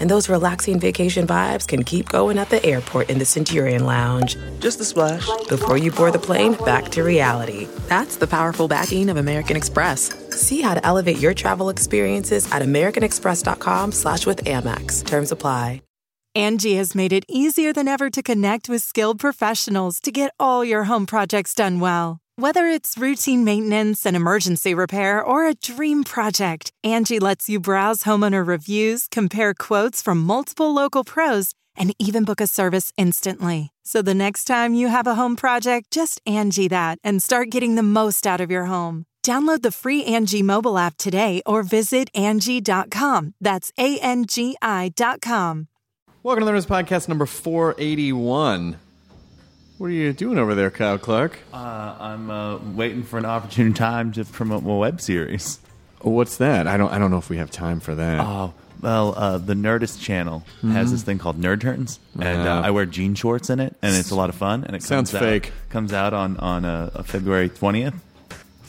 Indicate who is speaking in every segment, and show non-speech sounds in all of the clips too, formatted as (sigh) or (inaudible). Speaker 1: And those relaxing vacation vibes can keep going at the airport in the Centurion Lounge.
Speaker 2: Just a splash.
Speaker 1: Before you board the plane, back to reality. That's the powerful backing of American Express. See how to elevate your travel experiences at americanexpress.com slash with Amex. Terms apply.
Speaker 3: Angie has made it easier than ever to connect with skilled professionals to get all your home projects done well. Whether it's routine maintenance and emergency repair or a dream project, Angie lets you browse homeowner reviews, compare quotes from multiple local pros, and even book a service instantly. So the next time you have a home project, just Angie that and start getting the most out of your home. Download the free Angie mobile app today or visit Angie.com. That's A-N-G-I dot com.
Speaker 4: Welcome to the Learners Podcast number 481. What are you doing over there, Kyle Clark?
Speaker 5: Uh, I'm uh, waiting for an opportune time to promote my web series.
Speaker 4: What's that? I don't I don't know if we have time for that.
Speaker 5: Oh, well, uh, the Nerdist channel has this thing called Nerd Turns, and
Speaker 4: Wow.
Speaker 5: uh, I wear jean shorts in it, and it's a lot of fun. And it
Speaker 4: Sounds
Speaker 5: comes
Speaker 4: fake.
Speaker 5: Out, comes out on on uh, uh, February twentieth.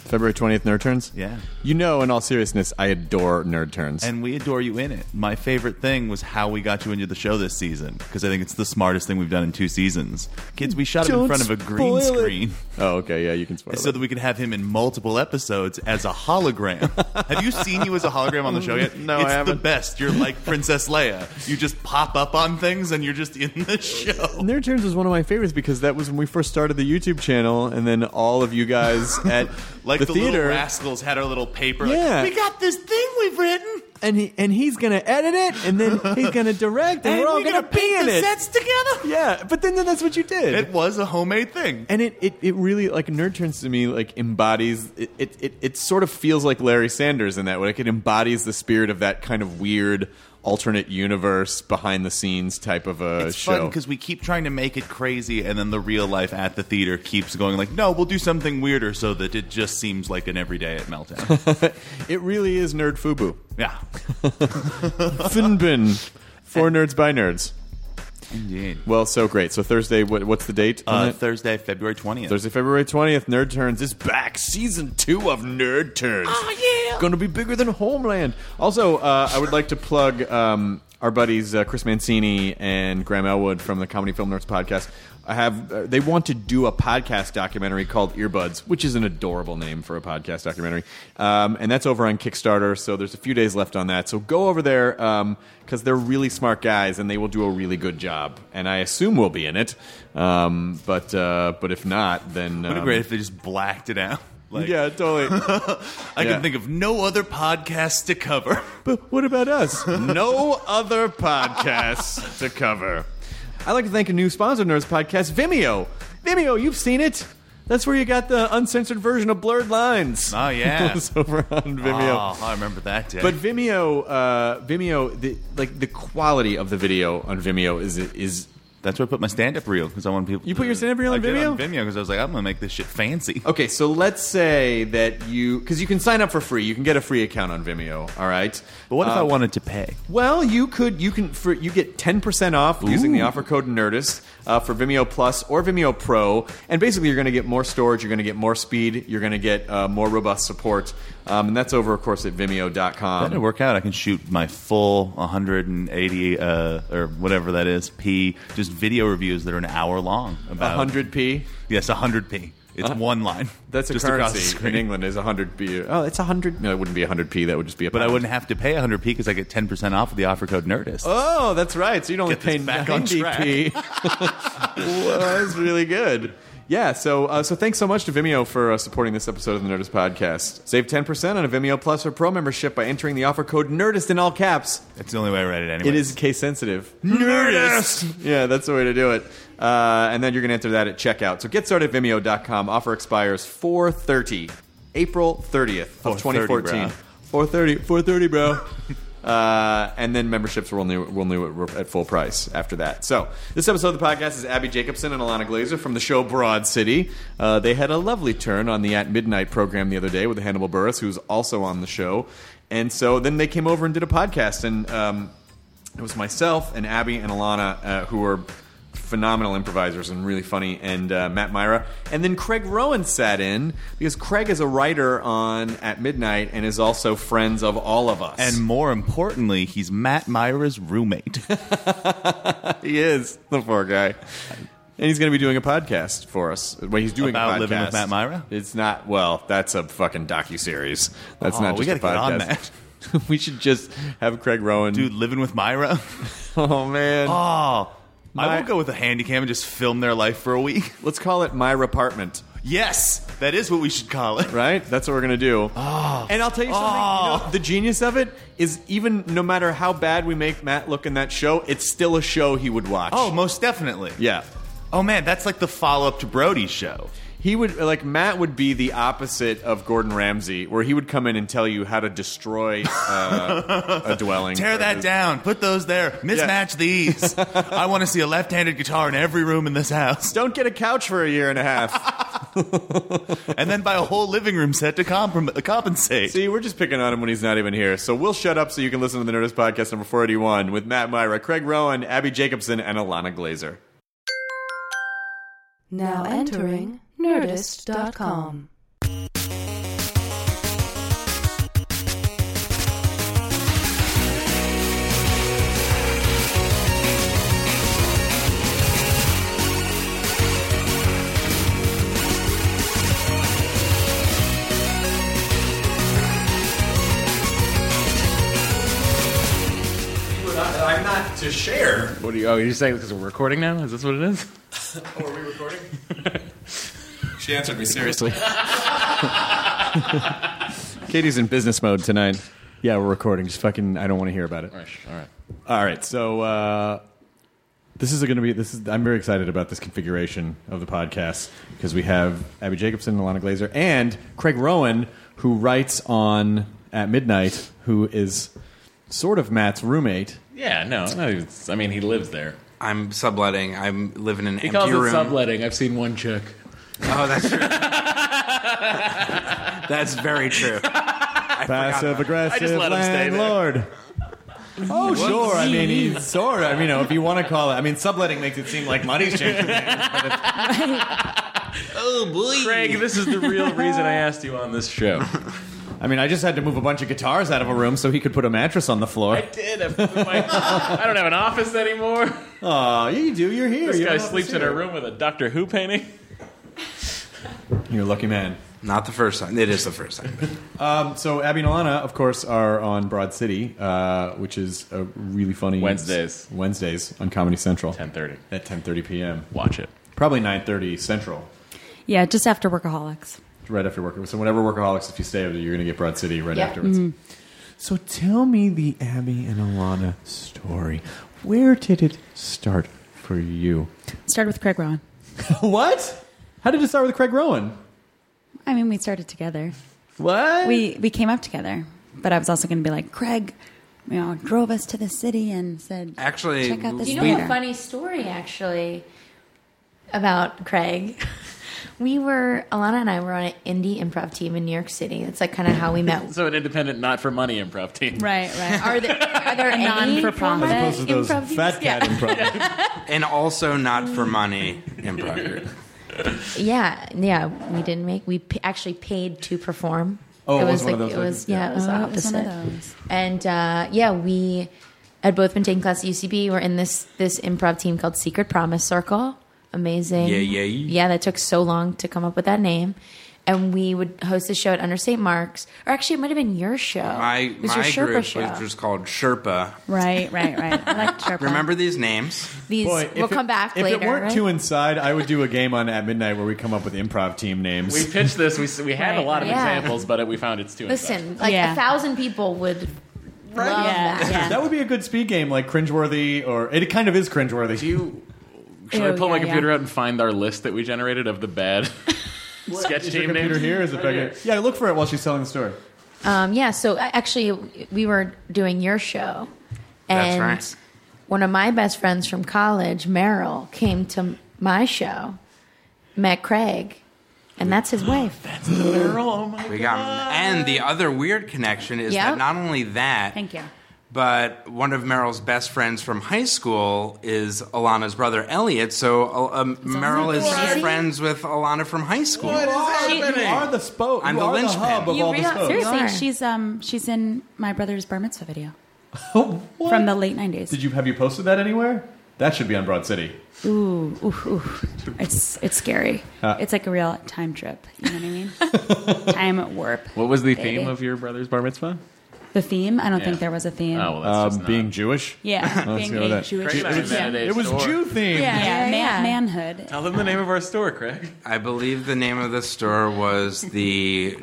Speaker 4: February 20th, Nerd Turns?
Speaker 5: Yeah.
Speaker 4: You know, in all seriousness, I adore Nerd Turns.
Speaker 5: And we adore you in it. My favorite thing was how we got you into the show this season because I think it's the smartest thing we've done in two seasons. Kids, we shot him
Speaker 4: Don't
Speaker 5: in front of a green
Speaker 4: spoil it.
Speaker 5: screen.
Speaker 4: oh, okay. Yeah, you can spoil
Speaker 5: so
Speaker 4: it.
Speaker 5: that we could have him in multiple episodes as a hologram.
Speaker 4: (laughs)
Speaker 5: have you seen you as a hologram on the show yet?
Speaker 4: No, I
Speaker 5: it's
Speaker 4: haven't.
Speaker 5: the best. You're like Princess Leia. You just pop up on things and you're just in the (laughs) show.
Speaker 4: Nerd Turns was one of my favorites because that was when we first started the YouTube channel, and then all of you (laughs) guys at
Speaker 5: Like
Speaker 4: the,
Speaker 5: the,
Speaker 4: theater.
Speaker 5: little rascals had our little paper. like,
Speaker 4: Yeah.
Speaker 5: we got this thing we've written.
Speaker 4: and he and he's gonna edit it, and then he's gonna direct, and,
Speaker 5: And
Speaker 4: we're all
Speaker 5: we're
Speaker 4: gonna,
Speaker 5: gonna
Speaker 4: be
Speaker 5: paint
Speaker 4: in
Speaker 5: the
Speaker 4: it.
Speaker 5: sets together.
Speaker 4: Yeah, but then, then that's what you did.
Speaker 5: It was a homemade thing.
Speaker 4: and it, it, it really like nerd turns to me like embodies it, it, it, it sort of feels like larry sanders in that way like it embodies the spirit of that kind of weird alternate universe behind the scenes type of a
Speaker 5: it's
Speaker 4: show
Speaker 5: fun because we keep trying to make it crazy, and then the real life at the theater keeps going like, no, we'll do something weirder so that it just seems like an everyday at
Speaker 4: (laughs)
Speaker 5: Meltdown.
Speaker 4: it really is nerd fubu
Speaker 5: yeah.
Speaker 4: finbin for nerds by nerds
Speaker 5: Indeed.
Speaker 4: well so great so thursday what, what's the date on
Speaker 5: Uh,
Speaker 4: that?
Speaker 5: Thursday, February 20th.
Speaker 4: Thursday, February 20th, Nerd Turns is back. Season 2 of Nerd Turns.
Speaker 1: Ah,
Speaker 4: Oh, yeah. Going to be bigger than Homeland. Also, uh, I would like to plug um, our buddies uh, Chris Mancini and Graham Elwood from the Comedy Film Nerds podcast. I have. Uh, they want to do a podcast documentary called Earbuds, which is an adorable name for a podcast documentary, um, and that's over on Kickstarter. So there's a few days left on that. So go over there because they're really smart guys, and they will do a really good job. And I assume we'll be in it, um, but uh, but if not, then
Speaker 5: Would
Speaker 4: um,
Speaker 5: be great if they just blacked it out. (laughs) Like,
Speaker 4: yeah, totally.
Speaker 5: I
Speaker 4: yeah.
Speaker 5: can think of no other podcast to
Speaker 4: (laughs)
Speaker 5: cover.
Speaker 4: but what about us? no other podcasts to cover. I'd like to thank a new sponsor of Nerds Podcast, Vimeo. Vimeo, you've seen it. That's where you got the uncensored version of Blurred Lines.
Speaker 5: Oh, yeah.
Speaker 4: (laughs) it's over on Vimeo.
Speaker 5: Oh, I remember that day.
Speaker 4: But Vimeo, uh, Vimeo, the, like the quality of the video on Vimeo is is
Speaker 5: that's where I put my stand-up reel because I want people.
Speaker 4: You put your stand-up reel
Speaker 5: I
Speaker 4: on
Speaker 5: did
Speaker 4: Vimeo?
Speaker 5: on Vimeo because I was like, I'm gonna make this shit
Speaker 4: (laughs)
Speaker 5: fancy.
Speaker 4: Okay, so let's say that you because you can sign up for free. You can get a free account on Vimeo. All right.
Speaker 5: But what if
Speaker 4: Um,
Speaker 5: I wanted to pay?
Speaker 4: Well, you could you can for you get ten percent off using the offer code Nerdist uh, for Vimeo Plus or Vimeo Pro, and basically you're going to get more storage, you're going to get more speed, you're going to get uh, more robust support, um, and that's over, of course, at Vimeo.com.
Speaker 5: That didn't work out. I can shoot my full 180 uh, or whatever that is p just video reviews that are an hour long. About
Speaker 4: 100p.
Speaker 5: Yes, 100 p. It's one line.
Speaker 4: Uh-huh. That's a
Speaker 5: just across the
Speaker 4: currency in
Speaker 5: screen.
Speaker 4: England is 100p. Oh, it's 100. No, it wouldn't be 100p. That would just be a.
Speaker 5: But I
Speaker 4: pound.
Speaker 5: wouldn't have to pay 100 p because I get 10 percent off with the offer code Nerdist.
Speaker 4: Oh, that's right. So you'd only
Speaker 5: Get
Speaker 4: pay
Speaker 5: this back on
Speaker 4: 90p. (laughs) well, that was really good. Yeah, so uh, so thanks so much to Vimeo for uh, supporting this episode of the Nerdist podcast. Save 10% on a Vimeo Plus or Pro membership by entering the offer code NERDIST in all caps.
Speaker 5: That's the only way I read it anyway.
Speaker 4: It is case sensitive.
Speaker 5: Nerdist!
Speaker 4: Yeah, that's the way to do it. Uh, and then you're going to enter that at checkout. So get started at Vimeo.com. Offer expires 430, April 30th of
Speaker 5: 4:30,
Speaker 4: 2014.
Speaker 5: bro.
Speaker 4: 430, 430, bro. uh, and then memberships will new, will new at, at full price after that. So this episode of the podcast is Abby Jacobson and Alana Glazer from the show Broad City. Uh, they had a lovely turn on the At Midnight program the other day with Hannibal Burris, who's also on the show. And so then they came over and did a podcast, and um, it was myself and Abby and Alana, uh, who are phenomenal improvisers and really funny, and uh, Matt Myra. And then Craig Rowan sat in because Craig is a writer on At Midnight and is also friends of all of us.
Speaker 5: And more importantly, he's Matt Myra's
Speaker 4: (laughs)
Speaker 5: roommate.
Speaker 4: he is the poor guy. And he's going to be doing a podcast for us. Well, he's doing a podcast.
Speaker 5: About Living with Matt Myra?
Speaker 4: It's not well. That's a fucking docu series. That's
Speaker 5: Oh,
Speaker 4: not
Speaker 5: we
Speaker 4: just a
Speaker 5: gotta get on
Speaker 4: podcast. (laughs) we should just have Craig
Speaker 5: (laughs)
Speaker 4: Rowan.
Speaker 5: Dude, living with Myra.
Speaker 4: (laughs) Oh man.
Speaker 5: Oh, I
Speaker 4: My-
Speaker 5: will go with a handy cam and just film their life for a week. (laughs)
Speaker 4: Let's call it Myra Apartment.
Speaker 5: Yes, that is what we should call
Speaker 4: (laughs)
Speaker 5: it.
Speaker 4: right? That's what we're gonna do. and I'll tell you something.
Speaker 5: Oh.
Speaker 4: You know, the genius of it is even no matter how bad we make Matt look in that show, it's still a show he would watch.
Speaker 5: Oh, most definitely.
Speaker 4: yeah.
Speaker 5: Oh man, that's like the follow up to Brody's show.
Speaker 4: He would like Matt would be the opposite of Gordon Ramsay, where he would come in and tell you how to destroy uh,
Speaker 5: (laughs)
Speaker 4: a dwelling.
Speaker 5: Tear that down. Put those there. Mismatch
Speaker 4: (laughs)
Speaker 5: these. I want to see a left-handed guitar in every room in this house,
Speaker 4: Don't get a couch for a year and
Speaker 5: (laughs)
Speaker 4: a half.
Speaker 5: and then buy a whole living room set to comprom- compensate.
Speaker 4: See, we're just picking on him when he's not even here. So we'll shut up so you can listen to the Nerdist Podcast number 481 with Matt Myra, Craig Rowan, Abby Jacobson, and Alana Glazer.
Speaker 2: Now entering Nerdist.com.
Speaker 4: I'm not to share.
Speaker 6: What are you? Oh, you're saying because we're recording now? Is this what it is?
Speaker 4: (laughs) Oh, are we recording? (laughs) she answered me seriously. (laughs) Katie's in business mode tonight. Yeah, we're recording. Just fucking, I don't want to hear about it. All right.
Speaker 6: All right.
Speaker 4: All right so uh, this is going to be this is. I'm very excited about this configuration of the podcast because we have Abby Jacobson, Alana Glazer, and Craig Rowan, who writes on at midnight, who is sort of Matt's roommate.
Speaker 6: Yeah. No. no it's- I mean, he lives there.
Speaker 7: I'm subletting. I'm living in an
Speaker 6: He
Speaker 7: empty
Speaker 6: calls it
Speaker 7: room.
Speaker 6: subletting. I've seen one chick.
Speaker 7: Oh, that's
Speaker 6: (laughs)
Speaker 7: true. that's very true.
Speaker 4: Passive aggressive
Speaker 6: I just let him stay there.
Speaker 4: landlord. (laughs) Oh sure, I mean he's sort of, you know, if you want to call it. I mean, subletting makes it seem like money's changing.
Speaker 2: Oh,
Speaker 6: Craig, this is the real reason I asked you on this show.
Speaker 4: (laughs) I mean, I just had to move a bunch of guitars out of a room so he could put a mattress on the floor.
Speaker 6: did. I, put (laughs) my- I don't have an office anymore.
Speaker 4: Oh, you do. You're here.
Speaker 6: This
Speaker 4: you
Speaker 6: guy
Speaker 4: don't have to
Speaker 6: sleeps
Speaker 4: sit
Speaker 6: in a
Speaker 4: here.
Speaker 6: room with a Doctor Who painting.
Speaker 4: You're a lucky man.
Speaker 7: Not the first time. It is the first time.
Speaker 4: Um, so Abby and Alana, of course, are on Broad City, uh, which is a really funny
Speaker 6: Wednesdays.
Speaker 4: Wednesdays on Comedy Central.
Speaker 6: 10:30.
Speaker 4: at 10:30 p.m.
Speaker 6: Watch it.
Speaker 4: Probably 9:30 Central.
Speaker 8: Yeah, just after workaholics.
Speaker 4: right after work. So whenever Workaholics, if you stay over there, you're going to get Broad City right
Speaker 2: Yeah.
Speaker 4: afterwards. So tell me the Abby and Alana story. Where did it start for you?
Speaker 8: Started with Craig Rowan.
Speaker 4: (laughs) what? How did it start with Craig Rowan?
Speaker 8: I mean, we started together.
Speaker 4: What?
Speaker 8: We we came up together, but I was also going to be like Craig, you know, drove us to the city and said,
Speaker 7: Actually,
Speaker 8: check out this.
Speaker 2: You know
Speaker 8: theater."
Speaker 2: a funny story actually about Craig. (laughs) We were Alana and I were on an indie improv team in New York City. That's like kind of how we met.
Speaker 6: (laughs) So an independent, not for money improv team.
Speaker 8: Right, (laughs) right.
Speaker 2: Are there are (laughs) there any
Speaker 8: non-for-profit.
Speaker 2: women
Speaker 8: (laughs)
Speaker 4: Those are those
Speaker 2: improv teams?
Speaker 4: fat
Speaker 2: yeah. (laughs)
Speaker 4: cat improv.
Speaker 7: and also not for money improv group.
Speaker 2: yeah, yeah. We didn't make. We p- actually paid to perform.
Speaker 4: Oh, it was one
Speaker 2: like
Speaker 4: of those,
Speaker 2: it
Speaker 4: like-
Speaker 2: was yeah, it was the
Speaker 8: Oh, it was one
Speaker 2: opposite.
Speaker 8: of those.
Speaker 2: And uh, yeah, we had both been taking class at UCB. We're in this this improv team called Secret Promise Circle. Amazing.
Speaker 7: Yeah, yeah, yeah.
Speaker 2: Yeah, that took so long to come up with that name. And we would host a show at Under St. Mark's, or actually, it might have been your show.
Speaker 7: My
Speaker 2: it was
Speaker 7: my
Speaker 2: your Sherpa
Speaker 7: group
Speaker 2: show.
Speaker 7: was just called Sherpa.
Speaker 8: right, right, right. I (laughs) liked Sherpa.
Speaker 7: Remember these names?
Speaker 2: These
Speaker 4: Boy,
Speaker 2: we'll
Speaker 4: if it-
Speaker 2: come back
Speaker 4: if
Speaker 2: later.
Speaker 4: it weren't
Speaker 2: right?
Speaker 4: two inside, I would do a game on at midnight where we come up with improv team names.
Speaker 6: We pitched this. We s- we had a
Speaker 8: Right,
Speaker 6: lot of
Speaker 2: right. Yeah.
Speaker 6: examples, but it, we found it's too.
Speaker 2: Listen, like
Speaker 8: Yeah.
Speaker 2: a thousand people would love
Speaker 8: Yeah,
Speaker 2: that.
Speaker 8: yeah.
Speaker 4: that would be a good speed game, like cringeworthy, or it kind of is cringeworthy.
Speaker 6: Do you? Should I
Speaker 8: Ew,
Speaker 6: pull my
Speaker 8: yeah,
Speaker 6: computer
Speaker 8: yeah.
Speaker 6: out and find our list that we generated of the bad sketch
Speaker 4: is your
Speaker 6: team
Speaker 4: computer
Speaker 6: names?
Speaker 4: here? Is it back here? Yeah, look for it while she's telling the story.
Speaker 2: Um, yeah, so I- actually, we were doing your show,
Speaker 7: That's
Speaker 2: and
Speaker 7: right.
Speaker 2: one of my best friends from college, Meryl, came to my show, met Craig, and that's his wife.
Speaker 6: Girl, oh my
Speaker 7: We got, and the other weird connection is
Speaker 2: Yep.
Speaker 7: that not only that,
Speaker 8: Thank you.
Speaker 7: But one of Meryl's best friends from high school is Alana's brother Elliot, so uh, um, Meryl is
Speaker 2: crazy?
Speaker 7: friends with Alana from high school.
Speaker 4: You are the spoke.
Speaker 7: I'm
Speaker 4: you
Speaker 7: the
Speaker 4: are
Speaker 7: linchpin.
Speaker 4: hub of
Speaker 8: You
Speaker 4: all
Speaker 8: realize-
Speaker 4: the spokes.
Speaker 8: seriously,
Speaker 2: You are.
Speaker 8: she's um she's in my brother's bar mitzvah
Speaker 4: (laughs)
Speaker 8: video from the late nineties.
Speaker 4: Did you have you posted that anywhere? That should be on Broad City.
Speaker 8: Ooh, ooh, ooh. It's it's scary.
Speaker 4: Uh.
Speaker 8: It's like a real time trip. You know what I mean? (laughs) time warp.
Speaker 9: What was the
Speaker 8: Baby.
Speaker 9: theme of your brother's bar mitzvah?
Speaker 8: The theme? I don't think there was a theme.
Speaker 9: Oh, well, that's
Speaker 4: Um,
Speaker 9: just not.
Speaker 4: being Jewish.
Speaker 8: yeah, being
Speaker 4: go with
Speaker 8: a
Speaker 4: that.
Speaker 8: Jewish.
Speaker 6: Craig
Speaker 8: Yeah,
Speaker 6: and I
Speaker 8: yeah,
Speaker 6: met at a
Speaker 4: It was
Speaker 6: store.
Speaker 4: Jew themed.
Speaker 8: man-
Speaker 2: yeah.
Speaker 8: manhood.
Speaker 6: Tell them the name of our store, Craig.
Speaker 7: I believe the name of the store was the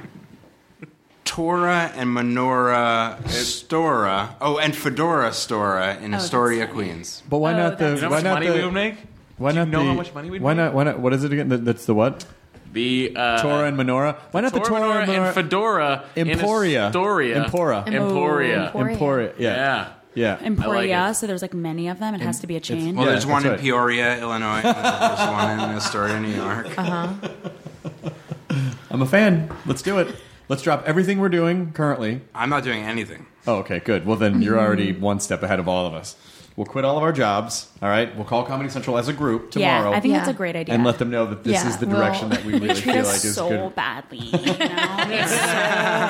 Speaker 7: Torah and Menorah Stora. Oh, and Fedora Stora in Astoria, Queens.
Speaker 4: But why
Speaker 8: Oh,
Speaker 4: not the?
Speaker 8: that's
Speaker 6: You know
Speaker 4: why
Speaker 6: how much
Speaker 4: not
Speaker 6: money we would
Speaker 4: the?
Speaker 6: make?
Speaker 4: Why
Speaker 6: Do you
Speaker 4: not
Speaker 6: know
Speaker 4: the?
Speaker 6: how much money we'd
Speaker 4: Why
Speaker 6: make?
Speaker 4: not? Why not? What is it again? That- That's the what?
Speaker 9: The uh,
Speaker 4: Torah and menorah. Why not the
Speaker 9: Torah
Speaker 4: Torah and
Speaker 9: menorah and
Speaker 4: menorah?
Speaker 9: fedora
Speaker 4: Emporia.
Speaker 9: in Astoria.
Speaker 4: Empora.
Speaker 9: Emporia.
Speaker 2: Empor-
Speaker 4: Emporia. Yeah.
Speaker 9: Yeah.
Speaker 4: Yeah.
Speaker 9: I
Speaker 8: Emporia.
Speaker 9: like it.
Speaker 8: so there's like many of them. It has to be a chain.
Speaker 7: Well,
Speaker 4: Yeah,
Speaker 7: there's one
Speaker 4: that's
Speaker 7: in
Speaker 4: right.
Speaker 7: Peoria, Illinois. and there's one in Astoria, New York.
Speaker 4: I'm a fan. Let's do it. Let's drop everything we're doing currently.
Speaker 7: I'm not doing anything.
Speaker 4: Oh, okay, good. Well, then you're already one step ahead of all of us. We'll quit all of our jobs. All right. We'll call Comedy Central as a group
Speaker 8: yeah,
Speaker 4: tomorrow
Speaker 8: I think
Speaker 2: Yeah.
Speaker 8: that's a great idea.
Speaker 4: and let them know that this
Speaker 2: Yeah,
Speaker 4: is the
Speaker 2: well,
Speaker 4: direction
Speaker 8: (laughs)
Speaker 4: that we
Speaker 8: They
Speaker 4: really
Speaker 8: treat
Speaker 4: feel
Speaker 8: us
Speaker 4: like is
Speaker 8: so
Speaker 4: good.
Speaker 8: badly. You know? it's so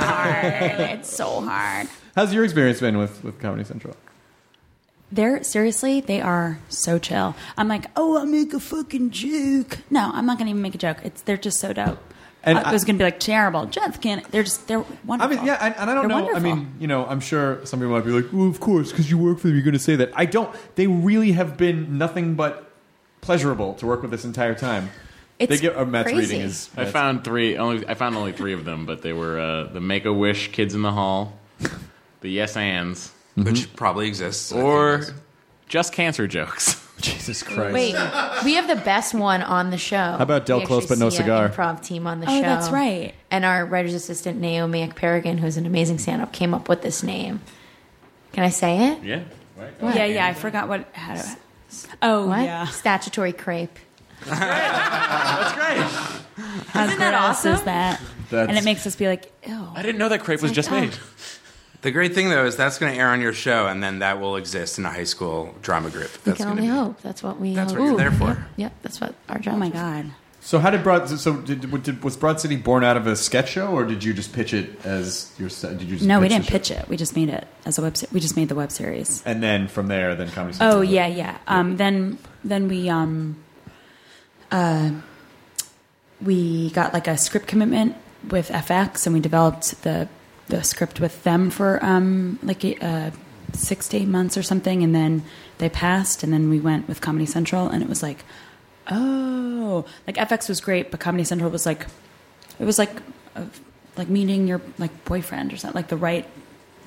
Speaker 8: hard. It's so hard.
Speaker 4: How's your experience been with, with Comedy Central?
Speaker 8: They're seriously, they are so chill. I'm like, oh, I'll make a fucking joke. No, I'm not gonna even make a joke. It's they're just so dope. And
Speaker 4: And
Speaker 8: I,
Speaker 4: I-
Speaker 8: was gonna be like terrible. Jeff can They're just they're
Speaker 4: I
Speaker 8: wonderful.
Speaker 4: mean, yeah, and, and I
Speaker 8: They're
Speaker 4: don't know.
Speaker 8: Wonderful.
Speaker 4: I mean, you know, I'm sure some people might be like, "Well, of course, because you work for them, you're going to say that." I don't. They really have been nothing but pleasurable to work with this entire time.
Speaker 2: It's
Speaker 4: they get uh, Matt's
Speaker 2: crazy.
Speaker 4: reading is.
Speaker 9: I found three. Only I found only three of them, but they were uh, the Make a Wish Kids in the Hall, the Yes Ands,
Speaker 7: Which probably exists. I think
Speaker 9: or
Speaker 7: it's-
Speaker 9: just cancer
Speaker 6: (laughs)
Speaker 9: jokes.
Speaker 4: Jesus Christ.
Speaker 2: Wait, we have the best one on the show. How
Speaker 4: about Del Close But No Cigar?
Speaker 2: Improv team on the
Speaker 8: Oh,
Speaker 2: show.
Speaker 8: that's right.
Speaker 2: And our writer's assistant Naomi Perrigan, who's an amazing stand-up, came up with this name. Can I say it?
Speaker 9: yeah.
Speaker 8: yeah, yeah. I forgot what. How to, oh,
Speaker 2: What?
Speaker 8: yeah.
Speaker 2: Statutory crepe.
Speaker 6: That's great.
Speaker 8: How Isn't
Speaker 2: that awesome?
Speaker 8: Is that?
Speaker 4: That's-
Speaker 8: and it makes us be like, ew.
Speaker 6: I didn't know that crepe was just made.
Speaker 7: The great thing though is that's going to air on your show, and then that will exist in a high school drama group. That's
Speaker 2: We can
Speaker 7: gonna
Speaker 2: only
Speaker 7: be-
Speaker 2: hope. That's what we.
Speaker 7: That's
Speaker 2: hope.
Speaker 7: what you're
Speaker 2: Ooh,
Speaker 7: there for.
Speaker 2: Yep, yep, that's what our job.
Speaker 8: Oh my
Speaker 2: is.
Speaker 8: god.
Speaker 4: So how did Broad? So did, did was Broad City born out of a sketch show, or did you just pitch it as your? se- Did you? Just
Speaker 8: No, we
Speaker 4: pitch the
Speaker 8: didn't
Speaker 4: show?
Speaker 8: pitch it. We just made it as a web. se- We just made the web series.
Speaker 4: And then from there, then Comedy
Speaker 8: Oh
Speaker 4: Central.
Speaker 8: yeah, yeah. Um, then then we um, uh, we got like a script commitment with FX, and we developed the the script with them for um, like uh, six to eight months or something, and then they passed, and then we went with Comedy Central, and it was like, oh, like FX was great, but Comedy Central was like, it was like. A, like meeting your like boyfriend or something, like the right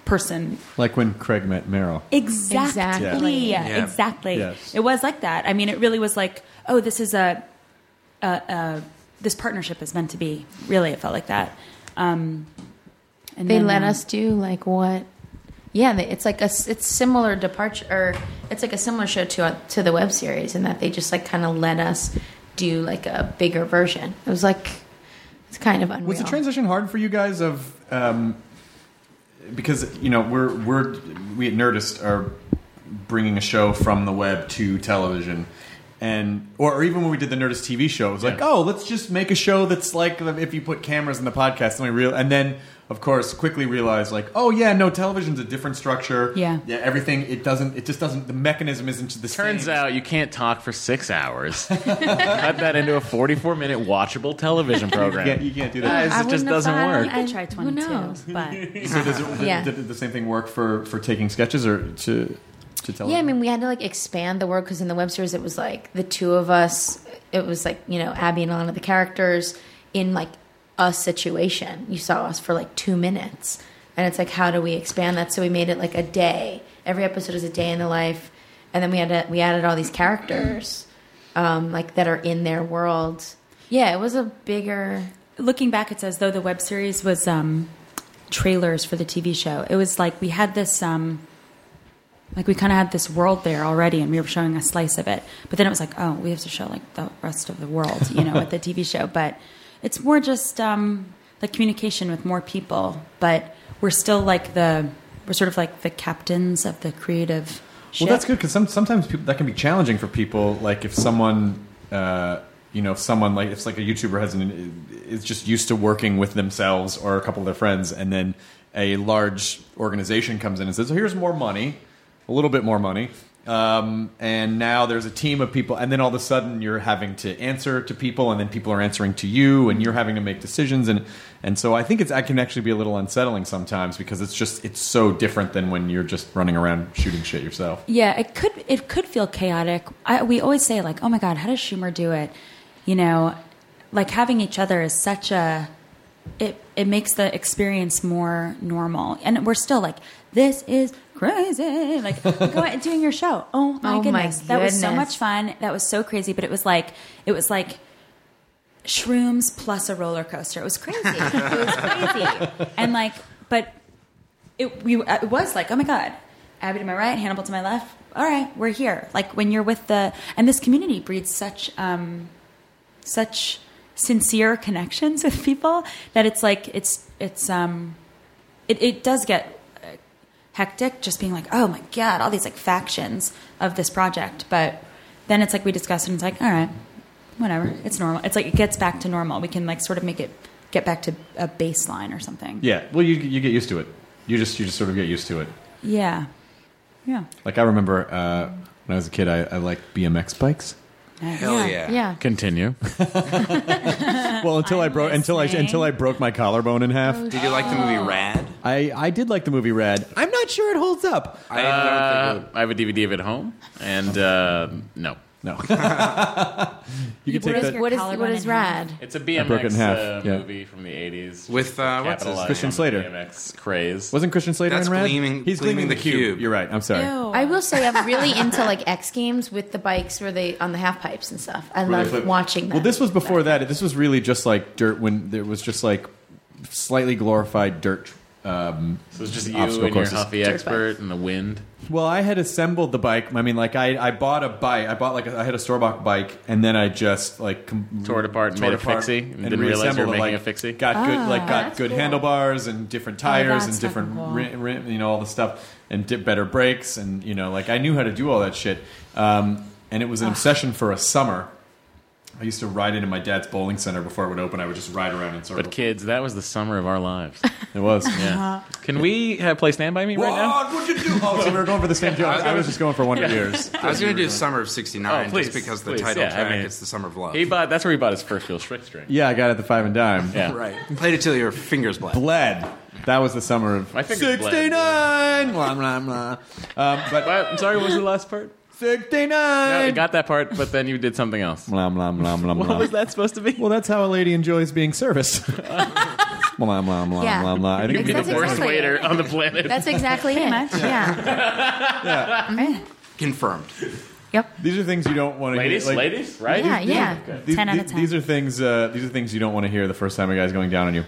Speaker 8: person
Speaker 4: Like when Craig met Meryl.
Speaker 8: Exactly.
Speaker 2: Exactly.
Speaker 8: Yeah.
Speaker 7: Yeah.
Speaker 8: Exactly.
Speaker 4: Yes.
Speaker 8: It was like that. I mean, it really was like, oh, this is a, a, a this partnership is meant to be. Really, it felt like that. Um, and
Speaker 2: They
Speaker 8: then,
Speaker 2: let
Speaker 8: uh,
Speaker 2: us do like what? Yeah, they- it's like a s- it's similar departure or it's like a similar show to uh, to the web series in that they just like kind of let us do like a bigger version. It was like it's kind of unreal.
Speaker 4: Was the transition hard for you guys? Of um, because you know we're we're we at Nerdist are bringing a show from the web to television. And or, or even when we did the Nerdist TV show, it was like,
Speaker 9: Yeah.
Speaker 4: oh, let's just make a show that's like the- if you put cameras in the podcast, and we real, and then of course quickly realize like, oh yeah, no, television's a different structure.
Speaker 8: Yeah.
Speaker 4: yeah, everything it doesn't, it just doesn't, the mechanism isn't the same.
Speaker 9: Turns out you can't talk for six hours. Cut that into a forty-four minute watchable television program.
Speaker 4: Yeah, (laughs) you can't do that.
Speaker 9: Guys,
Speaker 2: I
Speaker 9: it just
Speaker 2: wouldn't have
Speaker 9: doesn't
Speaker 2: thought
Speaker 9: work.
Speaker 2: I-
Speaker 8: I tried
Speaker 2: who
Speaker 8: twenty two,
Speaker 2: knows?
Speaker 8: but
Speaker 4: So does it,
Speaker 2: Yeah.
Speaker 4: did, did the same thing work for for taking sketches or to to tell?
Speaker 2: Yeah, I mean, we had to like expand the world because in the web series, it was like the two of us. It was like you know Abby and Alana, the characters in like a situation. You saw us for like two minutes, and it's like how do we expand that? So we made it like a day. Every episode is a day in the life, and then we had to, we added all these characters, um, like that are in their world. Yeah, it was a bigger.
Speaker 8: looking back, it's as though the web series was um, trailers for the TV show. It was like we had this, um, like we kind of had this world there already, and we were showing a slice of it. But then it was like, oh, we have to show like the rest of the world, you know, with the TV
Speaker 4: (laughs)
Speaker 8: show. But it's more just um, like communication with more people. But we're still like the we're we're sort of like the captains of the creative. Ship.
Speaker 4: Well, that's good because some, sometimes people, that can be challenging for people. Like if someone, uh, you know, if someone like if like a YouTuber has an, is just used to working with themselves or a couple of their friends, and then a large organization comes in and says, "So here's more money, a little bit more money." Um, and now there's a team of people, and then all of a sudden you're having to answer to people, and then people are answering to you, and you're having to make decisions, and and so I think it's it can actually be a little unsettling sometimes because it's just it's so different than when you're just running around shooting shit yourself.
Speaker 8: Yeah, it could it could feel chaotic. I, we always say like, "Oh my God, how does Schumer do it?" You know, like having each other is such a it it makes the experience more normal, and we're still like, "This is crazy!" Like going doing your show. Oh my,
Speaker 2: (laughs) Oh my
Speaker 8: goodness, that was so
Speaker 2: goodness.
Speaker 8: much fun. That was so crazy, but it was like it was like shrooms plus a roller coaster. It was crazy. it was crazy,
Speaker 2: (laughs)
Speaker 8: and like, but it we it was like, oh my god, Abby to my right, Hannibal to my left. All right, we're here. Like when you're with the and this community breeds such um, such sincere connections (laughs) with people that it's like it's it's um it, it does get uh, hectic just being like oh my god all these like factions of this project but then it's like we discuss it and it's like all right whatever it's normal it's like it gets back to normal we can like sort of make it get back to a baseline or something
Speaker 4: Yeah, well you you get used to it. You just you just sort of get used to it.
Speaker 8: yeah yeah
Speaker 4: Like I remember uh, when I was a kid, I, I liked BMX bikes.
Speaker 7: Hell yeah.
Speaker 2: Yeah.
Speaker 4: (laughs)
Speaker 9: Continue.
Speaker 4: Well, until i
Speaker 8: I'm
Speaker 4: broke until I
Speaker 8: listening.
Speaker 4: until I broke my collarbone in half.
Speaker 7: Did you like the
Speaker 2: Oh.
Speaker 7: movie Rad?
Speaker 4: I I did like the movie Rad. I'm not sure it holds up.
Speaker 7: I don't
Speaker 9: Uh,
Speaker 7: think
Speaker 9: I have a DVD of it at home, and uh, no,
Speaker 4: No. you can
Speaker 8: What
Speaker 4: take
Speaker 8: is
Speaker 4: that.
Speaker 8: your-
Speaker 2: What is
Speaker 8: Collarbone
Speaker 2: what is
Speaker 8: in half.
Speaker 2: rad?
Speaker 9: it's a
Speaker 4: broke it
Speaker 9: BMX
Speaker 4: in half,
Speaker 9: uh,
Speaker 4: yeah.
Speaker 9: movie from the '80s
Speaker 7: With, uh, what's his-
Speaker 9: Capitalizing
Speaker 4: Christian
Speaker 9: on the
Speaker 4: Slater.
Speaker 9: BMX craze.
Speaker 4: Wasn't Christian Slater
Speaker 7: That's
Speaker 4: in Rad?
Speaker 7: Gleaming-
Speaker 4: He's
Speaker 7: Gleaming
Speaker 4: gleaming the
Speaker 7: the
Speaker 4: cube.
Speaker 7: Cube.
Speaker 4: You're right. I'm sorry.
Speaker 2: I will say I'm really into like X Games with the bikes where they on the half pipes and stuff. I
Speaker 4: Where they
Speaker 2: love
Speaker 4: flip-
Speaker 2: watching that.
Speaker 4: Well, this was before that. This was really just like dirt when there was just like slightly glorified dirt. Um,
Speaker 9: So it's just you and
Speaker 4: obstacle
Speaker 9: your
Speaker 4: courses.
Speaker 9: huffy expert and the wind.
Speaker 4: Well, I had assembled the bike. I mean, like I, I bought a bike. I bought like a, I had a store bought bike, and then I just like com-
Speaker 9: Tore it apart and
Speaker 4: Mm-hmm. tore
Speaker 9: made
Speaker 4: it
Speaker 9: a
Speaker 4: apart
Speaker 9: fixie and didn't realize you were
Speaker 4: reassembled it,
Speaker 9: making
Speaker 4: like,
Speaker 9: a fixie?
Speaker 4: Got
Speaker 8: Ah,
Speaker 4: good like got
Speaker 2: that's
Speaker 4: good
Speaker 2: cool.
Speaker 4: handlebars and different tires and
Speaker 8: Oh, that's
Speaker 4: different
Speaker 8: fucking cool.
Speaker 4: ri- ri- you know all the stuff and did better brakes and you know like I knew how to do all that shit. Um, and it was an
Speaker 8: Ah.
Speaker 4: obsession for a summer. I used to ride into my dad's bowling center before it would open. I would just ride around in circles.
Speaker 9: But kids, that was the summer of our lives.
Speaker 2: Uh-huh.
Speaker 4: it was.
Speaker 9: Yeah. Can we have play Stand by Me right now?
Speaker 7: What? What'd you do?
Speaker 4: Oh, so we were going for the same joke. I was just going for Wonder Years.
Speaker 9: (laughs)
Speaker 7: I was going to do Summer of 69
Speaker 9: Oh, please,
Speaker 7: just because the
Speaker 9: please,
Speaker 7: title
Speaker 9: yeah, I
Speaker 7: track
Speaker 9: mean-
Speaker 7: it's the Summer of Love.
Speaker 9: He bought. That's where he bought his first real strict string.
Speaker 4: Yeah, I got it at the five and dime.
Speaker 9: Yeah.
Speaker 7: (laughs) Right. Played it till your fingers black.
Speaker 4: bled. That was the summer of
Speaker 9: My finger's bled.
Speaker 4: 69. Blah, blah, blah. Um, but
Speaker 9: But, I'm sorry. What was the last
Speaker 2: (laughs)
Speaker 9: part?
Speaker 4: 69.
Speaker 9: No, I got that part, but then you did something else.
Speaker 4: blah, blah, blah, blah,
Speaker 9: (laughs) What
Speaker 4: blah.
Speaker 9: was that supposed to be?
Speaker 4: Well, that's how a lady enjoys being
Speaker 9: (laughs)
Speaker 4: serviced. blah, blah, blah,
Speaker 2: Yeah.
Speaker 4: blah, blah. I think
Speaker 9: Be
Speaker 4: we
Speaker 9: the
Speaker 2: That's
Speaker 4: did-
Speaker 9: worst
Speaker 2: exactly
Speaker 9: waiter
Speaker 2: it.
Speaker 9: on the planet.
Speaker 2: That's exactly it.
Speaker 8: much.
Speaker 2: Yeah.
Speaker 7: Confirmed.
Speaker 4: these are things you don't want to
Speaker 9: ladies,
Speaker 4: hear. like,
Speaker 9: ladies, right?
Speaker 2: Yeah, yeah.
Speaker 4: These,
Speaker 8: 10 out of
Speaker 4: these-
Speaker 8: 10.
Speaker 4: These are things. Uh, these are things you don't want to hear the first time a guy's going down on you.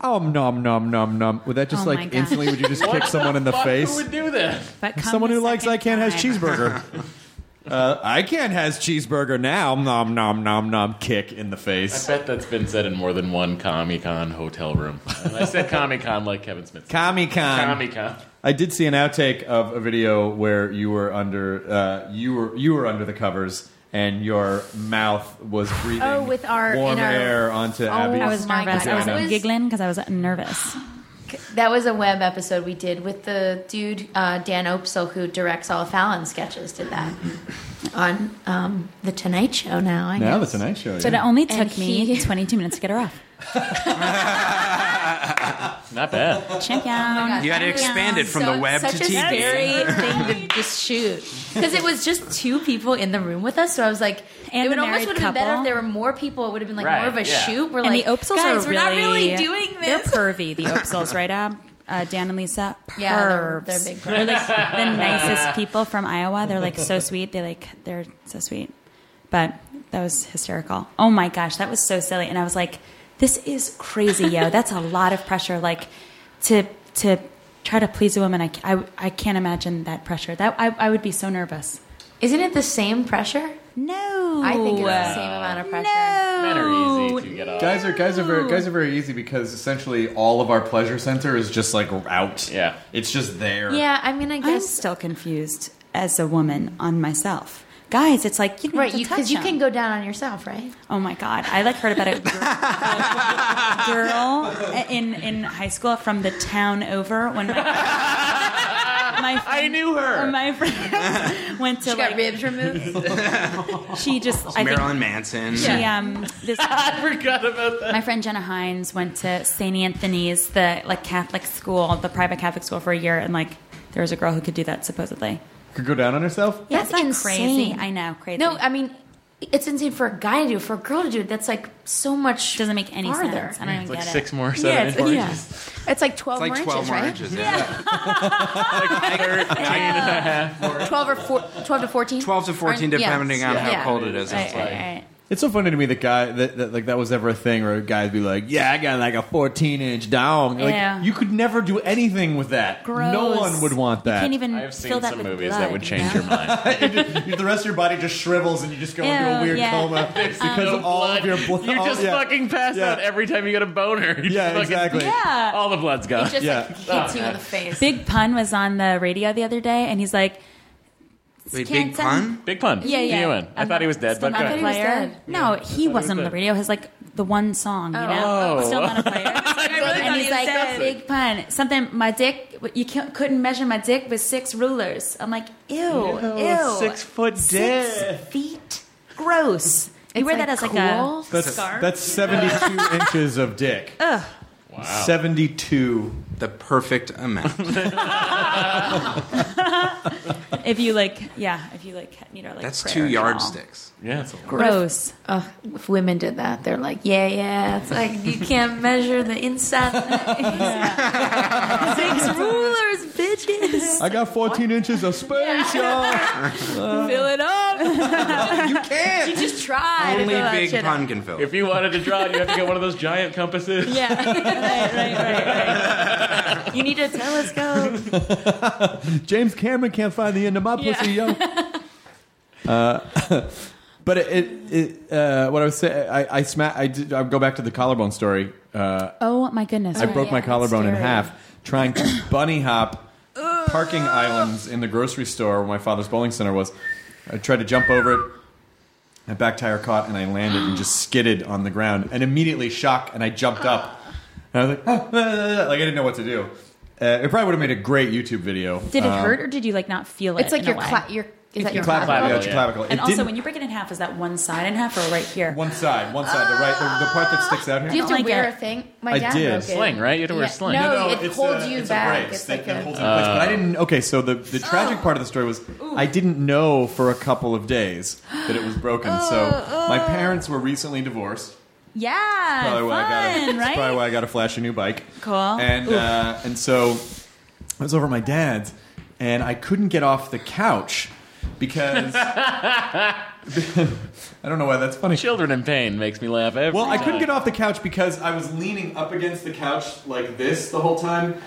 Speaker 4: Um, nom, nom, nom, nom. Would that just
Speaker 8: Oh my
Speaker 4: like
Speaker 8: God.
Speaker 4: instantly? Would you
Speaker 9: (laughs)
Speaker 4: just kick someone in the
Speaker 9: Fuck,
Speaker 4: face?
Speaker 9: Who would do that?
Speaker 8: but come
Speaker 4: Someone
Speaker 8: the
Speaker 4: who likes
Speaker 8: second
Speaker 4: I can't has
Speaker 8: time-
Speaker 4: cheeseburger.
Speaker 8: (laughs)
Speaker 4: uh, I can't has cheeseburger now. Nom nom nom nom. Kick in the
Speaker 9: I
Speaker 4: face.
Speaker 9: bet that's been said in more than one Comic Con hotel
Speaker 4: (laughs)
Speaker 9: room. And I said Comic Con like Kevin Smith.
Speaker 4: Comic
Speaker 9: Comic Con.
Speaker 4: I did see an outtake of a video where you were under uh, you were you were under the covers and your mouth was breathing
Speaker 2: Oh, with our-
Speaker 4: warm
Speaker 2: in our-
Speaker 4: air onto
Speaker 2: Oh,
Speaker 4: Abby's.
Speaker 8: I was
Speaker 2: My
Speaker 8: nervous.
Speaker 2: God,
Speaker 8: I was
Speaker 4: that
Speaker 2: was-
Speaker 8: giggling because I was
Speaker 2: (gasps)
Speaker 8: nervous.
Speaker 2: That was a web episode we did with the dude uh, Dan Opsel who directs all of Fallon sketches. Did that on um, the Tonight Show. Now I
Speaker 4: Mm-hmm. now
Speaker 2: guess.
Speaker 4: that's a nice show.
Speaker 8: But it
Speaker 4: yeah.
Speaker 8: only
Speaker 2: And
Speaker 8: took me
Speaker 2: he- (laughs) Oh
Speaker 8: 22 minutes to get her off.
Speaker 9: Not
Speaker 4: (laughs)
Speaker 9: bad.
Speaker 8: Champion.
Speaker 7: You had to expand it from the web to
Speaker 2: such
Speaker 7: TV.
Speaker 2: a scary thing to just shoot because it was just two people in the room with us. So I was like,
Speaker 8: And
Speaker 2: it would
Speaker 8: a
Speaker 2: almost
Speaker 8: married
Speaker 2: would have been better
Speaker 8: couple.
Speaker 2: if there were more people. It would have been like
Speaker 9: Right,
Speaker 2: more of a
Speaker 9: yeah.
Speaker 2: shoot. We're
Speaker 8: and
Speaker 2: like,
Speaker 8: the Opsils
Speaker 2: guys,
Speaker 8: are
Speaker 2: we're not really doing this.
Speaker 8: They're pervy, the Opsils, right, Ab? Uh, Dan and Lisa, pervs.
Speaker 2: Yeah, they're- they're big
Speaker 8: They're like the
Speaker 2: (laughs)
Speaker 8: nicest people from Iowa. They're like so sweet. They like they're so sweet. But that was hysterical. Oh my gosh, that was so silly. And I was like, this is crazy, yo. That's a lot of pressure. Like to to try to please a woman. I, I, I can't imagine that pressure. That I, I would be so nervous.
Speaker 2: Isn't it the same pressure?
Speaker 8: No,
Speaker 2: I think it's the same amount of pressure.
Speaker 8: No,
Speaker 9: Men are easy to get off.
Speaker 4: Guys are guys are very, guys are very easy because essentially all of our pleasure center is just like out.
Speaker 9: Yeah.
Speaker 4: it's just there.
Speaker 2: Yeah, I mean, I
Speaker 8: I'm
Speaker 2: guess
Speaker 8: still confused as a woman on myself. Guys, it's like you don't
Speaker 2: right
Speaker 8: have to touch
Speaker 2: because you,
Speaker 8: him.
Speaker 2: can go down on yourself, right?
Speaker 8: Oh my god! I like heard
Speaker 9: (laughs)
Speaker 8: about a gir- girl in in high school from the town over when
Speaker 9: (laughs)
Speaker 8: my, my friend, I
Speaker 9: knew her.
Speaker 8: My
Speaker 9: (laughs)
Speaker 8: friend went to
Speaker 2: She
Speaker 8: like
Speaker 2: got ribs (laughs) removed.
Speaker 8: she just I think
Speaker 7: Marilyn Manson.
Speaker 8: she um this
Speaker 9: (laughs) I forgot about that.
Speaker 8: my friend Jenna Hines went to St. Anthony's, the like Catholic school, the private Catholic school for a year, and like there was a girl who could do that supposedly.
Speaker 4: could go down on herself.
Speaker 8: Yeah,
Speaker 2: That's
Speaker 8: isn't that crazy.
Speaker 2: insane.
Speaker 8: I know, crazy.
Speaker 2: No, uh, I mean, it's insane for a guy to do it. For a girl to do it, that's like so much.
Speaker 8: doesn't make any
Speaker 2: farther.
Speaker 8: sense. I don't even
Speaker 9: Like
Speaker 8: get
Speaker 9: six
Speaker 8: it.
Speaker 9: more,
Speaker 2: yeah,
Speaker 9: seven
Speaker 8: (laughs)
Speaker 2: it's,
Speaker 9: more.
Speaker 2: yeah. it's like twelve
Speaker 7: It's like
Speaker 2: more
Speaker 7: 12
Speaker 2: inches,
Speaker 7: more
Speaker 2: right?
Speaker 7: inches, yeah.
Speaker 2: Twelve or four, twelve to fourteen.
Speaker 7: 12 to 14,
Speaker 2: Aren't- yeah.
Speaker 7: depending on how
Speaker 2: Yeah.
Speaker 7: cold it is.
Speaker 8: Right, right, right.
Speaker 4: It's so funny to me that guy that, that like that was ever a thing where a guy'd be like, "Yeah, I got like a 14 inch dong." Like
Speaker 8: Yeah.
Speaker 4: you could never do anything with that. No
Speaker 8: Gross.
Speaker 4: one would
Speaker 8: You
Speaker 4: want that.
Speaker 8: can't
Speaker 4: (laughs)
Speaker 8: even
Speaker 9: I have
Speaker 8: fill
Speaker 9: seen
Speaker 8: that
Speaker 9: some
Speaker 8: with
Speaker 9: movies
Speaker 8: blood,
Speaker 9: that would change
Speaker 8: (laughs) you
Speaker 9: your mind.
Speaker 4: the rest of your body just shrivels and you just go into a
Speaker 8: Ew,
Speaker 4: weird
Speaker 8: yeah.
Speaker 4: coma because
Speaker 9: No
Speaker 4: of all
Speaker 9: blood.
Speaker 4: of your blood.
Speaker 9: You just
Speaker 4: yeah.
Speaker 9: fucking pass
Speaker 4: Yeah.
Speaker 9: out every time you get a boner. You just
Speaker 4: Yeah,
Speaker 9: fucking-
Speaker 4: exactly.
Speaker 8: know? Yeah.
Speaker 2: Oh.
Speaker 9: All the blood's gone.
Speaker 2: Just
Speaker 4: Yeah.
Speaker 2: like hits you
Speaker 7: Uh,
Speaker 2: in the face.
Speaker 8: Big Pun was on the radio the other day, and he's like,
Speaker 7: Wait,
Speaker 8: Can't
Speaker 7: big
Speaker 8: send-
Speaker 7: pun?
Speaker 9: Big pun.
Speaker 8: "Yeah, yeah."
Speaker 9: He won. I
Speaker 8: I'm
Speaker 9: thought he was dead,
Speaker 8: still
Speaker 9: but
Speaker 8: not
Speaker 9: go
Speaker 8: a
Speaker 9: ahead.
Speaker 2: was
Speaker 8: player.
Speaker 2: dead.
Speaker 8: No, he wasn't on the
Speaker 9: dead.
Speaker 8: radio. His like the one song, you know,
Speaker 9: Oh.
Speaker 8: still
Speaker 9: (laughs)
Speaker 8: not a player. and he's like,
Speaker 2: dead.
Speaker 8: "Big Pun, something. My dick, you can't, couldn't measure my dick with six rulers." I'm like, "Ew, ew,
Speaker 4: Six foot dick.
Speaker 8: six feet, gross." You
Speaker 2: It's,
Speaker 8: wear that
Speaker 2: like,
Speaker 8: as like
Speaker 2: cool.
Speaker 8: a
Speaker 4: That's
Speaker 8: scarf.
Speaker 4: that's 72 inches of dick. Ugh. Wow. 72.
Speaker 7: The perfect amount.
Speaker 2: (laughs)
Speaker 8: if you like, yeah, if you like, you know, like
Speaker 7: That's
Speaker 8: prayer
Speaker 7: two
Speaker 8: and all.
Speaker 7: yardsticks.
Speaker 9: Yeah, it's a lot.
Speaker 8: Gross.
Speaker 2: Ugh, if women did that, they're like, yeah, yeah. It's like you can't measure the
Speaker 8: (laughs)
Speaker 2: inside. (laughs) Six rulers, bitches.
Speaker 4: I got 14 inches of space, y'all.
Speaker 8: Fill it
Speaker 4: (laughs)
Speaker 8: up.
Speaker 7: You can't!
Speaker 2: Just try. to
Speaker 7: Only
Speaker 2: fill that
Speaker 7: big
Speaker 2: shit
Speaker 7: pun
Speaker 2: up.
Speaker 7: can fill.
Speaker 9: If you wanted to draw it, you have to get one of those giant compasses.
Speaker 8: yeah. (laughs) right, right, right, right. You need a telescope.
Speaker 4: James Cameron can't find the end of my pussy,
Speaker 8: (laughs)
Speaker 4: yo. Uh, (laughs) but it, it, it uh, what I was saying, I, I sma- I, did, I go back to the collarbone story. Uh,
Speaker 8: Oh my goodness.
Speaker 4: I broke my
Speaker 2: yeah,
Speaker 4: collarbone in
Speaker 8: scary.
Speaker 4: half trying
Speaker 8: (coughs)
Speaker 4: to bunny hop parking islands in the grocery store where my father's bowling center was. I tried to jump over it. My back tire caught and I landed and just skidded on the ground and immediately shock and I jumped
Speaker 8: (gasps)
Speaker 4: up. And I was like, (laughs) "Ah, ah, ah," like I didn't know what to do. Uh, it probably would have made a great YouTube video.
Speaker 8: Did it
Speaker 4: Um,
Speaker 8: hurt or did you like not feel it?
Speaker 2: It's like
Speaker 8: in
Speaker 2: your
Speaker 8: a way?
Speaker 2: cla- your is that your
Speaker 4: clavicle,
Speaker 2: clavicle?
Speaker 4: yeah, it's
Speaker 9: yeah.
Speaker 4: clavicle.
Speaker 8: And
Speaker 4: it
Speaker 8: also,
Speaker 4: didn't-
Speaker 8: when you break it in half, is that one side in half or right here?
Speaker 4: one side, one side, the right, the, the part that sticks out here.
Speaker 2: Do you have
Speaker 8: I
Speaker 2: to
Speaker 8: don't like
Speaker 2: wear
Speaker 8: it.
Speaker 2: a thing? My
Speaker 4: I
Speaker 2: dad
Speaker 4: did.
Speaker 2: broke it.
Speaker 9: Sling, right? You had to wear
Speaker 2: Yeah.
Speaker 9: sling.
Speaker 2: No,
Speaker 4: No,
Speaker 2: it
Speaker 4: it's
Speaker 2: holds
Speaker 4: a-
Speaker 2: you
Speaker 4: it's a
Speaker 2: back.
Speaker 4: brace
Speaker 2: It's
Speaker 4: that-
Speaker 2: like
Speaker 4: that
Speaker 2: a- Oh.
Speaker 4: holds you in place. But I didn't. Okay, so the, the tragic part of the story was I didn't know for a couple of days that it was broken.
Speaker 2: (gasps) Uh,
Speaker 4: so my parents were recently divorced.
Speaker 8: Yeah,
Speaker 4: Probably why I got a,
Speaker 8: fun,
Speaker 4: that's
Speaker 8: right?
Speaker 4: probably why I got a flashy new bike.
Speaker 8: Cool.
Speaker 4: And uh, and so I was over at my dad's, and I couldn't get off the couch (laughs) because I don't know why that's funny.
Speaker 9: Children in pain makes me laugh every
Speaker 4: Well, I
Speaker 9: time.
Speaker 4: couldn't get off the couch because I was leaning up against the couch like this the whole time.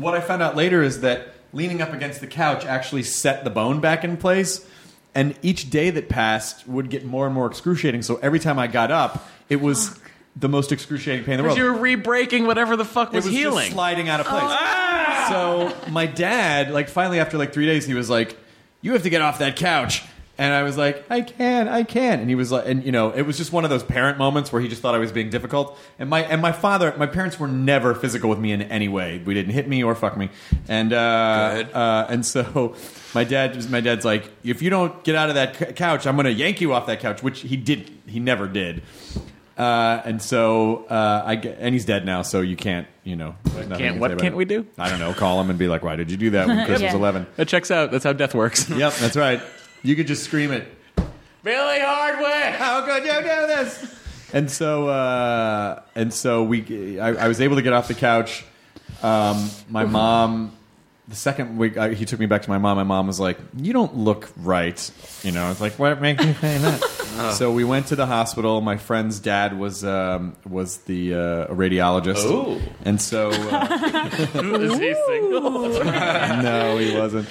Speaker 4: What I found out later is that leaning up against the couch actually set the bone back in place, and each day that passed would get more and more excruciating. So every time I got up, it was the most excruciating pain in the world.
Speaker 9: Because you were re-breaking whatever the fuck
Speaker 4: it was
Speaker 9: was,
Speaker 4: just
Speaker 9: healing. Oh. Ah!
Speaker 4: sliding out of place. So my dad, like, finally after like three days, he was like, "You have to get off that couch." And I was like, I can, I can. And he was like, and you know, it was just one of those parent moments where he just thought I was being difficult. And my and my father, my parents were never physical with me in any way. We didn't hit me or fuck me. And uh,
Speaker 7: Good.
Speaker 4: uh, and so my dad, my dad's like, if you don't get out of that c- couch, I'm gonna yank you off that couch. Which he did, he never did. Uh, and so uh, I get, and he's dead now, so you can't, you know, nothing you
Speaker 9: can't-
Speaker 4: say
Speaker 9: what
Speaker 4: about
Speaker 9: can't
Speaker 4: it.
Speaker 9: we do?
Speaker 4: I don't know. Call him and be like, why did you do that when Chris was
Speaker 8: Yeah.
Speaker 4: 11?
Speaker 9: That checks out. That's how death (laughs) works.
Speaker 4: Yep, that's right. You could just scream it.
Speaker 9: Billy Hardwick.
Speaker 4: How could you do this? And so, uh, and so we, I, I was able to get off the couch. Um, my mom, the second week, uh, I, he took me back to my mom. My mom was like, "You don't look right," you know. It's like, "What makes you say that?" So we went to the hospital. My friend's dad was um, was the uh, a radiologist,
Speaker 6: Oh.
Speaker 4: and so uh,
Speaker 6: Is he single?
Speaker 4: (laughs) no, he wasn't.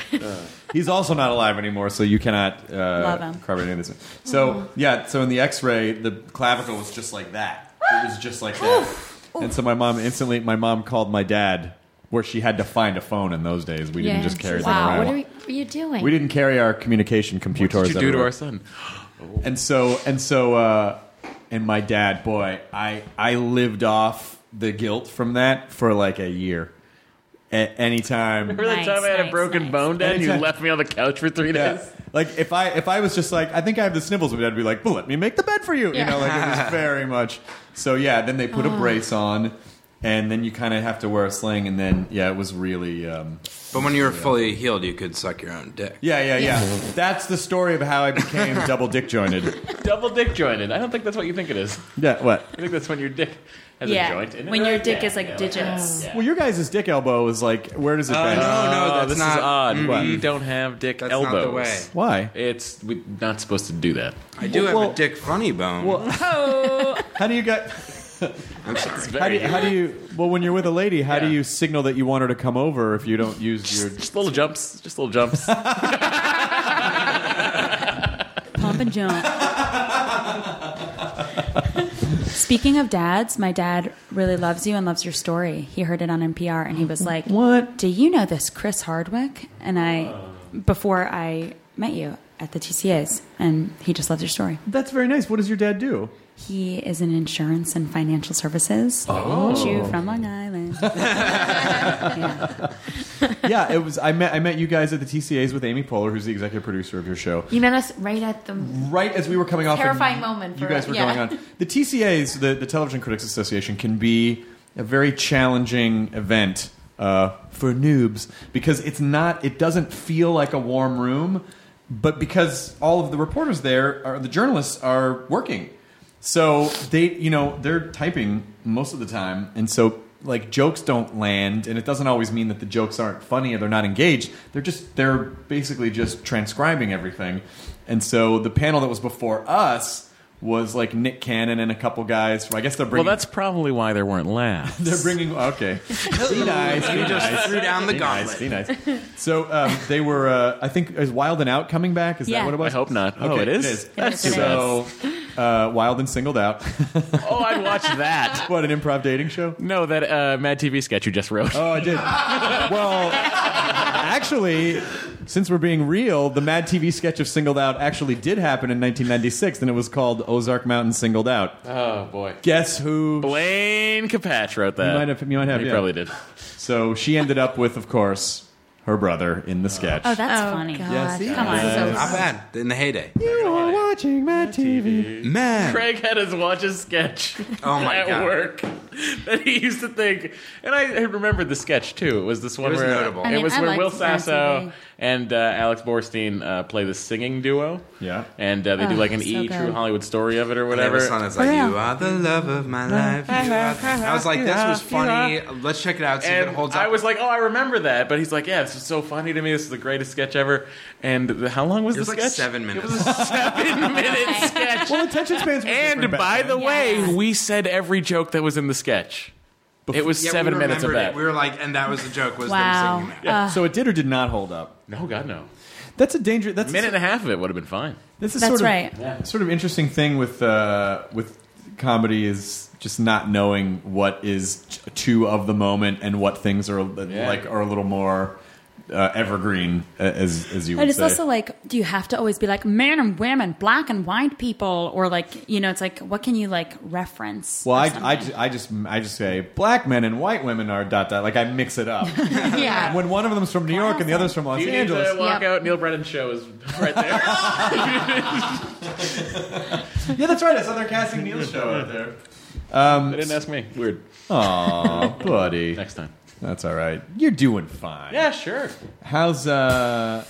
Speaker 4: He's also not alive anymore, so you cannot
Speaker 8: Love
Speaker 4: uh,
Speaker 8: him.
Speaker 4: corroborate any of this. So yeah, so in the X-ray, the clavicle was just like that. It was just like that, and so my mom instantly. My mom called my dad, where she had to find a phone in those days. We didn't just carry them
Speaker 2: wow.
Speaker 4: around.
Speaker 2: What are you, what are you doing?
Speaker 4: We didn't carry our communication computers.
Speaker 9: What did you do to
Speaker 4: everywhere.
Speaker 9: our son?
Speaker 4: And so and so uh, and my dad, boy, I I lived off the guilt from that for like a year. A-
Speaker 9: (laughs)
Speaker 4: anytime,
Speaker 6: Remember the
Speaker 8: Nice,
Speaker 6: time I had a
Speaker 8: nice,
Speaker 6: broken
Speaker 8: nice.
Speaker 6: bone, Dad? and You
Speaker 4: Anytime.
Speaker 6: left me on the couch for three
Speaker 4: yeah.
Speaker 6: days.
Speaker 4: Like if I if I was just like I think I have the sniffles, my dad would be like, "Well, let me make the bed for you." You know, like it (laughs) was very much. So yeah, then they put a brace on, and then you kind of have to wear a sling, and then yeah, it was really. Um,
Speaker 7: But when you were fully healed, you could suck your own dick.
Speaker 4: yeah, yeah, yeah. That's the story of how I (laughs) became double dick jointed. (laughs)
Speaker 6: Double dick jointed. I don't think that's what you think it is.
Speaker 4: Yeah, what?
Speaker 6: I think that's when your dick has
Speaker 8: yeah.
Speaker 6: a joint. in it,
Speaker 8: when your
Speaker 6: right?
Speaker 8: dick
Speaker 6: Yeah,
Speaker 8: is like
Speaker 6: yeah,
Speaker 8: digits.
Speaker 4: Well, your guys' dick elbow is like, where does it bend?
Speaker 7: no, no,
Speaker 6: Oh,
Speaker 7: that's
Speaker 6: this
Speaker 7: not.
Speaker 6: is odd.
Speaker 9: Mm-hmm.
Speaker 4: What?
Speaker 6: We don't have dick
Speaker 7: That's
Speaker 6: elbows.
Speaker 7: not the way.
Speaker 4: Why?
Speaker 9: It's we're not supposed to do that.
Speaker 7: I do have
Speaker 4: Well-
Speaker 7: a dick funny bone.
Speaker 8: Oh,
Speaker 4: How do you get?
Speaker 7: I'm sorry.
Speaker 4: How do you, how do you? Well, when you're with a lady, how do you signal that you want her to come over if you don't use your?
Speaker 6: Just little jumps. Just
Speaker 9: (laughs)
Speaker 6: little jumps.
Speaker 8: pump and jump. Speaking of dads, my dad really loves you and loves your story. He heard it on NPR and he was like,
Speaker 4: What?
Speaker 8: Do you know this Chris Hardwick?" And I, before I met you at the TCAs, and he just loves your story.
Speaker 4: That's very nice. What does your dad do?
Speaker 8: He is in insurance and financial services.
Speaker 6: Oh.
Speaker 8: Jew from Long Island. Yeah.
Speaker 4: yeah, it was. I met I met you guys at the TCAs with Amy Poehler, who's the executive producer of your show.
Speaker 2: you met us right at the.
Speaker 4: Right as we were coming off, and
Speaker 2: Terrifying moment
Speaker 4: You
Speaker 2: for
Speaker 4: guys were
Speaker 2: us, yeah.
Speaker 4: going on the TCAs, the, the Television Critics Association, can be a very challenging event uh, for noobs because it's not. It doesn't feel like a warm room, but because all of the reporters there are the journalists are working. So they, you know, they're typing most of the time, and so like jokes don't land, and it doesn't always mean that the jokes aren't funny or they're not engaged. They're just they're basically just transcribing everything, and so the panel that was before us was like Nick Cannon and a couple guys. I guess they're
Speaker 9: Well,
Speaker 4: bringing.
Speaker 9: that's probably why there weren't laughs.
Speaker 4: (laughs)
Speaker 6: (laughs)
Speaker 4: they're bringing.
Speaker 7: (laughs)
Speaker 4: Okay, be nice. Be
Speaker 7: You just
Speaker 4: nice.
Speaker 7: threw down the
Speaker 4: Be nice,
Speaker 7: gauntlet.
Speaker 4: be nice. So um, they were. Uh, I think is Wild and Out coming back? Is
Speaker 8: Yeah.
Speaker 4: that what it
Speaker 9: I
Speaker 4: was?
Speaker 9: hope not. oh,
Speaker 4: Okay,
Speaker 9: it is. That's too bad.
Speaker 4: So uh, Wild and Singled Out. (laughs)
Speaker 9: Oh, I'd watch that.
Speaker 4: What an improv dating show!
Speaker 9: No, that uh, Mad TV sketch you just wrote.
Speaker 4: Oh, I did. well, actually, since we're being real, the Mad TV sketch of Singled Out actually did happen in 1996, and it was called Ozark Mountain Singled Out.
Speaker 9: Oh boy.
Speaker 4: Guess who?
Speaker 9: Blaine Capatch wrote that.
Speaker 4: You might have- you might have,
Speaker 9: He
Speaker 4: yeah.
Speaker 9: probably did.
Speaker 4: So she ended up with, of course, her brother in the sketch.
Speaker 8: Oh, that's
Speaker 2: Oh,
Speaker 8: funny.
Speaker 2: God.
Speaker 4: Yes,
Speaker 8: Come on.
Speaker 7: Not bad. In the heyday.
Speaker 4: you are watching Mad TV.
Speaker 7: Man.
Speaker 6: Craig had his watch a sketch
Speaker 7: Oh, my
Speaker 6: at
Speaker 7: God.
Speaker 6: work that he used to think, and I remembered the sketch too. It was this one
Speaker 7: was
Speaker 6: where
Speaker 7: notable.
Speaker 6: it
Speaker 7: I
Speaker 8: mean,
Speaker 6: was
Speaker 8: I
Speaker 6: where
Speaker 8: liked
Speaker 6: Will
Speaker 8: MTV.
Speaker 6: Sasso and uh, Alex Borstein uh, play the singing duo.
Speaker 4: Yeah.
Speaker 9: And uh, they do
Speaker 8: Oh,
Speaker 9: like an
Speaker 8: so
Speaker 9: E True
Speaker 8: good.
Speaker 9: Hollywood story of it or
Speaker 7: Whatever.
Speaker 9: whatever.
Speaker 7: Song is like,
Speaker 8: real.
Speaker 7: you are the love of my life. you are the-" I was like, this was funny. Let's check it out. See if
Speaker 6: And
Speaker 7: it holds up.
Speaker 6: I was like, "Oh, I remember that," but he's like, "Yeah, this is so funny to me. This is the greatest sketch ever." And the, how long was
Speaker 7: it was
Speaker 6: the
Speaker 7: like
Speaker 6: sketch? (laughs)
Speaker 7: seven minutes. (laughs)
Speaker 6: Seven-minute sketch.
Speaker 8: (laughs)
Speaker 4: Well, attention (laughs) spans. were
Speaker 6: And
Speaker 4: different back
Speaker 6: by
Speaker 4: then.
Speaker 6: the way,
Speaker 8: Yeah.
Speaker 6: we said every joke that was in the sketch. it was
Speaker 7: Yeah, we
Speaker 6: seven minutes of
Speaker 7: remembered it.
Speaker 6: that.
Speaker 7: We were like, and that was the joke. Was
Speaker 8: Wow.
Speaker 7: them singing that.
Speaker 4: Uh, so it did or did not hold up.
Speaker 6: No, God, no.
Speaker 4: That's a danger. That's
Speaker 6: A
Speaker 4: a-
Speaker 6: minute and a half of it would have been fine.
Speaker 4: This is
Speaker 8: That's
Speaker 4: sort of
Speaker 8: right.
Speaker 4: sort of interesting thing with uh, with comedy is just not knowing what is t- too of the moment and what things are uh, like are a little more uh, evergreen a- as as you would
Speaker 8: But it's
Speaker 4: say.
Speaker 8: also like, do you have to always be like men and women, black and white people, or like, you know, it's like, what can you like reference?
Speaker 4: well,
Speaker 8: or
Speaker 4: I, I,
Speaker 8: something?
Speaker 4: ju- I just I just say black men and white women are dot dot like I mix
Speaker 8: (laughs)
Speaker 4: it up
Speaker 2: (laughs)
Speaker 8: yeah.
Speaker 4: when one of them's from New York and the other's from Los
Speaker 6: You need
Speaker 4: Angeles.
Speaker 6: to uh, walk
Speaker 2: Yep.
Speaker 6: out. Neil Brennan's show is right
Speaker 9: (laughs)
Speaker 6: there.
Speaker 4: yeah, that's right. I saw their casting Neil show out there.
Speaker 6: they didn't ask me. Weird.
Speaker 4: Aw, Oh, buddy,
Speaker 6: Next time.
Speaker 4: that's all right. You're doing fine.
Speaker 6: Yeah, sure.
Speaker 4: How's uh,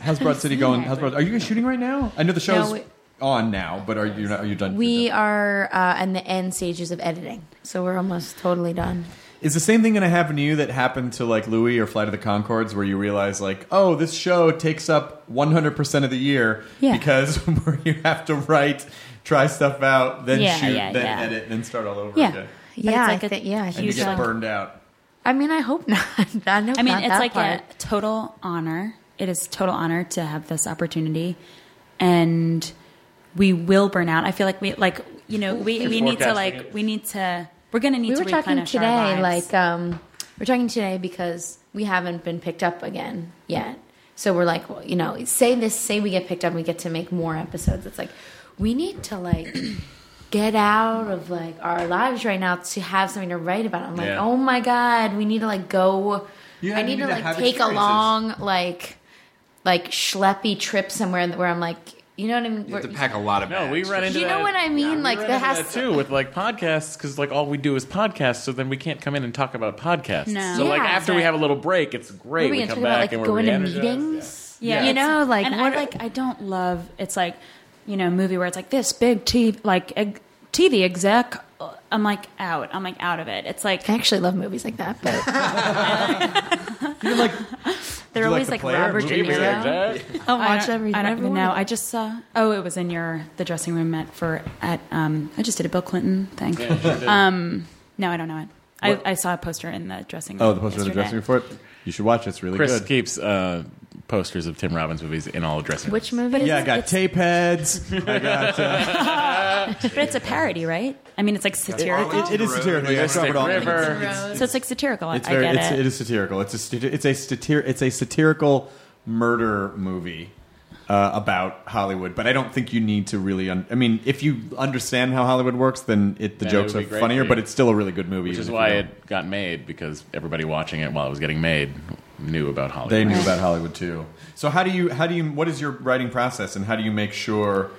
Speaker 4: how's Broad City going? How's Broad, are you guys shooting right now? I know the show's
Speaker 2: No, we-
Speaker 4: on now, but are you not, are you done?
Speaker 2: We are uh, in the end stages of editing, so we're almost totally done.
Speaker 4: Is the same thing going to happen to you that happened to like Louis or Flight of the Concords, where you realize like, oh, this show takes up 100 percent of the year
Speaker 8: Yeah.
Speaker 4: because (laughs) you have to write, try stuff out, then
Speaker 8: Yeah,
Speaker 4: shoot,
Speaker 8: yeah,
Speaker 4: then
Speaker 8: yeah.
Speaker 4: edit, then start all over
Speaker 8: Yeah.
Speaker 4: again,
Speaker 8: But
Speaker 2: yeah,
Speaker 8: it's
Speaker 2: I
Speaker 8: like a
Speaker 2: thi- yeah, I
Speaker 4: and you
Speaker 2: think
Speaker 8: huge,
Speaker 2: so.
Speaker 4: get
Speaker 8: like-
Speaker 4: burned out.
Speaker 2: I mean, I hope (laughs) not. I know.
Speaker 8: I mean,
Speaker 2: not
Speaker 8: it's
Speaker 2: that
Speaker 8: like
Speaker 2: part.
Speaker 8: a total honor. It is total honor to have this opportunity, and we will burn out. I feel like we like you know we, we need to
Speaker 6: forecasting
Speaker 8: like
Speaker 6: it.
Speaker 8: we need to we're gonna need
Speaker 2: we
Speaker 8: to
Speaker 2: were talking
Speaker 8: replenish our
Speaker 2: today
Speaker 8: lives.
Speaker 2: like um we're talking today because we haven't been picked up again yet so we're like well, you know say this say we get picked up and we get to make more episodes it's like we need to like (clears throat) get out of like our lives right now to have something to write about i'm like
Speaker 6: Yeah.
Speaker 2: oh my god we need to like go
Speaker 4: Yeah,
Speaker 2: i
Speaker 4: you
Speaker 2: need,
Speaker 4: need
Speaker 2: to
Speaker 4: to
Speaker 2: like
Speaker 4: have
Speaker 2: take a
Speaker 4: experiences.
Speaker 2: long like like schleppy trip somewhere where i'm like you know what i mean
Speaker 7: You have to
Speaker 2: We're-
Speaker 7: pack a lot of bags.
Speaker 6: No, we run into
Speaker 2: You know
Speaker 6: that-
Speaker 2: what I mean?
Speaker 6: Yeah, we
Speaker 2: Like,
Speaker 6: run
Speaker 2: that
Speaker 6: into
Speaker 2: has to-
Speaker 6: too with like podcasts because like all we do is podcasts, so then we can't come in and talk about podcasts.
Speaker 8: No.
Speaker 6: So like
Speaker 2: Yeah.
Speaker 6: after we have a little break, it's great.
Speaker 2: what are we
Speaker 6: We
Speaker 2: gonna
Speaker 6: come
Speaker 2: talk
Speaker 6: back
Speaker 2: about like
Speaker 6: and we're
Speaker 2: going to
Speaker 6: re-energized.
Speaker 2: meetings
Speaker 8: yeah,
Speaker 2: you
Speaker 8: it's-
Speaker 2: know like
Speaker 8: and
Speaker 2: what
Speaker 8: I like I don't love it's like you know a movie where it's like this big TV like ex- TV exec. uh, I'm like out. I'm like out of it. It's like
Speaker 2: I actually love movies like that, but
Speaker 4: You're like,
Speaker 2: they're
Speaker 4: you like
Speaker 2: always
Speaker 4: the
Speaker 2: like,
Speaker 4: player?
Speaker 2: Robert
Speaker 4: Movie
Speaker 2: De
Speaker 6: Maybe like
Speaker 2: Niro.
Speaker 6: that.
Speaker 2: I'll
Speaker 8: I
Speaker 2: watch
Speaker 8: don't-
Speaker 2: every.
Speaker 8: I don't even
Speaker 2: everyone.
Speaker 8: know. I just saw. Oh, it was in your the dressing room at for at. Um, I just did a Bill Clinton thing. um, no, I don't know it. I, I saw a poster in the dressing room.
Speaker 4: oh, the poster in the
Speaker 8: yesterday.
Speaker 4: dressing room for it. You should watch. it. It's really
Speaker 9: Chris
Speaker 4: good.
Speaker 9: keeps uh, posters of Tim Robbins movies in all dressing
Speaker 2: Which movie?
Speaker 4: Yeah, I
Speaker 2: is it?
Speaker 4: got tape heads.
Speaker 8: (laughs) But it's a parody, right? I mean, it's like satirical.
Speaker 4: It- it is satirical. Yeah, I saw it all.
Speaker 6: River.
Speaker 8: so it's like satirical.
Speaker 4: It's
Speaker 8: I
Speaker 4: very.
Speaker 8: get
Speaker 4: it's,
Speaker 8: it.
Speaker 4: it is satirical. It's a sati- it's a satir- it's a satirical murder movie uh, about Hollywood. But I don't think you need to really. Un- I mean, if you understand how Hollywood works, then it, the
Speaker 9: Then it
Speaker 4: jokes
Speaker 9: would
Speaker 4: are
Speaker 9: be great
Speaker 4: funnier.
Speaker 9: for you.
Speaker 4: But it's still a really good movie.
Speaker 9: Which
Speaker 4: even
Speaker 9: is
Speaker 4: if you
Speaker 9: why
Speaker 4: don't.
Speaker 9: it got made because everybody watching it while it was getting made knew about Hollywood.
Speaker 4: they knew about Hollywood too. So how do you how do you what is your writing process and how do you make sure?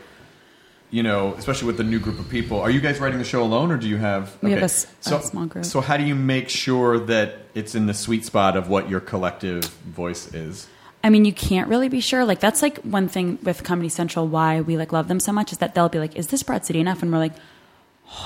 Speaker 4: You know, especially with the new group of people, are you guys writing the show alone, or do you have?
Speaker 8: We have a s- a small group.
Speaker 4: So, how do you make sure that it's in the sweet spot of what your collective voice is?
Speaker 8: I mean, you can't really be sure. Like that's like one thing with Comedy Central. Why we like love them so much is that they'll be like, "Is this Broad City enough?" And we're like,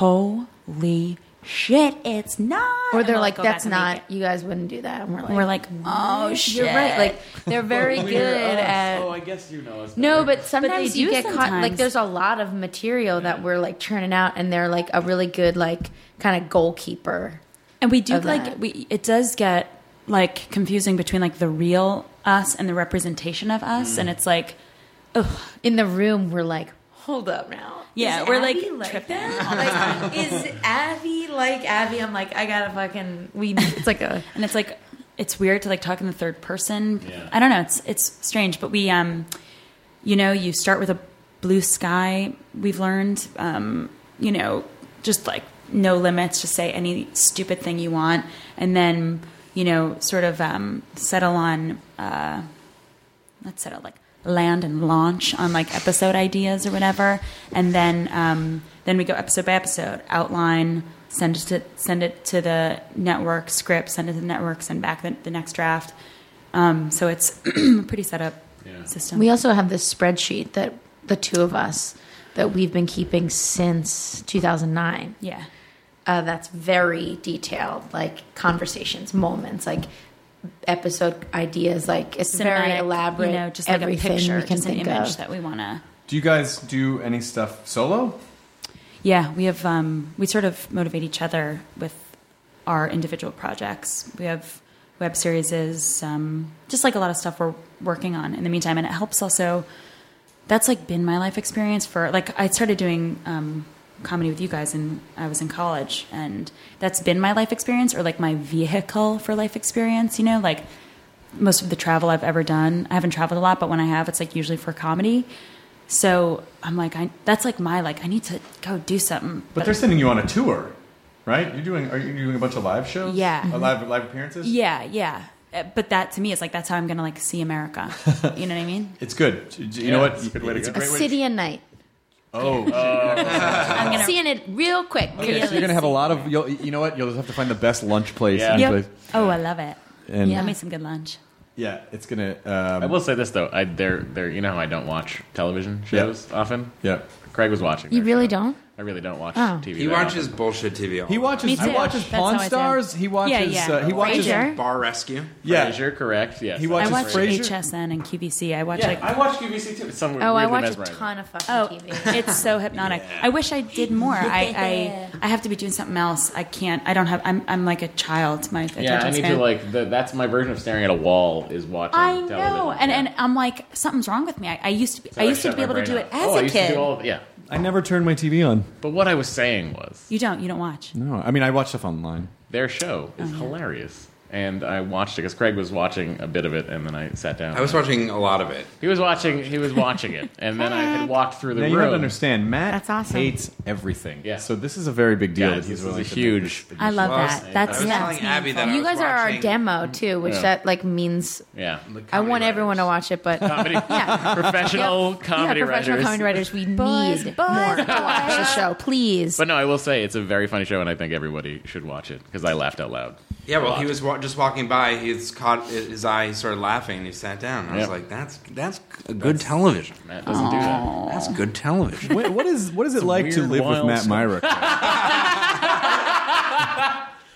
Speaker 8: "Holy shit, it's not!"
Speaker 2: Or
Speaker 8: And "Oh,
Speaker 2: they're
Speaker 8: we'll
Speaker 2: like,
Speaker 8: go back
Speaker 2: that's
Speaker 8: and make
Speaker 2: not.
Speaker 8: it.
Speaker 2: You guys wouldn't do that. And we're like,
Speaker 8: And we're like, "Oh shit!"
Speaker 2: you're right. Like (laughs) they're very good at.
Speaker 6: Oh, I guess you know us.
Speaker 2: No, but
Speaker 8: they
Speaker 2: sometimes
Speaker 8: do
Speaker 2: you get caught. Like,
Speaker 8: sometimes.
Speaker 2: there's a lot of material that we're like churning out, and they're like a really good, like, kind of goalkeeper.
Speaker 8: And we do
Speaker 2: of
Speaker 8: like
Speaker 2: that.
Speaker 8: we it does get like confusing between like the real us and the representation of us and it's like
Speaker 2: In the room, we're like, hold up now.
Speaker 8: Yeah,
Speaker 2: Is
Speaker 8: we're, like,
Speaker 2: Abby
Speaker 8: tripping
Speaker 2: that? (laughs) Like, is Abby like Abby? I'm like, I gotta fucking. We. It's like a.
Speaker 8: and it's like it's weird to like talk in the third person. I don't know, it's it's strange, but we um you know, you start with a blue sky, we've learned um you know, just like no limits, just say any stupid thing you want and then you know, sort of um, settle on uh, let's settle like land and launch on like episode ideas or whatever, and then um, then we go episode by episode, outline, send it to send it to the network script, send it to the network, send back the, the next draft. Um, so it's (clears throat) a pretty set up system.
Speaker 2: We also have this spreadsheet that the two of us that we've been keeping since 2009.
Speaker 8: yeah,
Speaker 2: Uh, that's very detailed, like conversations, moments, like episode ideas. Like it's very
Speaker 8: Cinematic,
Speaker 2: elaborate.
Speaker 8: You know, just like a
Speaker 2: everything
Speaker 8: picture,
Speaker 2: we can
Speaker 8: just an
Speaker 2: think
Speaker 8: image
Speaker 2: of.
Speaker 8: that we want to.
Speaker 4: Do you guys do any stuff solo?
Speaker 8: Yeah, we have um, we sort of motivate each other with our individual projects. We have web series, um, just like a lot of stuff we're working on in the meantime, and it helps also. That's like been my life experience for like I started doing um, comedy with you guys, and I was in college, and that's been my life experience or like my vehicle for life experience. You know, like most of the travel I've ever done. I haven't traveled a lot, but when I have, it's like usually for comedy. So I'm like, I, that's like my like, I need to go do something.
Speaker 4: But they're sending you on a tour, right? You're doing are you doing a bunch of live shows?
Speaker 8: Yeah.
Speaker 4: Uh, live live appearances.
Speaker 8: yeah, yeah. Uh, But that to me is like that's how I'm gonna like see
Speaker 4: (laughs)
Speaker 8: America. you know what I mean?
Speaker 4: It's good. You know what? It's a good way to go.
Speaker 2: a city a night.
Speaker 8: (laughs)
Speaker 4: Oh,
Speaker 8: I'm
Speaker 2: (laughs)
Speaker 8: gonna.
Speaker 2: Seeing it real quick.
Speaker 4: okay. so you're gonna have a lot of. You'll, you know what? You'll just have to find the best lunch place.
Speaker 6: Yeah.
Speaker 4: in
Speaker 6: Yep.
Speaker 4: place.
Speaker 8: Oh, I love it.
Speaker 4: And
Speaker 8: I
Speaker 4: yeah.
Speaker 8: made some good lunch.
Speaker 4: it's gonna. Um,
Speaker 9: I will say this though, I they're, they're you know how I don't watch television
Speaker 4: Yeah.
Speaker 9: shows often.
Speaker 4: yeah.
Speaker 9: Craig was watching.
Speaker 2: You
Speaker 9: their
Speaker 2: really
Speaker 9: show.
Speaker 2: don't?
Speaker 6: I really don't watch
Speaker 8: Oh.
Speaker 6: TV.
Speaker 7: He
Speaker 6: that
Speaker 7: watches
Speaker 6: often.
Speaker 7: bullshit TV. All
Speaker 4: He
Speaker 8: Me
Speaker 4: watches. He
Speaker 8: too.
Speaker 4: watches
Speaker 8: That's
Speaker 4: Pawn
Speaker 8: how I do.
Speaker 4: Stars. He watches.
Speaker 8: yeah.
Speaker 4: Uh, he watches.
Speaker 2: Frasier?
Speaker 7: Bar Rescue.
Speaker 4: Yeah.
Speaker 6: Frasier, correct? Yes.
Speaker 4: He
Speaker 8: I
Speaker 4: watches
Speaker 8: watch
Speaker 4: Frasier.
Speaker 8: HSN and QVC. I watch
Speaker 6: Yeah,
Speaker 8: like
Speaker 6: I watch QVC too. It's some
Speaker 2: Oh, I
Speaker 6: weirdly
Speaker 2: watch a
Speaker 6: mesmerizing.
Speaker 2: ton of fucking
Speaker 8: oh,
Speaker 2: TV.
Speaker 8: it's (laughs) so hypnotic. I wish I did more. (laughs) I, I I have to be doing something else. I can't. I don't have. I'm I'm like a child. My attention
Speaker 6: Yeah, I need
Speaker 8: span.
Speaker 6: to like. The, that's my version of staring at a wall is watching.
Speaker 8: I know,
Speaker 6: television.
Speaker 8: and and I'm like something's wrong with me. I, I used to.
Speaker 6: So
Speaker 8: I used to
Speaker 6: shut
Speaker 8: be
Speaker 6: my
Speaker 8: able to
Speaker 6: brain
Speaker 8: do
Speaker 6: off.
Speaker 8: it as
Speaker 6: oh, I
Speaker 8: a
Speaker 6: used To
Speaker 8: kid.
Speaker 6: do all, yeah,
Speaker 4: I never turn my TV on.
Speaker 6: but what I was saying was
Speaker 8: you don't. You don't watch.
Speaker 4: No, I mean I watch stuff online.
Speaker 6: their show
Speaker 8: Oh,
Speaker 6: is hilarious, and I watched it because Craig was watching a bit of it, and then I sat down.
Speaker 7: I was watching a lot of it.
Speaker 6: he was watching. He was watching it, and then I had walked through the
Speaker 4: Now
Speaker 6: room.
Speaker 4: you have to understand, Matt
Speaker 2: That's awesome.
Speaker 4: hates everything.
Speaker 6: Yeah.
Speaker 4: So this is a very big deal.
Speaker 6: Guys,
Speaker 4: that he's
Speaker 6: this is
Speaker 4: willing
Speaker 6: a
Speaker 4: to
Speaker 6: huge-
Speaker 4: make this-
Speaker 8: I love
Speaker 7: Well,
Speaker 8: that.
Speaker 7: I
Speaker 8: That's
Speaker 7: was
Speaker 8: yeah.
Speaker 7: telling Abby that I
Speaker 2: you
Speaker 7: was
Speaker 2: guys are our
Speaker 7: watching
Speaker 2: demo too, which
Speaker 6: Yeah.
Speaker 2: that like means
Speaker 8: (laughs)
Speaker 6: Yeah,
Speaker 7: the
Speaker 2: I
Speaker 7: Comedy
Speaker 2: want everyone to
Speaker 7: Writers.
Speaker 2: watch it, but
Speaker 7: (laughs)
Speaker 6: comedy,
Speaker 2: yeah.
Speaker 6: professional comedy
Speaker 2: yeah, professional
Speaker 6: writers.
Speaker 2: comedy writers, we
Speaker 8: Boys,
Speaker 2: need
Speaker 8: boys,
Speaker 2: more to watch the show, please.
Speaker 6: But no, I will say it's a very funny show, and I think everybody should watch it because I laughed out loud.
Speaker 7: Yeah, well, he was wa- just walking by. He's caught his eye. He started laughing. and He sat down. I was
Speaker 6: Yep.
Speaker 7: like, "That's that's a good television.
Speaker 6: Matt doesn't do that.
Speaker 7: That's good television."
Speaker 4: Wait, (laughs) what is what is it like to
Speaker 6: weird,
Speaker 4: live with
Speaker 6: wild
Speaker 4: Matt Myrick?
Speaker 6: stuff. (laughs)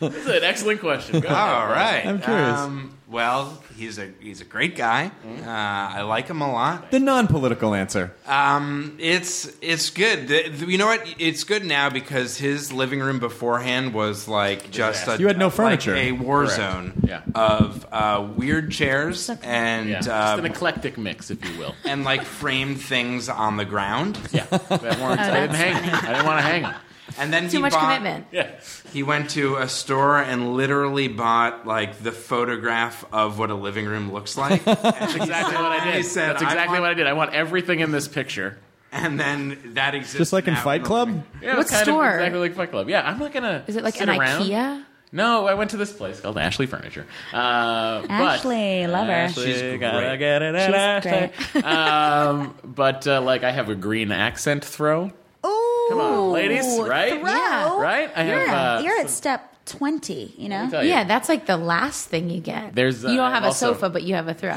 Speaker 6: That's an excellent question. Go
Speaker 7: (laughs)
Speaker 6: ahead.
Speaker 7: All right.
Speaker 4: I'm curious.
Speaker 7: Um, well, he's a he's a great guy. Uh, I like him a lot.
Speaker 4: the non-political answer.
Speaker 7: Um, it's it's good. The- the- you know what? It's good now because his living room beforehand was like just a,
Speaker 4: You had no
Speaker 7: like
Speaker 4: furniture.
Speaker 7: a war zone
Speaker 6: Yeah.
Speaker 7: of uh, weird chairs and
Speaker 6: Yeah,
Speaker 7: uh,
Speaker 6: just an eclectic mix, if you will.
Speaker 7: and like framed things on the ground.
Speaker 6: Yeah,
Speaker 2: Oh,
Speaker 6: that warrants. I didn't hang. I didn't want to hang. him.
Speaker 7: And then
Speaker 2: Too
Speaker 7: he
Speaker 2: much
Speaker 7: bought-
Speaker 2: commitment.
Speaker 6: Yeah,
Speaker 7: He went to a store and literally bought like the photograph of what a living room looks like.
Speaker 4: (laughs)
Speaker 7: That's
Speaker 6: exactly what I
Speaker 7: He
Speaker 6: did.
Speaker 7: said,
Speaker 6: That's
Speaker 7: "I
Speaker 6: exactly
Speaker 7: want-"
Speaker 6: what I did. I want everything in this picture.
Speaker 7: And then that exists.
Speaker 4: Just like in
Speaker 7: now
Speaker 4: Fight
Speaker 7: the
Speaker 4: Club.
Speaker 7: living room.
Speaker 6: Yeah,
Speaker 2: What
Speaker 6: kind
Speaker 2: store?
Speaker 6: Of exactly like Fight Club. Yeah, I'm not gonna.
Speaker 2: Is it like
Speaker 6: sit
Speaker 2: an
Speaker 6: around.
Speaker 2: IKEA?
Speaker 6: No, I went to this place called Ashley Furniture. Uh, but-
Speaker 8: Ashley, love her.
Speaker 6: Ashley,
Speaker 7: She's great.
Speaker 6: gotta get it at
Speaker 8: She's
Speaker 6: Ashley. um, but uh, like, I have a green accent throw.
Speaker 10: Oh,
Speaker 6: Come on, ladies, right?
Speaker 10: Yeah.
Speaker 6: Right? I have.
Speaker 10: yeah.
Speaker 6: uh,
Speaker 10: You're at step 20, you know?
Speaker 6: I'll tell you.
Speaker 2: Yeah, that's like the last thing you get.
Speaker 6: Oh, There's, uh,
Speaker 2: you don't have
Speaker 6: also-
Speaker 2: a sofa, but you have a throw.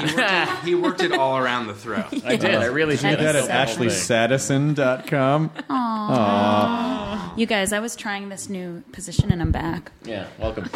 Speaker 7: He worked it all around the
Speaker 4: (laughs)
Speaker 7: throw.
Speaker 6: I did. I really did.
Speaker 4: That
Speaker 6: I
Speaker 4: at
Speaker 6: sold the whole thing.
Speaker 4: ashleysatison.com.
Speaker 8: You guys, I was trying this new position and I'm back.
Speaker 6: Yeah, welcome.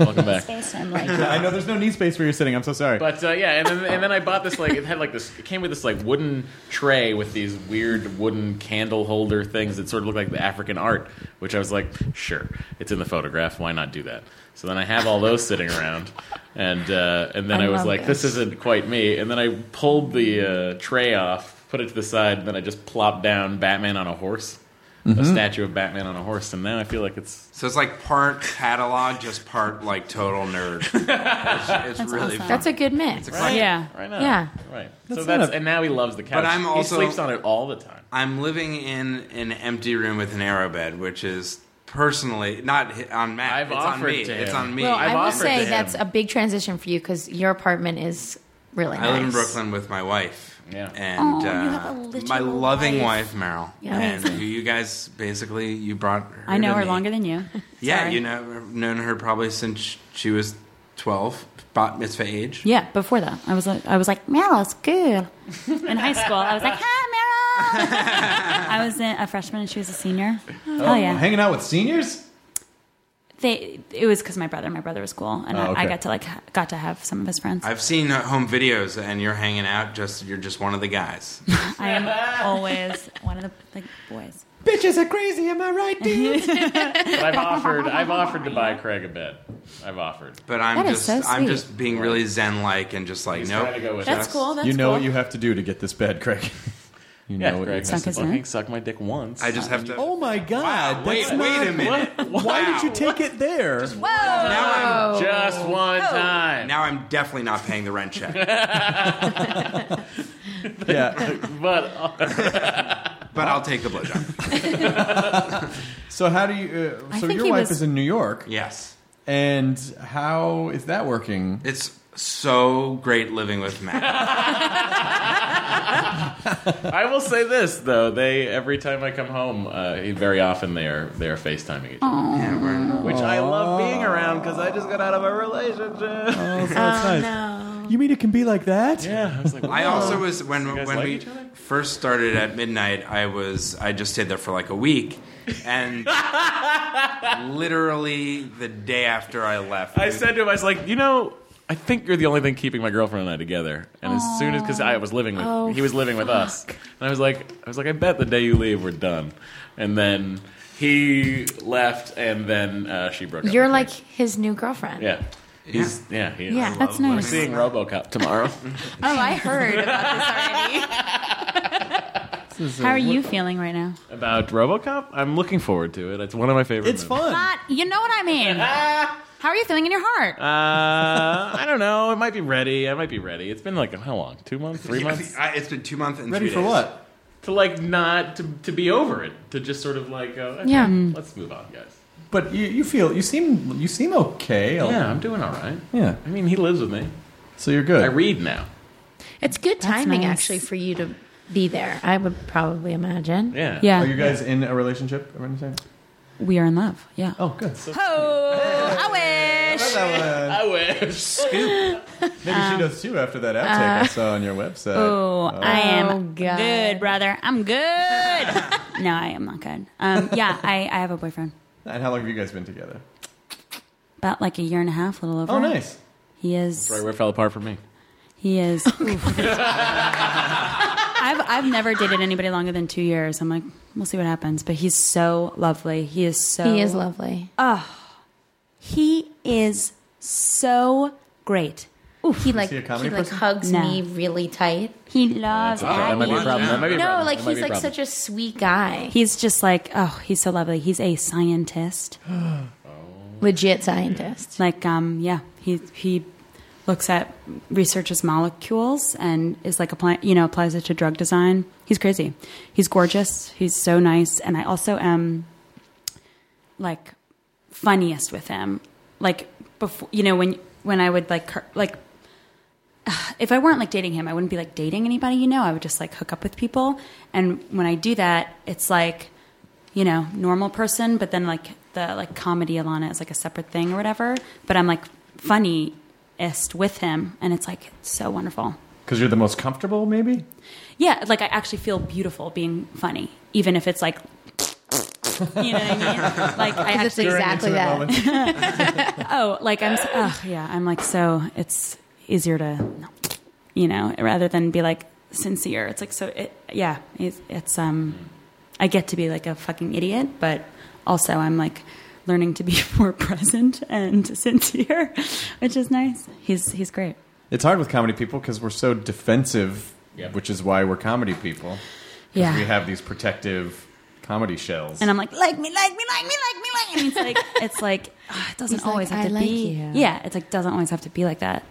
Speaker 6: Welcome back.
Speaker 10: Space, I'm like,
Speaker 4: I know there's no knee space where you're sitting. I'm so sorry.
Speaker 6: But uh, yeah, and then, and then I bought this like it had like this it came with this like wooden tray with these weird wooden candle holder things that sort of looked like the African art, which I was like, sure, it's in the photograph, why not do that? So then I have all those sitting around, and uh, and then
Speaker 2: I
Speaker 6: I, was
Speaker 2: love
Speaker 6: like,
Speaker 2: this.
Speaker 6: this. isn't quite me. And then I pulled the uh, tray off, put it to the side, and then I just plopped down Batman on a horse,
Speaker 4: Mm-hmm.
Speaker 6: a statue of Batman on a horse, and now I feel like it's
Speaker 7: So it's like part catalog, just part like total nerd. It's, it's really
Speaker 2: (laughs)
Speaker 7: fun.
Speaker 2: That's a good mix.
Speaker 8: Yeah.
Speaker 6: (laughs) right now,
Speaker 2: Yeah.
Speaker 6: right. so
Speaker 4: That's
Speaker 6: that's
Speaker 4: not a-
Speaker 6: and now he loves the couch.
Speaker 7: I'm also-
Speaker 6: he sleeps on it all the time.
Speaker 7: I'm living in an empty room with an arrow bed, which is personally not hi- on Matt.
Speaker 6: I've
Speaker 7: it's on
Speaker 6: offered
Speaker 7: me.
Speaker 6: to him.
Speaker 7: It's on me.
Speaker 2: Well,
Speaker 6: I've
Speaker 2: I will
Speaker 6: offered to
Speaker 2: say
Speaker 6: him.
Speaker 2: that's a big transition for you because your apartment is really nice.
Speaker 7: I live in Brooklyn with my wife.
Speaker 6: Yeah.
Speaker 7: And
Speaker 10: Oh, you
Speaker 7: uh,
Speaker 10: have a literal
Speaker 7: my loving
Speaker 10: wife.
Speaker 7: wife, Meryl. And who you guys basically you brought her
Speaker 8: I know
Speaker 7: to
Speaker 8: her
Speaker 7: me.
Speaker 8: longer than you.
Speaker 7: Yeah,
Speaker 8: Sorry.
Speaker 7: you know known her probably since she was 12, bat mitzvah age.
Speaker 8: Yeah, before that, I was like, I was like, Meryl's good. In high school, I was like, hi, Meryl. (laughs) I was in, a freshman and she was a senior. Oh, yeah.
Speaker 4: Hanging out with seniors?
Speaker 8: They, it was because my brother, my brother was cool, and
Speaker 4: Oh,
Speaker 8: I, I
Speaker 4: okay.
Speaker 8: got to like ha- got to have some of his friends.
Speaker 7: I've seen uh, home videos and you're hanging out just you're just one of the guys.
Speaker 8: I
Speaker 4: (laughs)
Speaker 8: am always one of the like boys.
Speaker 4: Bitches are crazy, am
Speaker 8: (laughs)
Speaker 4: I right, dude?
Speaker 6: But I've offered. (laughs) I've offered to buy Craig a bed. I've offered.
Speaker 7: But I'm
Speaker 8: That is
Speaker 7: just
Speaker 8: so
Speaker 7: I'm
Speaker 8: sweet.
Speaker 7: just being really zen like and just like
Speaker 6: He's
Speaker 7: nope.
Speaker 6: trying to go with
Speaker 8: That's
Speaker 6: us.
Speaker 8: cool. That's
Speaker 4: you know
Speaker 8: cool.
Speaker 4: what you have to do to get this bed, Craig. (laughs) You know
Speaker 6: Yeah,
Speaker 4: what
Speaker 6: Craig
Speaker 4: you have
Speaker 8: Suck
Speaker 6: has
Speaker 4: to
Speaker 6: to
Speaker 8: his neck?
Speaker 6: fucking suck my dick once.
Speaker 7: I just have to
Speaker 4: Oh my god.
Speaker 7: wait,
Speaker 4: that's
Speaker 7: wait
Speaker 4: not-
Speaker 7: a minute.
Speaker 4: Why did you take it there?
Speaker 7: Now I'm
Speaker 6: just one time.
Speaker 7: now I'm definitely not paying the rent check.
Speaker 2: (laughs)
Speaker 4: yeah.
Speaker 6: But uh,
Speaker 7: But I'll take the blowjob.
Speaker 4: So how do you uh,
Speaker 2: I
Speaker 4: so
Speaker 2: think
Speaker 4: your
Speaker 2: he
Speaker 4: wife
Speaker 2: was-
Speaker 4: is in New York
Speaker 7: Yes.
Speaker 4: and how is that working?
Speaker 7: It's so great living with Matt.
Speaker 6: I will say this though: they every time I come home, uh, very often they are they are FaceTiming each other,
Speaker 7: Yeah, we're-
Speaker 6: which I love being around because I just got out of a relationship.
Speaker 4: Oh, so that's nice.
Speaker 2: No.
Speaker 4: You mean it can be like that?
Speaker 6: Yeah, I was like,
Speaker 7: I
Speaker 6: wow.
Speaker 7: also was when
Speaker 6: guys
Speaker 7: when
Speaker 6: like
Speaker 7: we
Speaker 6: each other?
Speaker 7: first started at midnight. I was I just stayed there for like a week,
Speaker 6: (laughs)
Speaker 7: and literally the day after I left,
Speaker 6: I said to him, I was like, you know, I think you're the only thing keeping my girlfriend and I together. And as soon as, because I was living with,
Speaker 2: Oh,
Speaker 6: he was living with us, and I was like, I was like, I bet the day you leave, we're done. And then he left, and then uh, she broke up.
Speaker 2: You're
Speaker 6: with me.
Speaker 2: like his new girlfriend.
Speaker 6: yeah, he's, yeah, he is.
Speaker 2: Yeah.
Speaker 11: That's
Speaker 6: We're
Speaker 11: nice.
Speaker 6: seeing RoboCop
Speaker 4: (laughs)
Speaker 6: tomorrow.
Speaker 11: Oh, I heard about this already.
Speaker 4: (laughs)
Speaker 8: How are you feeling right now?
Speaker 6: About RoboCop, I'm looking forward to it. It's one of my favorite.
Speaker 4: It's
Speaker 6: movies.
Speaker 4: fun.
Speaker 11: Not, you know what I
Speaker 4: (laughs)
Speaker 11: mean. How are you feeling in your heart?
Speaker 6: Uh, I don't know. It might be ready. I might be ready. It's been like how long? Two months? Three months?
Speaker 7: I, it's been two months and
Speaker 4: Ready
Speaker 7: three
Speaker 4: for
Speaker 7: days.
Speaker 4: what?
Speaker 6: to like not to, to be over it to just sort of like go, okay,
Speaker 2: Yeah.
Speaker 6: let's move on guys
Speaker 4: But you, you feel you seem you seem okay.
Speaker 2: Oh.
Speaker 6: yeah i'm doing all right
Speaker 4: Yeah.
Speaker 6: i mean he lives with me
Speaker 4: So you're good.
Speaker 6: i read now
Speaker 2: It's good timing
Speaker 8: nice.
Speaker 2: actually for you to be there. I would probably imagine.
Speaker 6: yeah
Speaker 8: Yeah,
Speaker 4: Are you guys in a relationship? or anything?
Speaker 8: we are in love. Yeah.
Speaker 4: Oh, good.
Speaker 11: Oh, I wish.
Speaker 4: that
Speaker 6: i wish
Speaker 4: one. Maybe she does too after that outtake I saw on your website.
Speaker 8: Oh, I am
Speaker 2: Um, uh, (laughs) Oh, God.
Speaker 8: good, brother. I'm good.
Speaker 2: (laughs)
Speaker 8: no, I am not good. Um, yeah, I, I have a boyfriend.
Speaker 4: And how long have you guys been together?
Speaker 8: About like a year and a half, a little over.
Speaker 4: Oh, nice.
Speaker 8: He is.
Speaker 6: right where it fell apart for me
Speaker 8: He
Speaker 6: (laughs)
Speaker 8: is. oof. I've I've never dated anybody longer than two years. I'm like, we'll see what happens. But he's so lovely. He is so.
Speaker 2: He is lovely.
Speaker 8: He is so great.
Speaker 2: he like
Speaker 4: he
Speaker 2: he,
Speaker 4: a comedy
Speaker 2: like
Speaker 4: person?
Speaker 2: hugs
Speaker 8: No.
Speaker 2: me really tight.
Speaker 8: He loves
Speaker 6: that might be a
Speaker 8: Abby.
Speaker 6: problem that might be a
Speaker 2: No,
Speaker 6: problem
Speaker 2: like
Speaker 6: That might
Speaker 2: he's
Speaker 6: be
Speaker 2: like
Speaker 6: problem.
Speaker 2: such a sweet guy.
Speaker 8: He's just like, oh, he's so lovely. He's a scientist.
Speaker 2: Legit scientist.
Speaker 8: Like, um, yeah, he he looks at researches molecules and is like applying, you know, applies it to drug design. He's crazy. He's gorgeous. He's so nice. And I also am like funniest with him. Like before, you know, when when I would like cur- like (sighs) if I weren't like dating him, I wouldn't be like dating anybody, you know. I would just like hook up with people. And when I do that, it's like, you know, normal person, but then like the like comedy Alana is like a separate thing or whatever. But I'm like funniest with him and it's like so wonderful.
Speaker 4: Because you're the most comfortable, maybe.
Speaker 8: Yeah, like I actually feel beautiful being funny, even if it's like (laughs) you know what I mean? Like I
Speaker 2: It's
Speaker 8: actually
Speaker 2: exactly
Speaker 4: Intimate
Speaker 2: that.
Speaker 4: moments.
Speaker 8: oh, like I'm, oh, yeah, I'm like so. It's easier to, you know, rather than be like sincere. It's like so. It, yeah, it's, it's um, I get to be like a fucking idiot, but also I'm like learning to be (laughs) more present and sincere, which is nice. He's he's great.
Speaker 4: It's hard with comedy people because we're so defensive,
Speaker 6: Yep.
Speaker 4: which is why we're comedy people. 'Cause
Speaker 8: Yeah.
Speaker 4: We have these protective comedy shells.
Speaker 8: and I'm like, like
Speaker 11: Like me, like me, like me, like me, like me.
Speaker 8: it's like
Speaker 4: (laughs)
Speaker 8: it's like ah, it doesn't
Speaker 2: He's like,
Speaker 8: always
Speaker 2: "I
Speaker 8: have to
Speaker 2: like
Speaker 8: be.
Speaker 2: you.
Speaker 8: Yeah, it's like doesn't always have to be like that.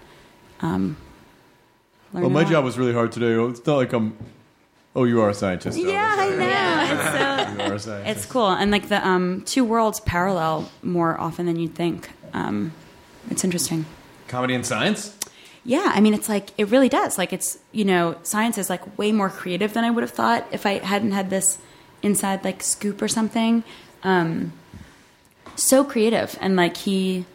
Speaker 8: Um,
Speaker 4: well, my job was really hard today. It's not like I'm. Oh, you are a scientist.
Speaker 8: Yeah, I know. It's so
Speaker 4: (laughs) You are a scientist.
Speaker 8: It's cool, and like the um, two worlds parallel more often than you'd think. Um, it's interesting.
Speaker 4: comedy and science.
Speaker 8: Yeah, I mean, it's like it really does. Like it's you know, science is like way more creative than I would have thought if I hadn't had this inside like scoop or something. Um, so creative, and like he,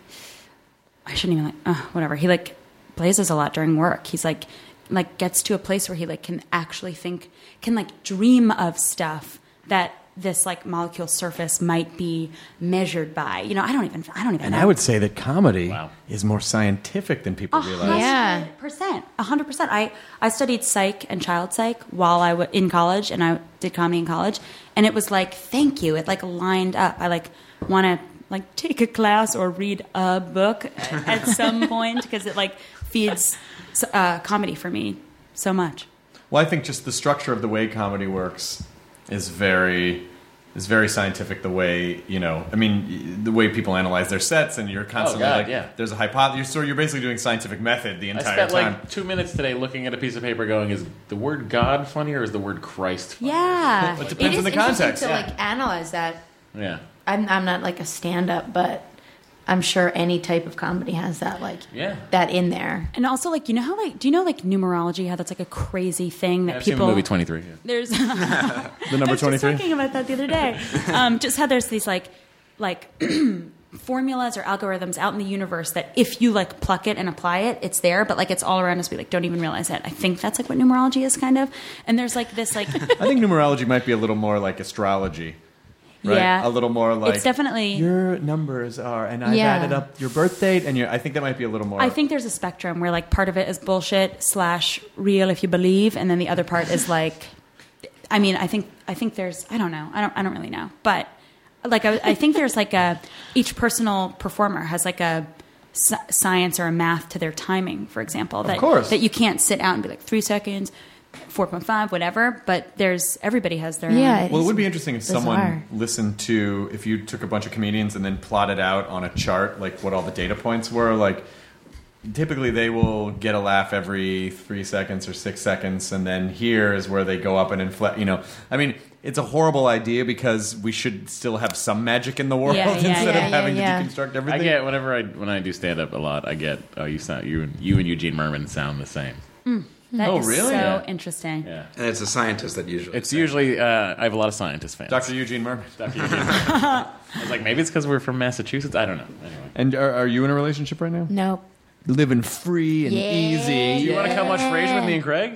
Speaker 8: I shouldn't even like uh, whatever. He like blazes a lot during work. He's like like gets to a place where he like can actually think, can like dream of stuff that this like molecule surface might be measured by. You know, I don't even I don't even.
Speaker 4: And
Speaker 8: know.
Speaker 4: I would say that comedy
Speaker 6: Wow.
Speaker 4: is more scientific than people realize.
Speaker 2: Yeah.
Speaker 8: percent, a Oh, hundred percent. I I studied psych and child psych while I was in college, and I did comedy in college, and it was like, thank you. It like lined up. I like want to like take a class or read a book at some point because it like feeds uh, comedy for me so much.
Speaker 4: Well, I think just the structure of the way comedy works is very is very scientific. The way you know, I mean, y- the way people analyze their sets, and you're constantly
Speaker 6: Oh, God,
Speaker 4: like,
Speaker 6: yeah.
Speaker 4: there's a hypothesis. So you're basically doing scientific method the
Speaker 6: I
Speaker 4: entire
Speaker 6: spent
Speaker 4: time.
Speaker 6: like two minutes today looking at a piece of paper going, is the word God funny or is the word Christ funny?
Speaker 8: Yeah,
Speaker 4: it depends on the context.
Speaker 2: to like analyze that.
Speaker 6: Yeah.
Speaker 2: I'm I'm not like a stand up, but I'm sure any type of comedy has that like
Speaker 6: Yeah.
Speaker 2: that in there.
Speaker 8: and also like you know how like do you know like numerology how that's like a crazy thing that
Speaker 6: I've seen
Speaker 8: people
Speaker 6: the movie 23.
Speaker 8: there's.
Speaker 4: the number (laughs)
Speaker 8: I was just talking about that the other day. Um, just how there's these like (clears throat) like formulas or algorithms out in the universe that if you like pluck it and apply it, it's there. But like it's all around us. We like don't even realize it. I think that's like what numerology is kind of. And there's like this
Speaker 4: (laughs)
Speaker 8: like
Speaker 4: I think numerology might be a little more like astrology. Right?
Speaker 8: yeah,
Speaker 4: A little more like
Speaker 8: it's definitely
Speaker 4: your numbers are, and I've
Speaker 2: Yeah.
Speaker 4: added up your birth date, and your, I think that might be a little more.
Speaker 8: I think there's a spectrum where like part of it is bullshit slash real if you believe, and then the other part is like, I mean, I think I think there's I don't know I don't I don't really know, but like I, I think there's like a each personal performer has like a sci- science or a math to their timing, for example, that
Speaker 4: course.
Speaker 8: that you can't sit out and be like three seconds, four point five, whatever. But there's everybody has their
Speaker 2: Yeah.
Speaker 8: own.
Speaker 4: Well, it would be interesting if
Speaker 2: Bizarre.
Speaker 4: someone listened to if you took a bunch of comedians and then plotted out on a chart like what all the data points were. Like, typically they will get a laugh every three seconds or six seconds, and then here is where they go up and inflect. You know, I mean, it's a horrible idea because we should still have some magic in the world
Speaker 8: Yeah, yeah,
Speaker 4: (laughs) instead
Speaker 2: yeah,
Speaker 4: of
Speaker 2: yeah,
Speaker 4: having
Speaker 2: yeah.
Speaker 4: to deconstruct
Speaker 6: I
Speaker 4: everything.
Speaker 6: get whenever I when I do stand up a lot, I get oh you sound you and you and Eugene Merman sound the same.
Speaker 8: That
Speaker 6: Oh,
Speaker 8: is
Speaker 6: really?
Speaker 8: So
Speaker 6: Yeah.
Speaker 8: interesting.
Speaker 7: And it's a scientist that usually.
Speaker 6: It's usually uh, I have a lot of scientist fans.
Speaker 4: Dr. Eugene Merman.
Speaker 6: I was like maybe it's because we're from Massachusetts. I don't know. Anyway,
Speaker 4: And are, are you in a relationship right now?
Speaker 2: Nope.
Speaker 4: Living free and easy.
Speaker 6: you want to come watch Frasier with me and Craig?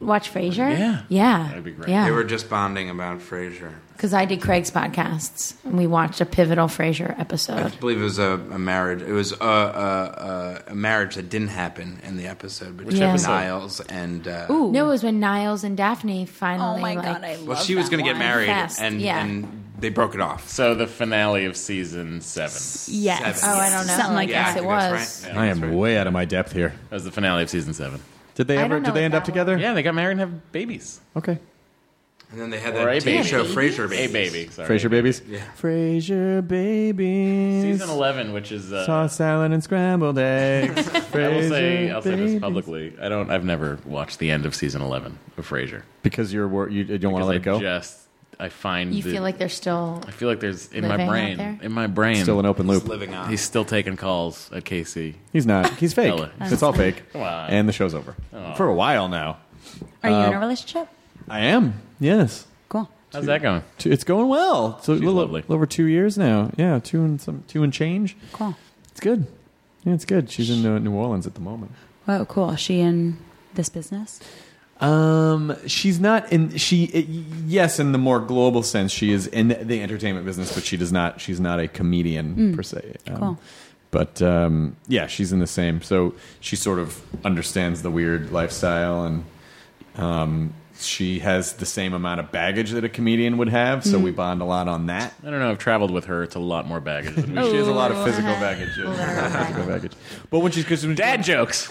Speaker 2: Watch Frasier?
Speaker 6: Yeah.
Speaker 2: Yeah.
Speaker 6: That'd be great.
Speaker 7: They
Speaker 2: Yeah.
Speaker 7: were just bonding about Frasier.
Speaker 2: Because I did Craig's podcasts and we watched a pivotal Frasier episode. (laughs)
Speaker 7: I believe it was a, a marriage. It was a, a, a, a marriage that didn't happen in the episode between
Speaker 2: Yeah. episode?
Speaker 7: Niles and. Uh,
Speaker 2: No, it was when Niles and Daphne finally.
Speaker 8: Oh my
Speaker 2: like,
Speaker 8: god, I love
Speaker 7: well, she
Speaker 8: that
Speaker 7: was going to get
Speaker 8: one.
Speaker 7: married,
Speaker 2: Fast,
Speaker 7: and
Speaker 2: yeah.
Speaker 7: and they broke it off.
Speaker 6: So the finale of season seven.
Speaker 8: Yes.
Speaker 7: Seven.
Speaker 2: Oh, I don't know.
Speaker 8: Something like
Speaker 2: I guess
Speaker 7: that.
Speaker 2: it
Speaker 7: Yeah, I think
Speaker 2: was.
Speaker 7: that's right.
Speaker 4: I am way out of my depth here.
Speaker 6: That was the finale of season seven.
Speaker 4: Did they
Speaker 2: I
Speaker 4: ever?
Speaker 2: don't know
Speaker 4: Did they
Speaker 2: what
Speaker 4: end
Speaker 2: that
Speaker 4: up together?
Speaker 6: Yeah, they got married and have babies.
Speaker 4: Okay.
Speaker 7: And then they had
Speaker 6: Or a
Speaker 7: that TV
Speaker 6: baby.
Speaker 7: show Frasier
Speaker 6: A
Speaker 7: Baby.
Speaker 6: baby. Sorry.
Speaker 4: Frasier babies. Yeah. Frasier babies.
Speaker 6: Season eleven, which is uh,
Speaker 4: Tossed salad and scrambled eggs.
Speaker 6: (laughs) I will say
Speaker 4: Frasier
Speaker 6: I'll say this
Speaker 4: babies.
Speaker 6: publicly. I don't. I've never watched the end of season eleven of Frasier.
Speaker 4: because you're wor- you, you don't want to let
Speaker 6: I
Speaker 4: it go.
Speaker 6: Just I find
Speaker 2: You
Speaker 6: the-
Speaker 2: feel like they're still.
Speaker 6: I feel like there's in my
Speaker 2: living out
Speaker 6: brain
Speaker 2: there?
Speaker 6: in my brain
Speaker 4: Still an open loop.
Speaker 7: Living on.
Speaker 6: He's still taking calls at KC.
Speaker 4: He's not. He's fake.
Speaker 6: Ella.
Speaker 4: it's all fake.
Speaker 6: on.
Speaker 4: And the show's over for a while now.
Speaker 8: Are
Speaker 7: Uh,
Speaker 8: you in a relationship?
Speaker 4: I am. Yes.
Speaker 8: Cool.
Speaker 6: How's that going?
Speaker 4: Two- It's going well. So a little,
Speaker 6: lovely.
Speaker 4: little over two years now. Yeah, two and some two and change.
Speaker 8: Cool.
Speaker 4: It's good. Yeah, it's good. She's in uh, New Orleans at the moment.
Speaker 8: Whoa, cool. Is she in this business?
Speaker 4: Um, she's not in. She eh, yes, in the more global sense, she is in the entertainment business, but she does not. She's not a comedian per se. Um,
Speaker 8: Cool.
Speaker 4: But um, yeah, she's in the same. So she sort of understands the weird lifestyle, and um, she has the same amount of baggage that a comedian would have. So we bond a lot on that.
Speaker 6: I don't know. I've traveled with her. It's a lot more baggage than (laughs) we
Speaker 4: She has a lot of physical baggage. yeah. physical baggage. But when she's because
Speaker 6: Dad jokes.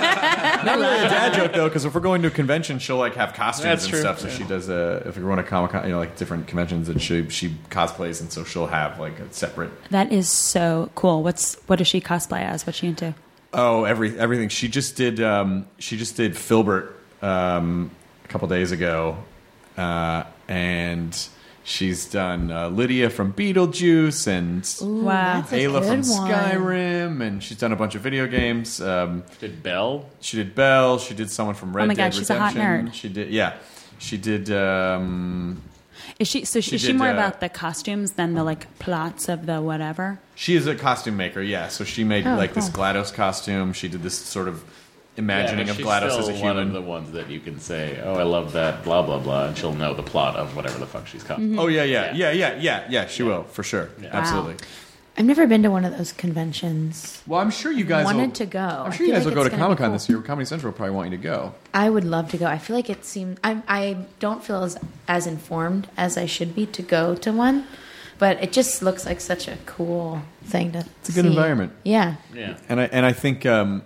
Speaker 4: not really a dad joke though, because if we're going to a convention, she'll like have costumes
Speaker 6: That's
Speaker 4: and
Speaker 6: true.
Speaker 4: stuff. So she does a if we're going to comic con, you know, like different conventions, and she she cosplays, and so she'll have like a separate
Speaker 8: That is so cool. What's what does she cosplay as? What's she into?
Speaker 4: oh every everything. She just did um she just did Filbert um a couple days ago, uh and she's done uh, Lydia from Beetlejuice and.
Speaker 8: wow.
Speaker 2: that's a
Speaker 4: Ayla
Speaker 2: good
Speaker 4: from
Speaker 2: one.
Speaker 4: Skyrim, and she's done a bunch of video games. Um,
Speaker 6: Did Bell?
Speaker 4: She did Belle. She did someone from Red
Speaker 8: my
Speaker 4: Dead
Speaker 8: God, she's a hot
Speaker 4: Redemption.
Speaker 8: nerd.
Speaker 4: She did, yeah. She did. Um,
Speaker 8: Is she so? She,
Speaker 4: She
Speaker 8: is she
Speaker 4: did,
Speaker 8: more
Speaker 4: uh,
Speaker 8: about the costumes than the like plots of the whatever?
Speaker 4: she is a costume maker, yeah. So she made
Speaker 2: Oh,
Speaker 4: like this
Speaker 2: cool.
Speaker 4: Glados costume. She did this sort of imagining
Speaker 6: Yeah,
Speaker 4: of
Speaker 6: but
Speaker 4: Glados
Speaker 6: she's
Speaker 4: as a
Speaker 6: still One
Speaker 4: human.
Speaker 6: of the ones that you can say, "Oh, I love that," blah blah blah, and she'll know the plot of whatever the fuck she's covering.
Speaker 2: Mm-hmm.
Speaker 4: Oh yeah, yeah, yeah, yeah, yeah, yeah. She will for sure, absolutely.
Speaker 2: I've never been to one of those conventions.
Speaker 4: Well, I'm sure you guys
Speaker 2: Wanted
Speaker 4: will,
Speaker 2: to go.
Speaker 4: I'm
Speaker 2: I
Speaker 4: sure you
Speaker 2: feel like
Speaker 4: guys will go
Speaker 2: it's gonna
Speaker 4: to
Speaker 2: be
Speaker 4: Comic Con
Speaker 2: cool.
Speaker 4: this year. Comedy Central will probably want you to go.
Speaker 2: I would love to go. I feel like it seemed I I don't feel as as informed as I should be to go to one, but it just looks like such a cool thing to. It's
Speaker 4: a good environment.
Speaker 2: Yeah.
Speaker 6: Yeah.
Speaker 4: And I and I think um,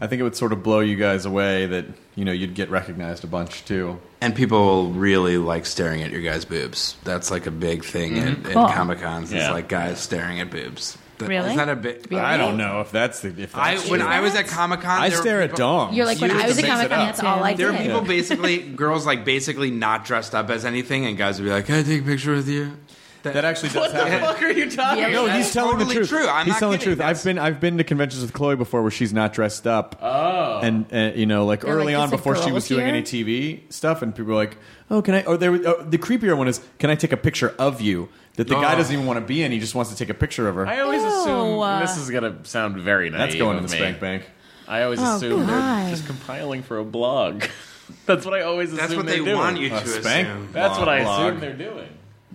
Speaker 4: I think it would sort of blow you guys away that you know you'd get recognized a bunch too.
Speaker 7: And people really like staring at your guys' boobs. That's like a big thing at,
Speaker 8: Cool.
Speaker 7: at Comic Cons. It's
Speaker 6: Yeah.
Speaker 7: like guys staring at boobs. That,
Speaker 8: Really?
Speaker 7: Is that a big?
Speaker 4: I don't know if that's the if that's
Speaker 7: I when
Speaker 4: true.
Speaker 7: I was at Comic Con,
Speaker 4: I stare at dongs.
Speaker 2: You're like when
Speaker 7: You
Speaker 2: I was at
Speaker 7: mix
Speaker 2: Comic
Speaker 7: it
Speaker 2: Con,
Speaker 7: up.
Speaker 2: that's all I
Speaker 7: There are
Speaker 2: did.
Speaker 7: people basically, girls like basically not dressed up as anything, and guys would be like, "Can I take a picture with you?" That
Speaker 4: That actually does happen.
Speaker 6: fuck are you talking?
Speaker 2: Yeah.
Speaker 4: No, he's telling
Speaker 7: totally
Speaker 4: the truth.
Speaker 7: true. I'm
Speaker 4: he's
Speaker 7: not
Speaker 4: telling
Speaker 7: kidding.
Speaker 4: the truth. I've been I've been to conventions with Chloe before where she's not dressed up. Oh, and uh, you know, like
Speaker 2: They're like,
Speaker 4: early
Speaker 2: "Is
Speaker 4: on
Speaker 2: it
Speaker 4: before she was
Speaker 2: girls
Speaker 4: doing any TV stuff, and people were like, "Oh, can I?" Or there, was- oh, the creepier one is, "Can I take a picture of you?" That the guy
Speaker 7: Oh.
Speaker 4: doesn't even want to be in. He just wants to take a picture of her.
Speaker 6: I always
Speaker 5: Ew.
Speaker 6: assume and this is gonna sound very naive.
Speaker 4: That's going in
Speaker 6: of
Speaker 4: the
Speaker 6: me.
Speaker 4: spank bank.
Speaker 6: I always
Speaker 5: Oh,
Speaker 6: assume
Speaker 5: God.
Speaker 6: they're just compiling for a blog. (laughs) That's what I always assume.
Speaker 7: That's what they
Speaker 6: they're doing.
Speaker 7: want you to
Speaker 4: A spank?
Speaker 7: assume.
Speaker 6: That's what I
Speaker 4: Blog.
Speaker 6: assume they're doing.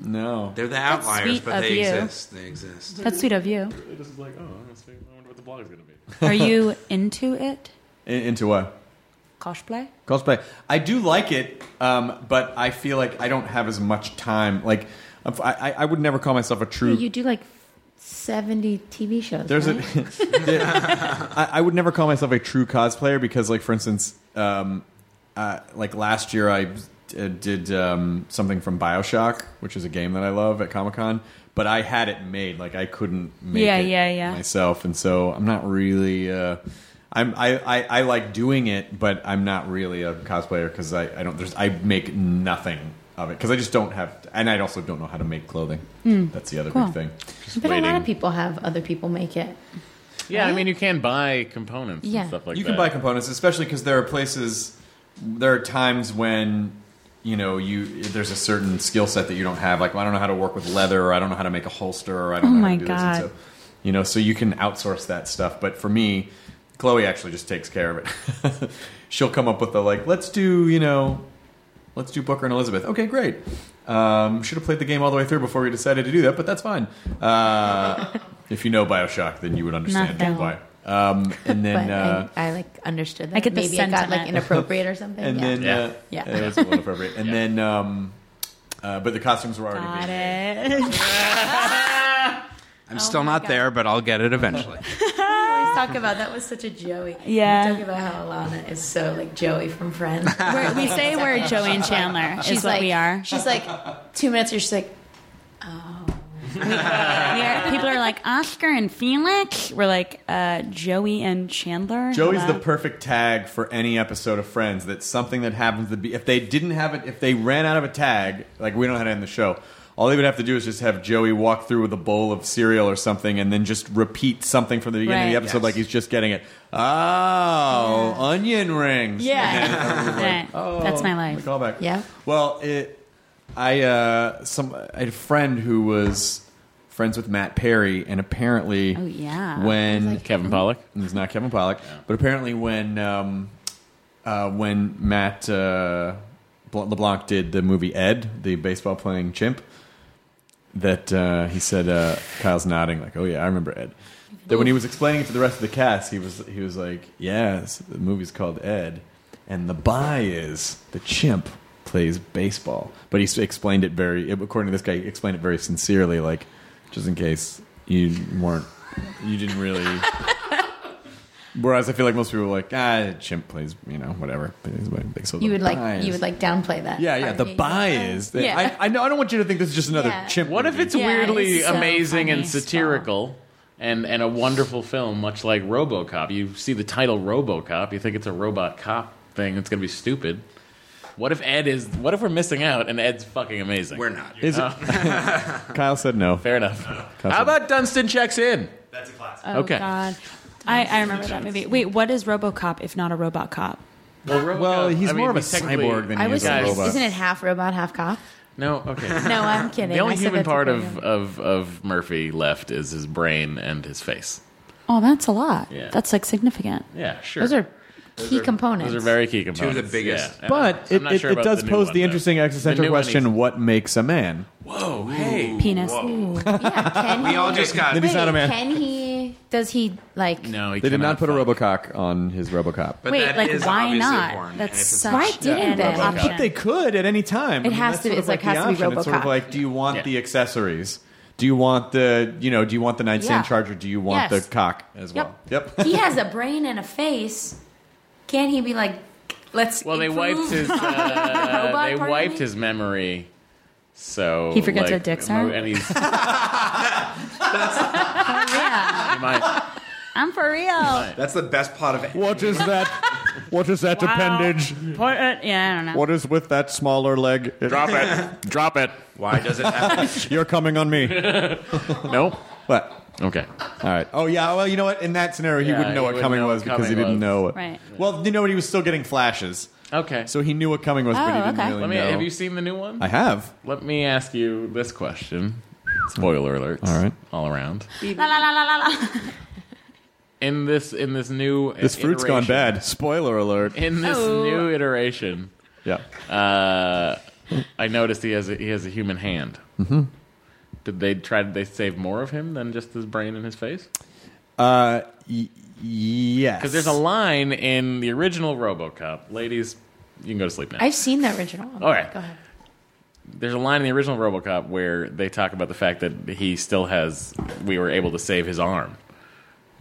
Speaker 4: No,
Speaker 7: They're the outliers,
Speaker 5: sweet
Speaker 7: but
Speaker 5: of
Speaker 7: they
Speaker 5: you.
Speaker 7: exist. They exist.
Speaker 5: That's sweet
Speaker 2: (laughs)
Speaker 5: of you.
Speaker 6: They're just like, oh, I'm gonna see- I wonder what the blog is gonna be.
Speaker 8: Are you into it?
Speaker 4: I- into what?
Speaker 8: Cosplay?
Speaker 4: cosplay. I do like it, um, but I feel like I don't have as much time. Like, I, I, I would never call myself a true.
Speaker 2: You do like 70 TV shows.
Speaker 4: There's a, (laughs)
Speaker 2: right?
Speaker 4: there- I, I would never call myself a true cosplayer because, like, for instance, um, uh, like last year I uh, did um, something from Bioshock, which is a game that I love at Comic Con, but I had it made. Like, I couldn't make
Speaker 8: Yeah,
Speaker 4: it
Speaker 8: yeah, yeah.
Speaker 4: myself, and so I'm not really. Uh, I'm, I, I, I like doing it, but I'm not really a cosplayer because I, I don't. There's I make nothing of it because I just don't have, and I also don't know how to make clothing. That's the other
Speaker 8: Hmm. Cool.
Speaker 4: big thing. Just
Speaker 2: but a lot
Speaker 4: waiting.
Speaker 2: of people have other people make it.
Speaker 6: Yeah, I mean, you can buy components
Speaker 2: Yeah.
Speaker 6: and stuff like
Speaker 4: you
Speaker 6: that.
Speaker 4: can buy components, especially because there are places, there are times when you know you there's a certain skill set that you don't have. Like well, I don't know how to work with leather, or I don't know how to make a holster, or I don't
Speaker 8: Oh
Speaker 4: know
Speaker 8: my
Speaker 4: how to do this.
Speaker 8: God.
Speaker 4: And so, you know, so you can outsource that stuff. But for me, Chloe actually just takes care of it. (laughs) She'll come up with the like, let's do you know, let's do Booker and Elizabeth. Okay, great. Um, should have played the game all the way through before we decided to do that, but that's fine. Uh, (laughs) if you know Bioshock, then you would understand
Speaker 8: Nothing.
Speaker 4: why. Um, and
Speaker 8: (laughs)
Speaker 4: then
Speaker 2: But
Speaker 4: uh,
Speaker 2: I, I like understood that.
Speaker 8: I get the
Speaker 2: Maybe it got like
Speaker 8: sentiment.
Speaker 2: inappropriate or something.
Speaker 4: and
Speaker 2: yeah.
Speaker 4: then
Speaker 6: Yeah.
Speaker 4: Uh,
Speaker 2: Yeah.
Speaker 4: it was a little appropriate. And then, um, uh, but the costumes were already
Speaker 8: Got
Speaker 4: made.
Speaker 8: it. Always
Speaker 7: I'm still not there, but I'll get it eventually.
Speaker 2: always talk about that was such a Joey.
Speaker 8: (laughs) Yeah.
Speaker 2: (laughs) We talk about how Alana is so like Joey from Friends.
Speaker 8: We're, we say we're Joey and Chandler. is what
Speaker 2: like,
Speaker 8: we are.
Speaker 2: (laughs) She's like two minutes. You're just like
Speaker 8: We are- People are like Oscar and Felix. We're like uh, Joey and Chandler.
Speaker 4: Joey's (laughs)
Speaker 8: Hello.
Speaker 4: the perfect tag for any episode of Friends. That's something that happens to be. If they didn't have it, if they ran out of a tag, like we don't know how to end the show, all they would have to do is just have Joey walk through with a bowl of cereal or something, and then just repeat something from the beginning of the
Speaker 8: Right.
Speaker 4: episode,
Speaker 7: Yes.
Speaker 4: like he's just getting it. Oh, onion rings. (laughs)
Speaker 8: yeah. Right. That's my
Speaker 4: The
Speaker 8: life.
Speaker 4: callback.
Speaker 2: Yeah.
Speaker 4: Well, it. I uh, some I had a friend who was friends with Matt Perry, and apparently,
Speaker 8: Oh, yeah.
Speaker 4: when
Speaker 6: Kevin Pollock.
Speaker 4: it's not Kevin Pollak, but apparently when um, uh, when Matt uh, Bl- LeBlanc did the movie Ed, the baseball playing chimp, that uh, he said uh, Kyle's nodding like, "Oh yeah, I remember Ed." That when he was explaining it to the rest of the cast, he was he was like, "Yes, the movie's called Ed, and the buy is the chimp." Plays baseball, but he s- explained it very. According to this guy, he explained it very sincerely, like just in case you weren't, you didn't really (laughs) Whereas I feel like most people are like, ah, chimp plays, you know, whatever. So the
Speaker 2: you would
Speaker 4: buy
Speaker 2: like you
Speaker 4: is-
Speaker 2: would like downplay that.
Speaker 4: Yeah, yeah.
Speaker 2: part.
Speaker 4: The buy is. that-
Speaker 8: Yeah.
Speaker 4: I, I know. I don't want you to think this is just another
Speaker 2: Yeah.
Speaker 4: chimp.
Speaker 6: What if
Speaker 4: movie.
Speaker 6: it's
Speaker 8: Yeah,
Speaker 6: weirdly
Speaker 8: it's so
Speaker 6: amazing
Speaker 8: funny
Speaker 6: and
Speaker 8: still.
Speaker 6: satirical and, and a wonderful film, much like Robocop? You see the title Robocop, you think it's a robot cop thing, it's going to be stupid. What if Ed is. What if we're missing out and Ed's fucking amazing?
Speaker 7: We're not.
Speaker 4: Is it? (laughs) Kyle said no.
Speaker 6: Fair enough. How about Dunstan checks in?
Speaker 12: That's a classic.
Speaker 8: Oh,
Speaker 6: Okay.
Speaker 8: God. I, I remember that movie. Wait, what is RoboCop if not a robot cop?
Speaker 6: Well, Robocop-
Speaker 4: Well, he's
Speaker 6: I mean,
Speaker 4: more of a
Speaker 6: he's technically-
Speaker 4: cyborg than
Speaker 2: I
Speaker 4: he
Speaker 2: was
Speaker 4: is a
Speaker 6: guys-
Speaker 4: robot.
Speaker 2: isn't it half robot, half cop?
Speaker 6: No,
Speaker 8: (laughs)
Speaker 6: okay.
Speaker 2: No, I'm kidding.
Speaker 6: The only
Speaker 2: I said
Speaker 6: human
Speaker 2: that's a
Speaker 6: part
Speaker 2: program.
Speaker 6: of, of, of Murphy left is his brain and his face.
Speaker 8: Oh, that's a lot.
Speaker 6: Yeah.
Speaker 8: That's like significant.
Speaker 6: Yeah, sure.
Speaker 2: those are key components.
Speaker 6: Those are very key components.
Speaker 7: the biggest.
Speaker 6: Yeah.
Speaker 4: But
Speaker 6: I'm
Speaker 4: it,
Speaker 6: not
Speaker 4: it,
Speaker 6: sure
Speaker 4: it
Speaker 6: about
Speaker 4: does
Speaker 6: the new
Speaker 4: pose
Speaker 6: one,
Speaker 4: the
Speaker 6: though.
Speaker 4: interesting existential
Speaker 6: new one
Speaker 4: question:
Speaker 6: is-
Speaker 4: What makes a man?
Speaker 6: Whoa, hey.
Speaker 8: Penis.
Speaker 6: (laughs)
Speaker 2: yeah, can
Speaker 7: We
Speaker 2: he,
Speaker 7: all just got.
Speaker 4: Then he's not a man.
Speaker 2: Can he? Does he like?
Speaker 6: No, he
Speaker 4: They did
Speaker 6: cannot
Speaker 4: not put a
Speaker 6: fuck.
Speaker 4: RoboCop on his RoboCop.
Speaker 7: But
Speaker 8: Wait,
Speaker 7: that
Speaker 8: like
Speaker 7: is
Speaker 8: why
Speaker 7: obviously
Speaker 8: not?
Speaker 7: Porn.
Speaker 8: That's
Speaker 7: And if it's-
Speaker 2: Why
Speaker 8: such
Speaker 2: didn't
Speaker 8: an
Speaker 2: they? I
Speaker 8: option.
Speaker 2: think
Speaker 4: They could at any time. It
Speaker 2: has to be- it's like, has to be
Speaker 4: It's sort of
Speaker 2: RoboCop.
Speaker 4: like, do you want
Speaker 6: Yeah.
Speaker 4: the accessories? Do you want the you know? Do you want the nightstand
Speaker 2: Yeah.
Speaker 4: charger? Do you want
Speaker 2: Yes.
Speaker 4: the cock as well? Yep.
Speaker 8: (laughs)
Speaker 2: he
Speaker 4: (laughs)
Speaker 2: has a brain and a face. Can he be like? Let's.
Speaker 6: Well, they
Speaker 2: improve
Speaker 6: wiped his. Uh,
Speaker 2: robot
Speaker 6: they
Speaker 2: part of
Speaker 6: wiped
Speaker 2: me?
Speaker 6: his memory. So
Speaker 8: He forgets
Speaker 6: like,
Speaker 8: what dicks
Speaker 6: mo-
Speaker 8: are?
Speaker 6: and he's
Speaker 8: Yeah.
Speaker 6: my,
Speaker 8: I'm for real.
Speaker 7: That's the best plot of it.
Speaker 4: what is that? What is that appendage?
Speaker 8: Or, uh, yeah, I don't know.
Speaker 4: What is with that smaller leg?
Speaker 6: (laughs) Drop it. Drop it.
Speaker 7: Why does it have
Speaker 4: You're coming on
Speaker 6: (laughs)
Speaker 4: me.
Speaker 6: Nope.
Speaker 4: What?
Speaker 6: Okay.
Speaker 4: All right. Oh yeah. Well, you know what? In that scenario, he
Speaker 6: Yeah,
Speaker 4: wouldn't know
Speaker 6: he
Speaker 4: what
Speaker 6: wouldn't
Speaker 4: coming
Speaker 6: know what
Speaker 4: was because he didn't
Speaker 6: coming was.
Speaker 4: know it.
Speaker 8: Right.
Speaker 4: Well, you know what? He was still getting flashes,
Speaker 6: Okay.
Speaker 4: so he knew what coming was, but he
Speaker 8: Oh,
Speaker 4: didn't
Speaker 8: okay.
Speaker 4: really
Speaker 6: let me.
Speaker 4: know.
Speaker 6: Have you seen the new one?
Speaker 4: I have.
Speaker 6: Let me ask you this question. Spoiler alerts.
Speaker 4: All right.
Speaker 6: All around.
Speaker 11: La la la la la.
Speaker 6: In this in this new
Speaker 4: This fruit's gone bad. Spoiler alert.
Speaker 6: In this
Speaker 2: Oh.
Speaker 6: new iteration,
Speaker 4: Yeah.
Speaker 6: uh, I noticed he has a, he has a human hand. Mm-hmm. Did they try? Did they save more of him than just his brain and his face?
Speaker 4: Uh, y- yes.
Speaker 6: Because there's a line in the original RoboCop. Ladies, you can go to sleep now.
Speaker 2: I've seen the original.
Speaker 6: All right.
Speaker 2: Go ahead.
Speaker 6: there's a line in the original RoboCop where they talk about the fact that he still has. We were able to save his arm,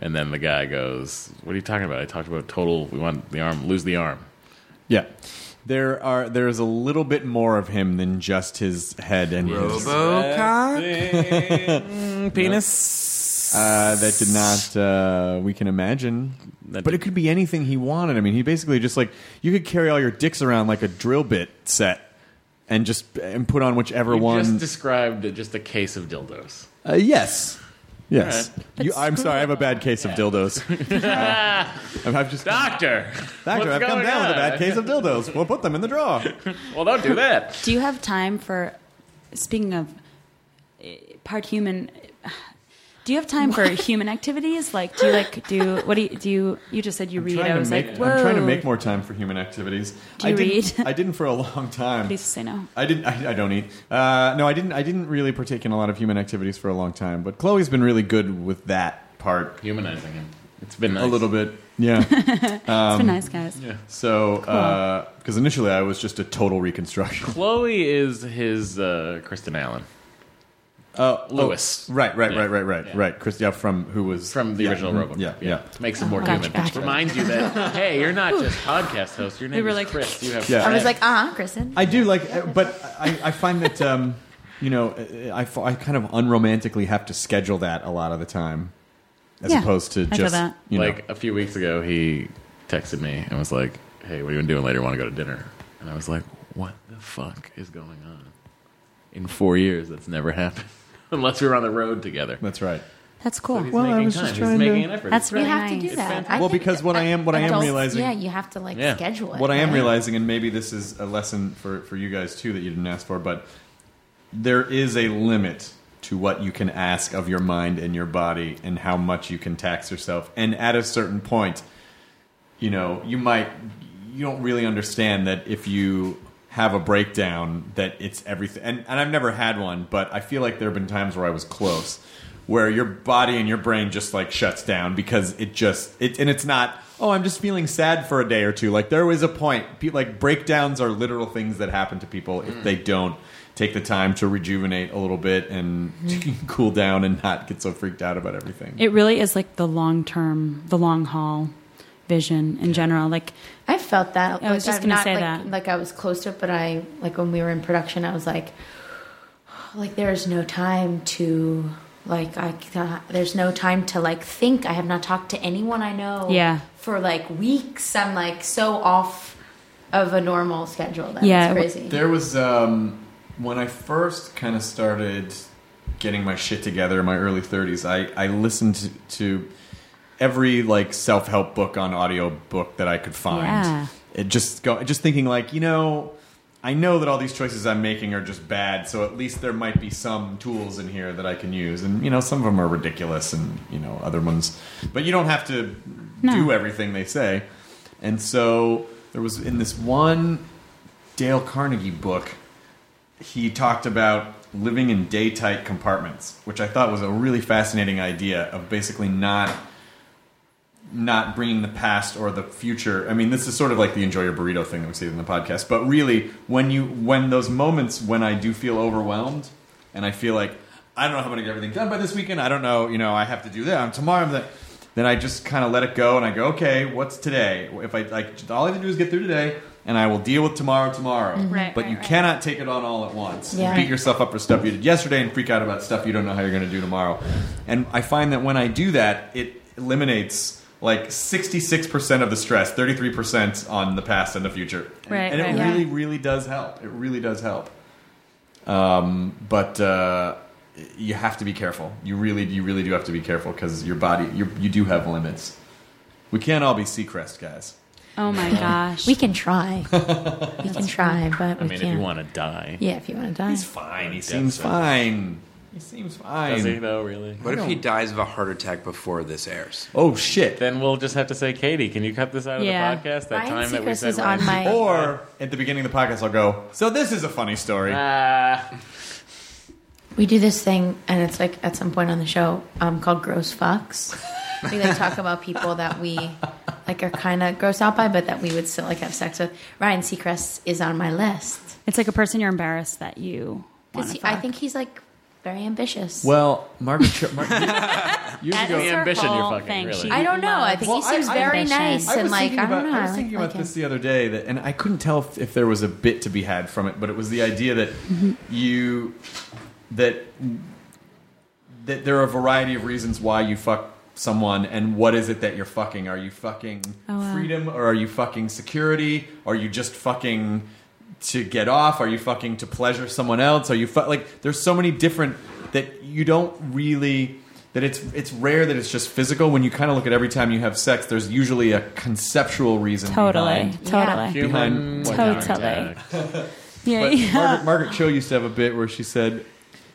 Speaker 6: and then the guy goes, "What are you talking about? I talked about total. We want the arm. Lose the arm."
Speaker 4: Yeah. There are there is a little bit more of him than just his head
Speaker 8: (laughs)
Speaker 4: and his
Speaker 7: RoboCop?
Speaker 6: Penis.
Speaker 4: uh, that did not uh, we can imagine.
Speaker 6: That
Speaker 4: but
Speaker 6: did-
Speaker 4: it could be anything he wanted. I mean, he basically just like you could carry all your dicks around like a drill bit set and just and put on whichever
Speaker 6: You
Speaker 4: one.
Speaker 6: just described just a case of dildos.
Speaker 4: uh, yes. Yes.
Speaker 6: All
Speaker 4: You, I'm sorry, I have a bad case of
Speaker 6: (laughs)
Speaker 4: dildos. Uh, I've just (laughs)
Speaker 6: Doctor.
Speaker 4: Doctor, I've come down with a bad case of dildos. We'll put them in the drawer.
Speaker 6: Well, don't do that.
Speaker 8: Do you have time for speaking of eh, part human? Do you have time for human activities? Like, do you like do what do you do? You, you just said you read. I
Speaker 4: trying to
Speaker 8: was
Speaker 4: make-
Speaker 8: like,
Speaker 4: I'm
Speaker 8: whoa.
Speaker 4: trying to make more time for human activities.
Speaker 8: Do you
Speaker 4: I didn't,
Speaker 8: read?
Speaker 4: I didn't for a long time.
Speaker 8: Please say no.
Speaker 4: I didn't. I, I don't eat. Uh, no, I didn't. I didn't really partake in a lot of human activities for a long time. But Chloe's been really good with that part
Speaker 6: Humanizing him. It's been nice.
Speaker 4: a little bit.
Speaker 6: (laughs)
Speaker 4: Yeah.
Speaker 8: it's been
Speaker 4: Um,
Speaker 8: nice, guys.
Speaker 4: so because initially I was just a total
Speaker 6: (laughs)
Speaker 4: reconstruction.
Speaker 6: Chloe is his uh, Kristen Allen
Speaker 4: Uh,
Speaker 6: Lewis.
Speaker 4: Right. Right.
Speaker 6: Yeah.
Speaker 4: Right. Right. Right. Right. Chris. Yeah. From who was
Speaker 6: from the
Speaker 4: yeah,
Speaker 6: original
Speaker 4: mm,
Speaker 6: Robo.
Speaker 4: Yeah. Yeah.
Speaker 6: Makes him more
Speaker 2: Gotcha,
Speaker 6: human.
Speaker 2: gotcha.
Speaker 6: Reminds you (laughs) that hey, you're not just podcast host. Your name
Speaker 8: were
Speaker 6: is
Speaker 8: like-
Speaker 6: Chris. You have
Speaker 4: Yeah.
Speaker 2: I was like, uh huh, Kristen.
Speaker 4: I do like, uh, but I, I find that um, you know uh, I, f- I kind of unromantically have to schedule that a lot of the time, as
Speaker 8: Yeah,
Speaker 4: opposed to
Speaker 8: I feel
Speaker 4: just
Speaker 8: that.
Speaker 4: you know
Speaker 6: like a few weeks ago, he texted me and was like, "Hey, what are you doing later? Want to go to dinner?" And I was like, "What the fuck is going on?" In four years, that's never happened (laughs) unless we were on the road together.
Speaker 4: that's right.
Speaker 8: That's cool.
Speaker 6: He's
Speaker 4: Well, I
Speaker 6: making
Speaker 4: was
Speaker 6: time.
Speaker 4: just
Speaker 6: He's
Speaker 4: trying
Speaker 6: making
Speaker 4: to-
Speaker 6: an effort.
Speaker 8: That's
Speaker 2: You
Speaker 8: really
Speaker 2: have
Speaker 8: nice.
Speaker 2: to do that.
Speaker 4: Well, because what I am- what I am realizing-
Speaker 2: Yeah, you have to like
Speaker 6: Yeah.
Speaker 2: schedule it.
Speaker 4: what I am
Speaker 2: right?
Speaker 4: realizing, and maybe this is a lesson for, for you guys too that you didn't ask for, but there is a limit to what you can ask of your mind and your body and how much you can tax yourself. And at a certain point, you know, you might you don't really understand that if you have a breakdown that it's everything and, and I've never had one, but I feel like there have been times where I was close where your body and your brain just like shuts down because it just it and it's not oh I'm just feeling sad for a day or two like there was a point Pe- like breakdowns are literal things that happen to people if they don't take the time to rejuvenate a little bit and (laughs) cool down and not get so freaked out about everything
Speaker 8: It really is like the long term, the long haul vision in general. Like,
Speaker 2: I felt that.
Speaker 8: I was just
Speaker 2: I've
Speaker 8: gonna
Speaker 2: not,
Speaker 8: say
Speaker 2: like,
Speaker 8: that.
Speaker 2: Like I was close to it, but I like when we were in production, I was like, like there is no time to like I cannot- there's no time to like think. I have not talked to anyone I know.
Speaker 8: Yeah.
Speaker 2: For like weeks, I'm like so off of a normal schedule. That's
Speaker 8: Yeah, it w-
Speaker 2: crazy.
Speaker 4: There was um, when I first kind of started getting my shit together in my early 30s. I I listened to every like self help book on audiobook that I could find.
Speaker 8: Yeah.
Speaker 4: It just go just thinking like you know. I know that all these choices I'm making are just bad, so at least there might be some tools in here that I can use. And you know, some of them are ridiculous, and you know, other ones. But you don't have to do everything they say. And so there was in this one Dale Carnegie book, he talked about living in day tight compartments, which I thought was a really fascinating idea of basically not not bringing the past or the future. I mean, this is sort of like the enjoy your burrito thing that we see in the podcast, but really when you when those moments when I do feel overwhelmed and I feel like I don't know how I'm going to get everything done by this weekend. I don't know, you know, I have to do that. tomorrow I'm that then I just kind of let it go and I go, "Okay, what's today? If I like all I have to do is get through today and I will deal with tomorrow tomorrow."
Speaker 11: Right,
Speaker 4: but
Speaker 11: right,
Speaker 4: you
Speaker 11: right.
Speaker 4: cannot take it on all at once. You
Speaker 2: Yeah.
Speaker 4: Beat yourself up for stuff you did yesterday and freak out about stuff you don't know how you're going to do tomorrow. And I find that when I do that, it eliminates like 66% of the stress, 33% on the past and the future. And,
Speaker 11: Right,
Speaker 4: and it
Speaker 11: right,
Speaker 2: right.
Speaker 4: really, really does help. It really does help. Um, but uh, you have to be careful. You really, you really do have to be careful because your body, you you do have limits. We can't all be Seacrest guys.
Speaker 8: Oh
Speaker 4: (laughs)
Speaker 8: my gosh.
Speaker 2: We can (laughs) try. we can try, but we
Speaker 9: I mean, if
Speaker 2: can't.
Speaker 9: you want to die,
Speaker 2: yeah, if you want to die.
Speaker 4: He's fine. He seems
Speaker 9: sentence.
Speaker 4: fine. He seems fine.
Speaker 9: does he though? Really?
Speaker 7: What if he dies of a heart attack before this airs?
Speaker 4: Oh shit.
Speaker 9: Then we'll just have to say, Katie, can you cut this out of
Speaker 11: Yeah.
Speaker 9: the podcast? That
Speaker 2: Ryan
Speaker 9: time that we
Speaker 2: Seacrest
Speaker 9: said
Speaker 2: is
Speaker 9: Ryan
Speaker 2: on my-
Speaker 4: Or Uh, at the beginning of the podcast, I'll go. So this is a funny story.
Speaker 9: (laughs) Ah.
Speaker 2: We do this thing, and it's like at some point on the show um, called "Gross Fucks." We like talk about people that we like are kind of grossed out by, but that we would still like have sex with. Ryan Seacrest is on my list
Speaker 8: It's like a person you're embarrassed that you.
Speaker 2: because
Speaker 8: wanna
Speaker 2: I
Speaker 8: fuck.
Speaker 2: think he's like very ambitious.
Speaker 4: well,
Speaker 2: (laughs)
Speaker 4: Margaret. Cho- Mar- years
Speaker 8: That's
Speaker 4: ago,
Speaker 8: her
Speaker 9: ambition you're
Speaker 8: whole
Speaker 9: fucking,
Speaker 8: thing.
Speaker 9: really.
Speaker 8: She
Speaker 2: I don't know. I think
Speaker 8: loves
Speaker 2: he seems
Speaker 8: I- I-
Speaker 2: very
Speaker 8: ambition.
Speaker 2: nice
Speaker 4: I was
Speaker 2: and like
Speaker 4: thinking
Speaker 2: I
Speaker 4: about,
Speaker 2: don't know.
Speaker 4: I was
Speaker 2: like-
Speaker 4: thinking
Speaker 2: like
Speaker 4: about
Speaker 2: him.
Speaker 4: this the other day, that, and I couldn't tell if, if there was a bit to be had from it, but it was the idea that
Speaker 2: Mm-hmm.
Speaker 4: you that that there are a variety of reasons why you fuck someone, and what is it that you're fucking? Are you fucking freedom, or are you fucking security? Are you just fucking to get off? Are you fucking to pleasure someone else? Are you fu- like? There's so many different that you don't really that it's it's rare that it's just physical. When you kind of look at every time you have sex, there's usually a conceptual reason.
Speaker 8: Totally.
Speaker 4: behind-
Speaker 8: Totally.
Speaker 9: Human
Speaker 4: Behind-
Speaker 9: whatnot.
Speaker 8: Totally.
Speaker 9: Yeah.
Speaker 8: Yeah.
Speaker 4: But
Speaker 8: yeah.
Speaker 4: Margaret, Margaret Cho used to have a bit where she said,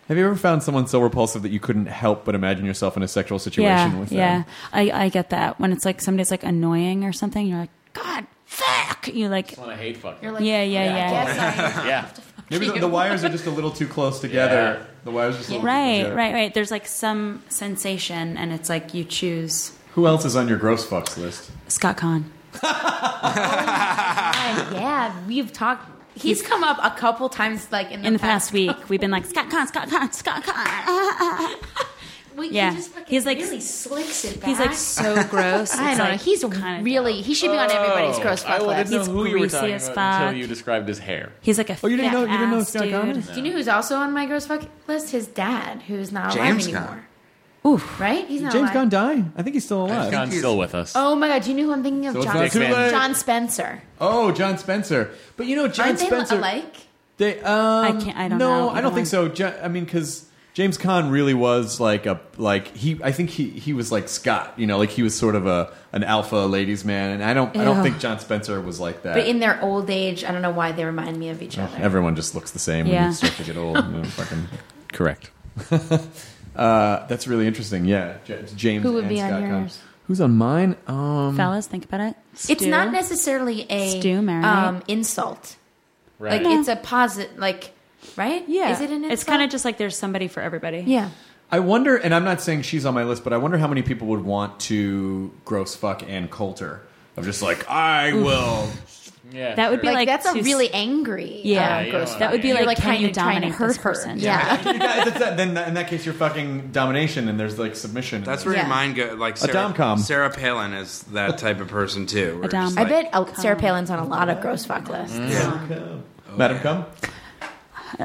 Speaker 4: "Have you ever found someone so repulsive that you couldn't help but imagine yourself in a sexual situation
Speaker 8: yeah,
Speaker 4: with them?"
Speaker 8: yeah. I, I get that when it's like somebody's like annoying or something, you're like, God, fuck. You like,
Speaker 9: I hate fucking.
Speaker 2: You're like,
Speaker 8: yeah, yeah, yeah.
Speaker 9: Yeah.
Speaker 4: Maybe the, the wires are just a little too close together. The wires are just a little
Speaker 8: Right,
Speaker 4: too close
Speaker 8: right, right. There's like some sensation, and it's like you choose
Speaker 4: Who else is on your gross fucks list?
Speaker 8: Scott Kahn.
Speaker 2: yeah, we've talked. He's come up a couple times, like in the,
Speaker 8: In the past week, we've been like Scott Kahn, Scott Kahn, Scott Kahn.
Speaker 2: We,
Speaker 8: Yeah.
Speaker 2: he just fucking
Speaker 8: He's, like,
Speaker 2: really slicks it back.
Speaker 8: He's like so gross.
Speaker 2: I
Speaker 8: It's,
Speaker 2: don't know.
Speaker 8: like,
Speaker 2: He's
Speaker 8: kinda
Speaker 2: really. He should be on everybody's gross
Speaker 9: Oh, I
Speaker 2: fuck
Speaker 9: wanted
Speaker 2: list.
Speaker 9: to know
Speaker 8: He's
Speaker 9: who you were
Speaker 8: greasy
Speaker 9: talking
Speaker 8: as
Speaker 9: about
Speaker 8: fuck.
Speaker 9: until you described his hair.
Speaker 8: He's like a
Speaker 4: Oh, you didn't
Speaker 8: fat
Speaker 4: know- you didn't know
Speaker 8: ass
Speaker 4: Scott
Speaker 8: dude.
Speaker 4: Kahn is?
Speaker 2: Do you know who's also on my gross fuck list? His dad, who's not
Speaker 7: James
Speaker 2: alive
Speaker 7: Gunn.
Speaker 2: anymore. Oof. Right? He's not
Speaker 4: James
Speaker 2: alive.
Speaker 4: Gunn died. I think he's still alive.
Speaker 9: John's still with us.
Speaker 2: Oh my god, do you know who I'm thinking of?
Speaker 4: So it's
Speaker 2: John,
Speaker 4: not too late.
Speaker 2: John Spencer.
Speaker 4: Oh, John Spencer. But you know, John
Speaker 2: Aren't they
Speaker 4: Spencer.
Speaker 2: alike?
Speaker 4: They, um,
Speaker 8: I can't- I don't know.
Speaker 4: no, I don't think so. Ja- I mean, because James Caan really was like a like he. I think he he was like Scott. You know, like he was sort of a an alpha ladies man. And I don't I don't
Speaker 8: Ew.
Speaker 4: think John Spencer was like that.
Speaker 2: But in their old age, I don't know why they remind me of each
Speaker 9: Oh,
Speaker 2: other.
Speaker 4: Everyone just looks the same when
Speaker 8: Yeah.
Speaker 4: you start to get old. you know, fucking.
Speaker 9: correct.
Speaker 4: (laughs) Uh, that's really interesting. Yeah, J- it's James.
Speaker 2: Who would
Speaker 4: and
Speaker 2: be on
Speaker 4: Scott Caan.
Speaker 2: yours?
Speaker 4: Who's on mine? Um,
Speaker 8: Fellas, think about it.
Speaker 2: It's
Speaker 8: Stu.
Speaker 2: not necessarily a
Speaker 8: Stew marinade.
Speaker 2: um, insult.
Speaker 9: Right.
Speaker 2: Like it's a posit. Like right?
Speaker 8: Yeah,
Speaker 2: Is it an insult?
Speaker 8: It's kind of just like there's somebody for everybody.
Speaker 2: yeah.
Speaker 4: I wonder, and I'm not saying she's on my list, but I wonder how many people would want to gross fuck Ann Coulter of just like I will.
Speaker 9: yeah.
Speaker 8: That would be
Speaker 2: Like,
Speaker 8: like,
Speaker 2: that's a
Speaker 8: too s-
Speaker 2: really angry.
Speaker 8: yeah.
Speaker 2: um,
Speaker 9: you
Speaker 2: gross
Speaker 9: don't
Speaker 8: that would be
Speaker 9: You're
Speaker 8: like,
Speaker 2: like
Speaker 8: can
Speaker 2: kinda
Speaker 8: you
Speaker 2: trying to
Speaker 8: dominate
Speaker 2: hurt
Speaker 8: this
Speaker 2: her.
Speaker 8: person?
Speaker 2: Yeah.
Speaker 4: (laughs) You guys, it's that- then in that case, you're fucking domination, and there's like submission. and
Speaker 7: That's
Speaker 4: there's-
Speaker 7: where
Speaker 2: Yeah.
Speaker 7: your mind goes. Like Sarah,
Speaker 4: dom-com.
Speaker 7: Sarah Palin is that type of person too. where
Speaker 8: A dom.
Speaker 7: just
Speaker 2: I
Speaker 7: like-
Speaker 2: bet uh, Sarah Palin's on a lot of gross fuck lists.
Speaker 4: Madam Cum.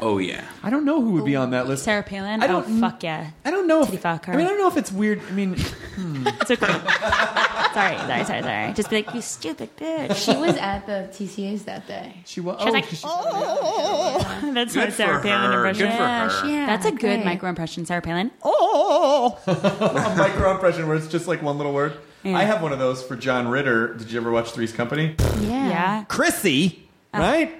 Speaker 7: Oh yeah.
Speaker 4: I don't know who would be on that list.
Speaker 8: Sarah Palin.
Speaker 4: I don't-
Speaker 8: oh fuck yeah.
Speaker 4: I don't know.
Speaker 8: Titty
Speaker 4: If,
Speaker 8: fucker.
Speaker 4: I mean, I don't know if it's weird. I mean,
Speaker 8: It's okay. sorry, sorry, sorry, sorry. Just be like you stupid bitch.
Speaker 2: She was at the TCAs that day.
Speaker 4: she was.
Speaker 8: She's
Speaker 4: oh,
Speaker 8: like,
Speaker 4: she's-
Speaker 8: oh, that's my
Speaker 7: Good
Speaker 8: Sarah
Speaker 7: for
Speaker 8: Palin
Speaker 7: her.
Speaker 8: impression.
Speaker 7: Good for her.
Speaker 2: Yeah,
Speaker 8: That's a good
Speaker 2: great.
Speaker 8: micro impression, Sarah Palin.
Speaker 4: oh, a micro impression where it's just like one little word. I have one of those for John Ritter. Did you ever watch Three's Company?
Speaker 2: Yeah.
Speaker 8: Yeah,
Speaker 4: Chrissy, Oh. right?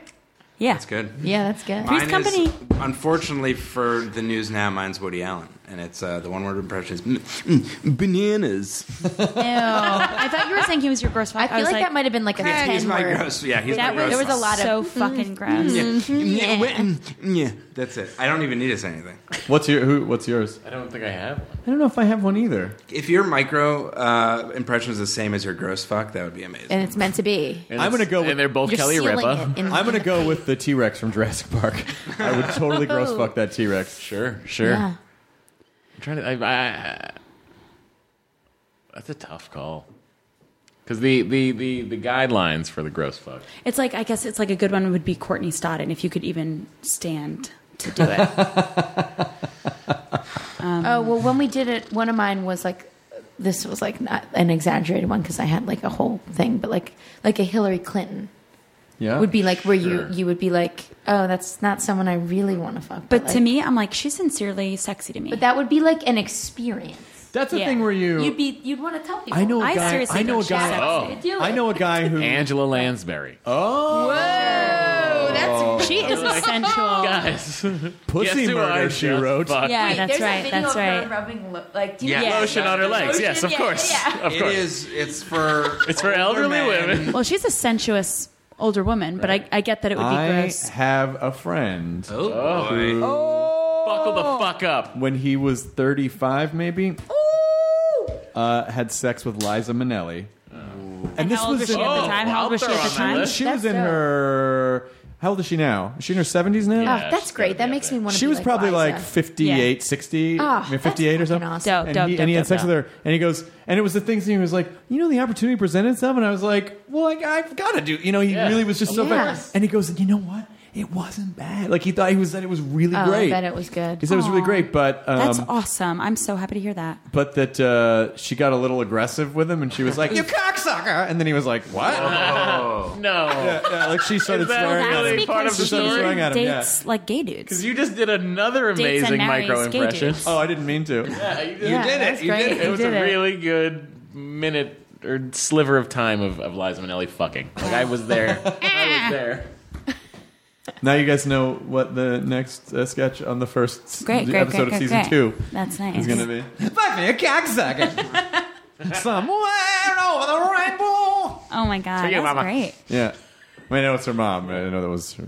Speaker 8: yeah.
Speaker 7: That's good.
Speaker 2: Yeah, that's good.
Speaker 7: Mine is-
Speaker 8: Company.
Speaker 7: unfortunately for the news now, mine's Woody Allen, and it's uh, the one-word impression is "Mm, mm, bananas.
Speaker 8: I thought you were saying he was your gross fuck.
Speaker 2: I feel
Speaker 8: was
Speaker 2: like, that might have been like a
Speaker 7: Yeah,
Speaker 2: ten
Speaker 7: he's my
Speaker 2: word.
Speaker 7: gross. Yeah, he's
Speaker 8: That was,
Speaker 7: my gross.
Speaker 8: there was a lot Mm-hmm. of mm-hmm. so fucking gross.
Speaker 7: Yeah. Yeah, wait, mm, mm, yeah. That's it. I don't even need to say anything.
Speaker 4: What's your who? What's yours?
Speaker 9: I don't think I have. one.
Speaker 4: I don't know if I have one either.
Speaker 7: If your micro uh, impression is the same as your gross fuck, that would be amazing.
Speaker 2: and it's meant to be.
Speaker 9: And
Speaker 4: I'm
Speaker 9: it's-
Speaker 4: gonna go with-
Speaker 9: And they're both
Speaker 2: You're
Speaker 9: Kelly
Speaker 2: sealing
Speaker 9: Ripa.
Speaker 2: it in-
Speaker 4: I'm gonna go with the T Rex from Jurassic (laughs) Park. I would totally gross fuck that T Rex.
Speaker 9: Sure, sure.
Speaker 2: Yeah.
Speaker 9: I'm trying to. I, I, that's a tough call. Because the, the, the, the guidelines for the gross fuck.
Speaker 8: It's like I guess it's like a good one would be Courtney Stodden if you could even stand to do it.
Speaker 4: um,
Speaker 2: Oh well, when we did it, one of mine was like this was like not an exaggerated one because I had like a whole thing, but like like a Hillary Clinton
Speaker 4: Yeah.
Speaker 2: would be like where you
Speaker 6: Sure.
Speaker 2: you would be like, oh, that's not someone I really want to fuck.
Speaker 8: But to
Speaker 2: like-
Speaker 8: me, I'm like she's sincerely sexy to me.
Speaker 2: but that would be like an experience.
Speaker 4: That's the
Speaker 8: Yeah.
Speaker 4: thing where you.
Speaker 2: You'd be you'd want to tell people.
Speaker 4: I know a
Speaker 8: I
Speaker 4: guy.
Speaker 8: seriously
Speaker 4: I know a
Speaker 8: think she's
Speaker 4: guy.
Speaker 8: sexy.
Speaker 2: Do it.
Speaker 4: I know a guy who.
Speaker 9: Angela Lansbury.
Speaker 2: Oh, that's
Speaker 8: she is sensual.
Speaker 9: Guys, (laughs)
Speaker 4: Pussy
Speaker 9: guess who I
Speaker 4: murder.
Speaker 9: just
Speaker 4: She wrote.
Speaker 9: fucked?
Speaker 8: Yeah,
Speaker 2: Wait,
Speaker 8: that's
Speaker 2: there's a
Speaker 8: right.
Speaker 2: video
Speaker 8: That's
Speaker 2: of her
Speaker 8: right.
Speaker 2: rubbing lo- like do you
Speaker 7: Yeah.
Speaker 2: know that-
Speaker 9: lotion on her legs.
Speaker 2: Lotion,
Speaker 9: yes, of
Speaker 2: yeah,
Speaker 9: course.
Speaker 2: yeah, yeah.
Speaker 9: Of
Speaker 7: It
Speaker 9: course.
Speaker 7: is. It's for.
Speaker 9: It's for elderly women.
Speaker 8: Well, she's a sensuous older woman, but I, I get that it would be
Speaker 4: I
Speaker 8: gross.
Speaker 4: have a friend.
Speaker 7: Oh, boy.
Speaker 9: (laughs) Buckle the fuck up.
Speaker 4: when he was 35, maybe, uh, had sex with Liza Minnelli. And, this
Speaker 8: How old was she at
Speaker 9: Oh,
Speaker 8: the time? How old was she
Speaker 9: I'll
Speaker 8: at the
Speaker 9: throw on
Speaker 8: time?
Speaker 9: that
Speaker 4: she
Speaker 2: That's
Speaker 4: was in
Speaker 2: dope.
Speaker 4: her. How old is she now? Is she in her 70s now?
Speaker 2: Oh,
Speaker 9: Yeah,
Speaker 2: that's
Speaker 9: she's
Speaker 2: great.
Speaker 9: gotta
Speaker 2: That
Speaker 9: be
Speaker 2: makes
Speaker 9: up
Speaker 2: me want to.
Speaker 4: She was probably like
Speaker 2: Liza.
Speaker 4: 58, 60,
Speaker 2: Oh,
Speaker 4: maybe 58 or
Speaker 2: that's
Speaker 4: something.
Speaker 2: fucking awesome.
Speaker 8: Dope,
Speaker 4: and
Speaker 8: dope,
Speaker 4: he,
Speaker 8: dope,
Speaker 4: and he had
Speaker 8: dope,
Speaker 4: sex
Speaker 8: dope.
Speaker 4: with her, and he goes, and it was the things. And he was like, you know, the opportunity presented itself, and I was like, well, like I've got to do. You know, he
Speaker 9: Yeah.
Speaker 4: really was just so
Speaker 2: Of
Speaker 4: bad.
Speaker 2: course.
Speaker 4: And he goes, you know what? It wasn't bad. Like he thought he was that it was really
Speaker 2: Oh, I
Speaker 4: great.
Speaker 2: bet it was good.
Speaker 4: He said it was really
Speaker 8: Aw.
Speaker 4: great, but um,
Speaker 8: That's awesome. I'm so happy to hear that.
Speaker 4: but that uh, she got a little aggressive with him, and she was like, "You cocksucker!" And then he was like, "What?"
Speaker 6: Oh.
Speaker 9: No.
Speaker 4: Yeah, like she started
Speaker 9: Is that
Speaker 4: swearing
Speaker 9: really
Speaker 4: at him.
Speaker 9: That's part of the
Speaker 8: she
Speaker 4: she started swearing at him. Yeah.
Speaker 8: dates like gay dudes.
Speaker 9: Because you just did another
Speaker 8: and
Speaker 9: amazing
Speaker 8: marries
Speaker 9: micro
Speaker 8: gay
Speaker 9: impression.
Speaker 8: dudes.
Speaker 4: Oh, I didn't mean to.
Speaker 2: Yeah,
Speaker 7: did it.
Speaker 2: that's
Speaker 7: You did
Speaker 2: great.
Speaker 7: it.
Speaker 9: It
Speaker 2: You
Speaker 9: was
Speaker 2: did
Speaker 9: a really good minute or sliver of time of, of Liza Minnelli fucking. Like I was there. I was there.
Speaker 4: Now you guys know what the next uh, sketch on the first
Speaker 8: Great, great, great,
Speaker 4: episode of
Speaker 8: great,
Speaker 4: season
Speaker 8: great.
Speaker 4: two
Speaker 8: That's nice.
Speaker 4: is going to be. Fuck me, a cocksucker.
Speaker 8: (laughs)
Speaker 4: Somewhere over the rainbow.
Speaker 8: Oh my god, that's
Speaker 9: mama.
Speaker 8: great.
Speaker 4: Yeah. I mean, I know it's her mom. I know that was. Her.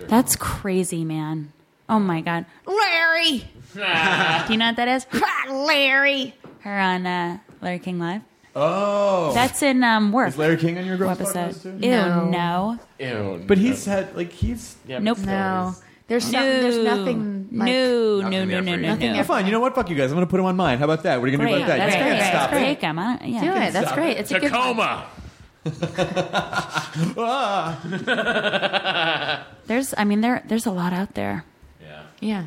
Speaker 8: That's crazy, man. Oh my god, Larry. Do you know what that is? Larry. Her on uh, Larry King Live.
Speaker 4: Oh.
Speaker 8: That's in um, work
Speaker 4: is Larry King on your girl's
Speaker 8: episode.
Speaker 4: podcast too?
Speaker 8: Ew,
Speaker 2: No.
Speaker 8: no.
Speaker 9: Ew.
Speaker 4: But he's had like he's.
Speaker 9: Yeah,
Speaker 8: Nope.
Speaker 9: but
Speaker 2: No, there's no,
Speaker 8: No,
Speaker 2: there's nothing. Like,
Speaker 8: no, no, no,
Speaker 7: Nothing there
Speaker 8: no,
Speaker 7: for you.
Speaker 8: no,
Speaker 7: Nothing
Speaker 8: no.
Speaker 4: Yeah, fine. You know what? Fuck you guys. I'm going to put him on mine. How about that? What are you going to
Speaker 8: Great.
Speaker 4: do about that?
Speaker 8: That's
Speaker 4: you can't
Speaker 8: great.
Speaker 4: stop
Speaker 8: That's
Speaker 4: it.
Speaker 8: great. Take 'em. I don't, yeah.
Speaker 2: Do it. That's great. It's a good one.
Speaker 9: Tacoma.
Speaker 8: There's, I mean, there, there's a lot out there.
Speaker 9: Yeah.
Speaker 2: Yeah.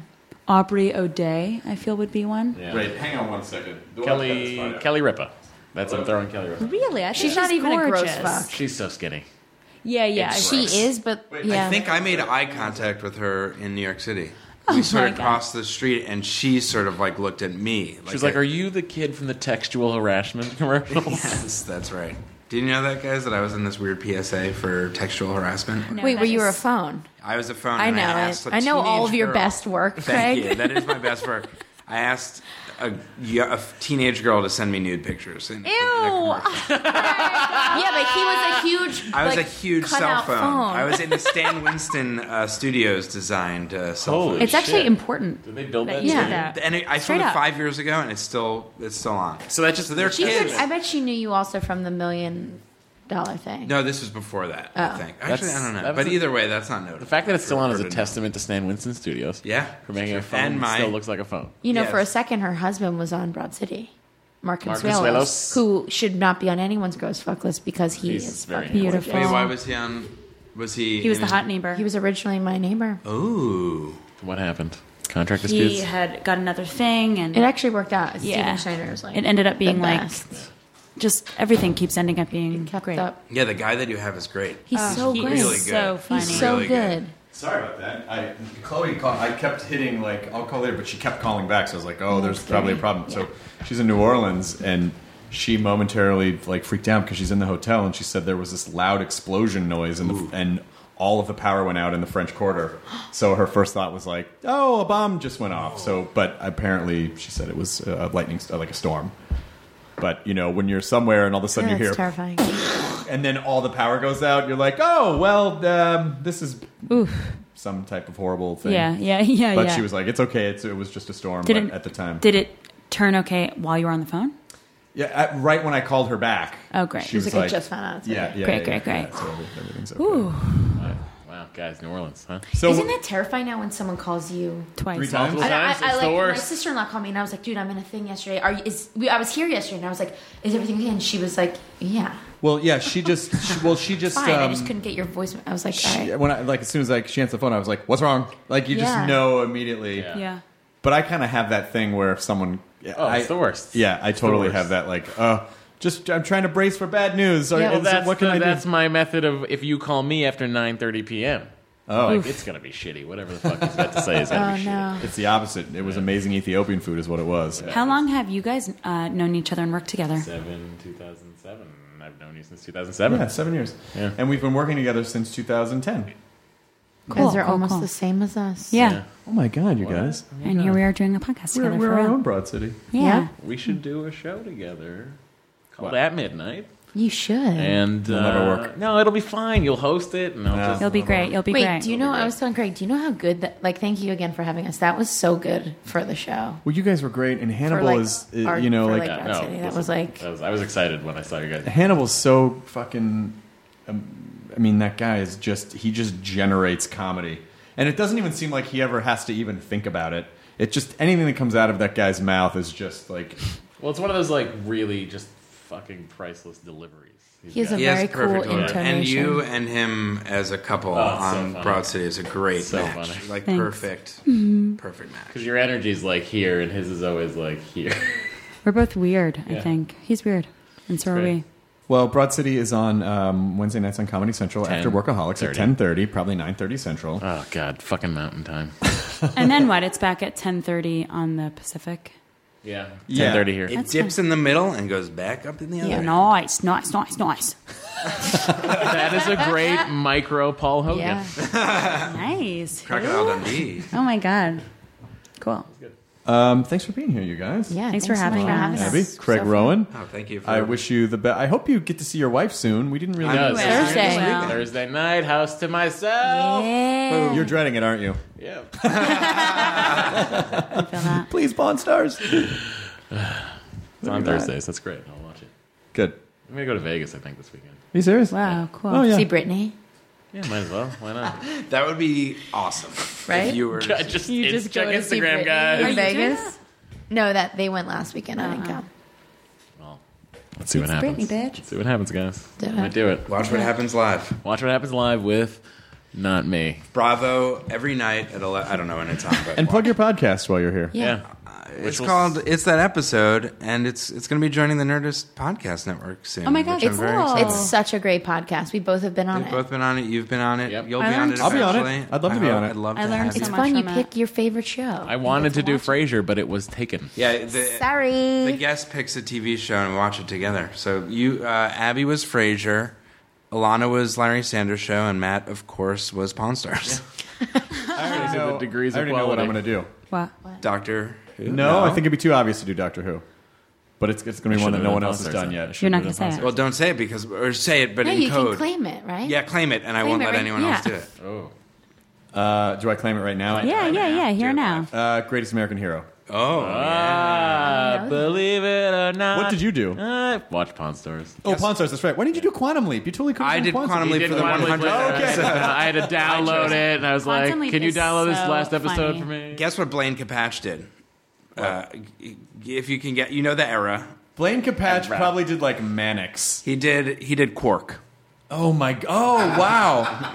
Speaker 8: Aubrey O'Day, I feel would be one.
Speaker 9: yeah.
Speaker 4: Wait, hang on one second. The one that's
Speaker 9: Kelly
Speaker 4: fine.
Speaker 9: Kelly Ripa. That's I'm throwing Kelly Ripa.
Speaker 8: Really, I think
Speaker 2: She's not even a gross
Speaker 8: gorgeous.
Speaker 2: fuck.
Speaker 9: She's so skinny.
Speaker 8: Yeah, yeah,
Speaker 2: She is, but yeah.
Speaker 7: I think I made eye contact with her in New York City.
Speaker 8: my
Speaker 7: we sort of
Speaker 8: God.
Speaker 7: crossed the street, and she sort of like looked at me. Like
Speaker 9: She was like, "Are you the kid from the textual harassment (laughs) commercials?"
Speaker 7: (laughs) Yes, that's right. Did you know that, guys? That I was in this weird PSA for textual harassment.
Speaker 8: No,
Speaker 2: Wait,
Speaker 8: that
Speaker 2: were you
Speaker 8: is-
Speaker 2: a phone?
Speaker 7: I was a phone.
Speaker 2: I
Speaker 7: and
Speaker 2: know
Speaker 7: I,
Speaker 2: it.
Speaker 7: asked a
Speaker 2: I know all
Speaker 7: teenage
Speaker 2: of your
Speaker 7: girl-
Speaker 2: best work,
Speaker 7: Thank
Speaker 2: Craig.
Speaker 7: you. That is my best work. I asked a, y- a teenage girl to send me nude pictures. In, in a commercial.
Speaker 2: (laughs) yeah, but he was a huge.
Speaker 7: I was
Speaker 2: like,
Speaker 7: a huge cell
Speaker 2: cutout
Speaker 7: phone.
Speaker 2: phone.
Speaker 7: I
Speaker 2: (laughs)
Speaker 7: was in the Stan Winston uh, Studios designed uh, cell
Speaker 9: Holy
Speaker 7: phone.
Speaker 8: It's actually
Speaker 9: Shit.
Speaker 8: important.
Speaker 9: Did they build that?
Speaker 8: that you
Speaker 2: Yeah.
Speaker 8: did that.
Speaker 7: And it, I
Speaker 8: Straight
Speaker 7: filmed it
Speaker 8: up.
Speaker 7: five years ago, and it's still it's still on. So that's just so they're
Speaker 2: She
Speaker 7: kids.
Speaker 2: could, I bet she knew you also from the million dollar thing.
Speaker 7: no, this was before that.
Speaker 2: Oh.
Speaker 7: I think actually I
Speaker 9: That's-
Speaker 7: don't know,
Speaker 9: that was
Speaker 7: but
Speaker 9: a-
Speaker 7: either way, that's not noted.
Speaker 9: The fact that it's still on is a testament to Stan Winston Studios.
Speaker 7: Yeah.
Speaker 9: For making a phone
Speaker 7: And
Speaker 9: that
Speaker 7: my-
Speaker 9: still looks like a phone.
Speaker 2: You know, for a
Speaker 7: Yes.
Speaker 2: second, her husband was on Broad City, Mark
Speaker 9: Mark
Speaker 2: Consuelos,
Speaker 9: Consuelos.
Speaker 2: who should not be on anyone's gross fuck list because he
Speaker 9: He's
Speaker 2: is
Speaker 9: very
Speaker 2: very
Speaker 8: Beautiful.
Speaker 7: Wait, why was he on? Was he?
Speaker 8: He was
Speaker 7: in
Speaker 8: the
Speaker 7: his-
Speaker 8: hot neighbor.
Speaker 2: He was originally my neighbor.
Speaker 7: Oh. Ooh,
Speaker 9: What happened? Contract
Speaker 8: He
Speaker 9: disputes.
Speaker 8: had got another thing, and
Speaker 2: It actually worked out.
Speaker 8: Yeah.
Speaker 2: Steven Schneider was like,
Speaker 8: It ended up being
Speaker 2: the
Speaker 8: like-
Speaker 2: best.
Speaker 8: just everything keeps ending up being
Speaker 2: kept
Speaker 8: great. Oh,
Speaker 2: up.
Speaker 7: yeah, the guy that you have is great.
Speaker 8: He's so
Speaker 2: He's
Speaker 8: great.
Speaker 7: really
Speaker 8: so
Speaker 7: good.
Speaker 8: funny.
Speaker 2: He's so
Speaker 7: Really good.
Speaker 2: good.
Speaker 4: Sorry about that. I Chloe called. I kept hitting like I'll call later, but she kept calling back. So I was like, oh, there's probably a problem. So she's in New Orleans and she momentarily like freaked out because she's in the hotel and she said there was this loud explosion noise and the, and all of the power went out in the French Quarter. So her first thought was like, oh, a bomb just went off. So but apparently she said it was a lightning st- like a storm. But you know when you're somewhere and all of a sudden
Speaker 2: Yeah,
Speaker 4: you hear
Speaker 2: it's terrifying.
Speaker 4: and then all the power goes out. You're like, oh well, um, this is some type of horrible thing.
Speaker 8: Yeah, yeah, (laughs) yeah,
Speaker 4: But
Speaker 8: yeah.
Speaker 4: she was like, it's okay. It's, it was just a storm but
Speaker 8: Didn't-
Speaker 4: at the time.
Speaker 8: Did it turn okay while you were on the phone?
Speaker 4: yeah, at, right when I called her back.
Speaker 8: Oh, great. It
Speaker 4: She
Speaker 8: was
Speaker 4: was
Speaker 2: like, I
Speaker 4: like,
Speaker 2: just found out it's
Speaker 4: Yeah, yeah,
Speaker 8: Great,
Speaker 4: yeah,
Speaker 8: great,
Speaker 4: yeah,
Speaker 8: great.
Speaker 4: so everyth- everything's okay.
Speaker 9: wow, guys, New Orleans, huh?
Speaker 4: So
Speaker 2: Isn't that terrifying now when someone calls you?
Speaker 8: Twice.
Speaker 4: three times?
Speaker 9: Multiple times?
Speaker 2: I, I,
Speaker 9: it's
Speaker 2: like,
Speaker 9: the
Speaker 2: My
Speaker 9: worst.
Speaker 2: sister in law called me and I was like, "Dude, I'm in a thing yesterday. Are you, is we, I was here yesterday and I was like, is everything okay?" And she was like, "Yeah,
Speaker 4: Well, yeah, she just. She, well, she just.
Speaker 2: fine. I
Speaker 4: um,
Speaker 2: just couldn't get your voice." I was like,
Speaker 4: she-
Speaker 2: "All right."
Speaker 4: when I like as soon as like she answered the phone, I was like, "What's wrong?" Like you
Speaker 2: Yeah.
Speaker 4: just know immediately.
Speaker 8: Yeah.
Speaker 4: But I kind of have that thing where if someone
Speaker 6: Oh,
Speaker 4: I,
Speaker 6: it's the worst.
Speaker 4: Yeah, I totally
Speaker 6: worst.
Speaker 4: have that. Like, uh, just I'm trying to brace for bad news. Or,
Speaker 2: Yeah, well,
Speaker 4: is-
Speaker 6: That's,
Speaker 4: what can
Speaker 6: the-
Speaker 4: I do?
Speaker 6: that's my method of if you call me after 9.30 p.m.
Speaker 4: Oh.
Speaker 6: Like, it's going to be shitty. Whatever the fuck he's about to say is going to
Speaker 2: Oh
Speaker 6: be
Speaker 2: no.
Speaker 4: It's the opposite. It was amazing Ethiopian food, is what it was.
Speaker 8: How long have you guys uh, known each other and worked together?
Speaker 6: shitty. 7, 2007. I've known you since 2007.
Speaker 4: Yeah, seven years.
Speaker 6: Yeah.
Speaker 4: And we've been working together since 2010.
Speaker 2: You guys are
Speaker 8: cool,
Speaker 2: almost
Speaker 8: cool.
Speaker 2: the same as us.
Speaker 8: Yeah.
Speaker 4: Oh my God, you guys.
Speaker 8: And here we are doing a podcast
Speaker 4: We're,
Speaker 8: together
Speaker 4: we're
Speaker 8: for
Speaker 4: our
Speaker 8: real.
Speaker 4: own Broad City.
Speaker 8: Yeah.
Speaker 6: We should do a show together called At Midnight.
Speaker 2: You should.
Speaker 6: And uh,
Speaker 4: never work.
Speaker 6: No, it'll be fine. You'll host it, and I'll
Speaker 4: No.
Speaker 6: just
Speaker 8: You'll be great. You'll be
Speaker 2: Wait,
Speaker 8: great.
Speaker 2: do you know? I was telling Craig. Do you know how good that? Like, thank you again for having us. That was so good for the show.
Speaker 4: Well, you guys were great, and
Speaker 2: For,
Speaker 4: Hannibal
Speaker 2: like,
Speaker 4: is, uh,
Speaker 2: our-
Speaker 4: you know,
Speaker 2: for,
Speaker 4: like,
Speaker 2: Broad
Speaker 6: no,
Speaker 2: City. that
Speaker 6: listen,
Speaker 2: was like
Speaker 6: That was, I was excited when I saw you guys.
Speaker 4: Hannibal's so fucking. Um, I mean, that guy is just. He just generates comedy. And it doesn't even seem like he ever has to even think about it. It just. Anything that comes out of that guy's mouth is just like.
Speaker 6: Well, it's one of those like really just fucking priceless deliveries.
Speaker 2: he has a
Speaker 7: He
Speaker 2: very
Speaker 7: has
Speaker 2: cool
Speaker 7: perfect order.
Speaker 2: intonation.
Speaker 7: And you and him as a couple
Speaker 6: Oh, it's so
Speaker 7: on
Speaker 6: funny.
Speaker 7: Broad City is a great
Speaker 6: So
Speaker 7: match.
Speaker 6: funny.
Speaker 7: Like
Speaker 8: Thanks.
Speaker 7: perfect, perfect match.
Speaker 6: because your energy's like here, and his is always like here.
Speaker 8: We're both weird, I
Speaker 6: Yeah.
Speaker 8: think. He's weird. And so are
Speaker 6: Great.
Speaker 8: we.
Speaker 4: Well, Broad City is on um, Wednesday nights on Comedy Central after Workaholics at 10.30, probably 9.30 Central.
Speaker 6: (laughs) oh God, fucking mountain time.
Speaker 8: (laughs) And then what? It's back at 10:30 on the Pacific.
Speaker 6: Yeah,
Speaker 4: Yeah.
Speaker 6: ten thirty here.
Speaker 7: It dips in the middle and goes back up in the other.
Speaker 8: Yeah,
Speaker 7: end.
Speaker 8: nice, nice, nice, nice.
Speaker 6: that is a (laughs) great micro Paul Hogan.
Speaker 2: yeah.
Speaker 8: Nice.
Speaker 7: Crocodile Dundee.
Speaker 8: Oh my god. Cool.
Speaker 4: Um, thanks for being here, you guys.
Speaker 2: Yeah.
Speaker 8: Thanks for
Speaker 2: so
Speaker 8: having
Speaker 2: much
Speaker 8: us.
Speaker 4: Abby,
Speaker 2: us.
Speaker 4: Craig
Speaker 2: So fun.
Speaker 4: Rowan.
Speaker 7: Oh, thank you. For
Speaker 4: I wish you the best. I hope you get to see your wife soon. We didn't really.
Speaker 6: He does.
Speaker 2: Thursday.
Speaker 8: Well.
Speaker 6: Thursday night, house to myself.
Speaker 8: Yeah.
Speaker 4: You're dreading it, aren't you?
Speaker 6: Yeah. (laughs)
Speaker 8: I feel that.
Speaker 4: Please, Bond Stars.
Speaker 6: It's on Thursdays. That's great. I'll watch it.
Speaker 4: Good.
Speaker 6: I'm gonna go to Vegas. I think this weekend.
Speaker 4: Are you serious?
Speaker 8: Wow, cool.
Speaker 4: Oh, yeah.
Speaker 2: See Brittany,
Speaker 6: Yeah, might as well. Why not?
Speaker 7: That would be awesome.
Speaker 2: Right?
Speaker 7: If you were
Speaker 6: (laughs) I just,
Speaker 2: you
Speaker 6: it's-
Speaker 2: just
Speaker 6: check
Speaker 2: go to see
Speaker 6: Instagram,
Speaker 2: Britney in
Speaker 6: guys.
Speaker 8: you doing
Speaker 2: Vegas. Uh-huh. No, that they went last weekend. I didn't come.
Speaker 6: Well, let's see what happens.
Speaker 8: Brittany, bitch.
Speaker 6: Let's see what happens, guys.
Speaker 2: Do
Speaker 6: I
Speaker 2: it.
Speaker 6: might do it.
Speaker 7: watch what happens live.
Speaker 6: Watch what happens live with not me.
Speaker 7: Bravo every night at 11. I don't know when it's on, but
Speaker 4: And
Speaker 7: watch.
Speaker 4: plug your podcast while you're here.
Speaker 6: Yeah.
Speaker 7: it's
Speaker 6: will-
Speaker 7: called It's That Episode, and it's it's going to be joining the Nerdist Podcast Network soon.
Speaker 8: Oh my
Speaker 7: gosh,
Speaker 8: gosh,
Speaker 7: I'm very
Speaker 8: cool.
Speaker 7: excited.
Speaker 2: It's such a great podcast. We both have been on
Speaker 7: We've
Speaker 2: it.
Speaker 7: both been on it. You've been on it.
Speaker 6: Yep.
Speaker 7: You'll
Speaker 8: I
Speaker 7: be on
Speaker 8: learned
Speaker 7: it
Speaker 8: so I'll
Speaker 4: be on it.
Speaker 7: eventually.
Speaker 4: I'd love to
Speaker 7: I
Speaker 4: be
Speaker 7: hope-
Speaker 4: on it.
Speaker 7: I'd love
Speaker 8: I
Speaker 7: to
Speaker 8: learned
Speaker 7: have
Speaker 8: so
Speaker 7: you.
Speaker 2: it's
Speaker 8: much
Speaker 2: fun. You
Speaker 8: from it.
Speaker 2: pick your favorite show.
Speaker 6: I wanted to do Frasier, but it was taken.
Speaker 7: Yeah, the,
Speaker 2: Sorry.
Speaker 7: The guest picks a TV show and we watch it together. So you, uh, Abby was Frasier, Alana was Larry Sanders Show, and Matt, of course, was Pawn Stars.
Speaker 4: I already
Speaker 6: the degrees
Speaker 4: I
Speaker 6: of
Speaker 4: already know what
Speaker 6: quality.
Speaker 4: I'm going to do.
Speaker 8: What?
Speaker 7: Doctor Who.
Speaker 4: No, I think it'd be too obvious to do Doctor Who. But it's, it's going to be one that no one else has done yet.
Speaker 8: You're not going to say
Speaker 7: Well,
Speaker 8: it.
Speaker 7: don't say it because, or say it, but
Speaker 2: No,
Speaker 7: in
Speaker 2: you
Speaker 7: code.
Speaker 2: can claim it, right?
Speaker 7: Yeah, claim it, and I
Speaker 2: Claim
Speaker 7: won't
Speaker 2: it,
Speaker 7: let
Speaker 2: right?
Speaker 7: anyone
Speaker 2: Yeah.
Speaker 7: else do it.
Speaker 6: Oh.
Speaker 4: Uh, do I claim it right now?
Speaker 8: Yeah, yeah, yeah. Here now.
Speaker 4: Uh, greatest American Hero.
Speaker 7: Oh,
Speaker 6: Ah, believe it or not.
Speaker 4: Oh. What did you do?
Speaker 6: I watched Pawn Stars.
Speaker 4: Oh, Pawn Stars. That's right. Why didn't you do Quantum Leap? You totally could.
Speaker 7: I did Quantum Leap
Speaker 6: He
Speaker 7: for
Speaker 6: did
Speaker 7: the
Speaker 6: Quantum Leap
Speaker 7: 100th
Speaker 6: last
Speaker 7: episode.
Speaker 6: episode. (laughs) I had to download it, and I was
Speaker 8: Quantum
Speaker 6: like,
Speaker 8: Leap
Speaker 6: "Can you
Speaker 8: is
Speaker 6: download this
Speaker 8: so
Speaker 6: last episode
Speaker 8: funny.
Speaker 6: for me?"
Speaker 7: Guess what Blaine Capatch did? Uh, g- if you can get, you know the era.
Speaker 4: Blaine Capatch probably did like Mannix.
Speaker 7: He did. He did Quark.
Speaker 4: Oh my! g- Oh wow!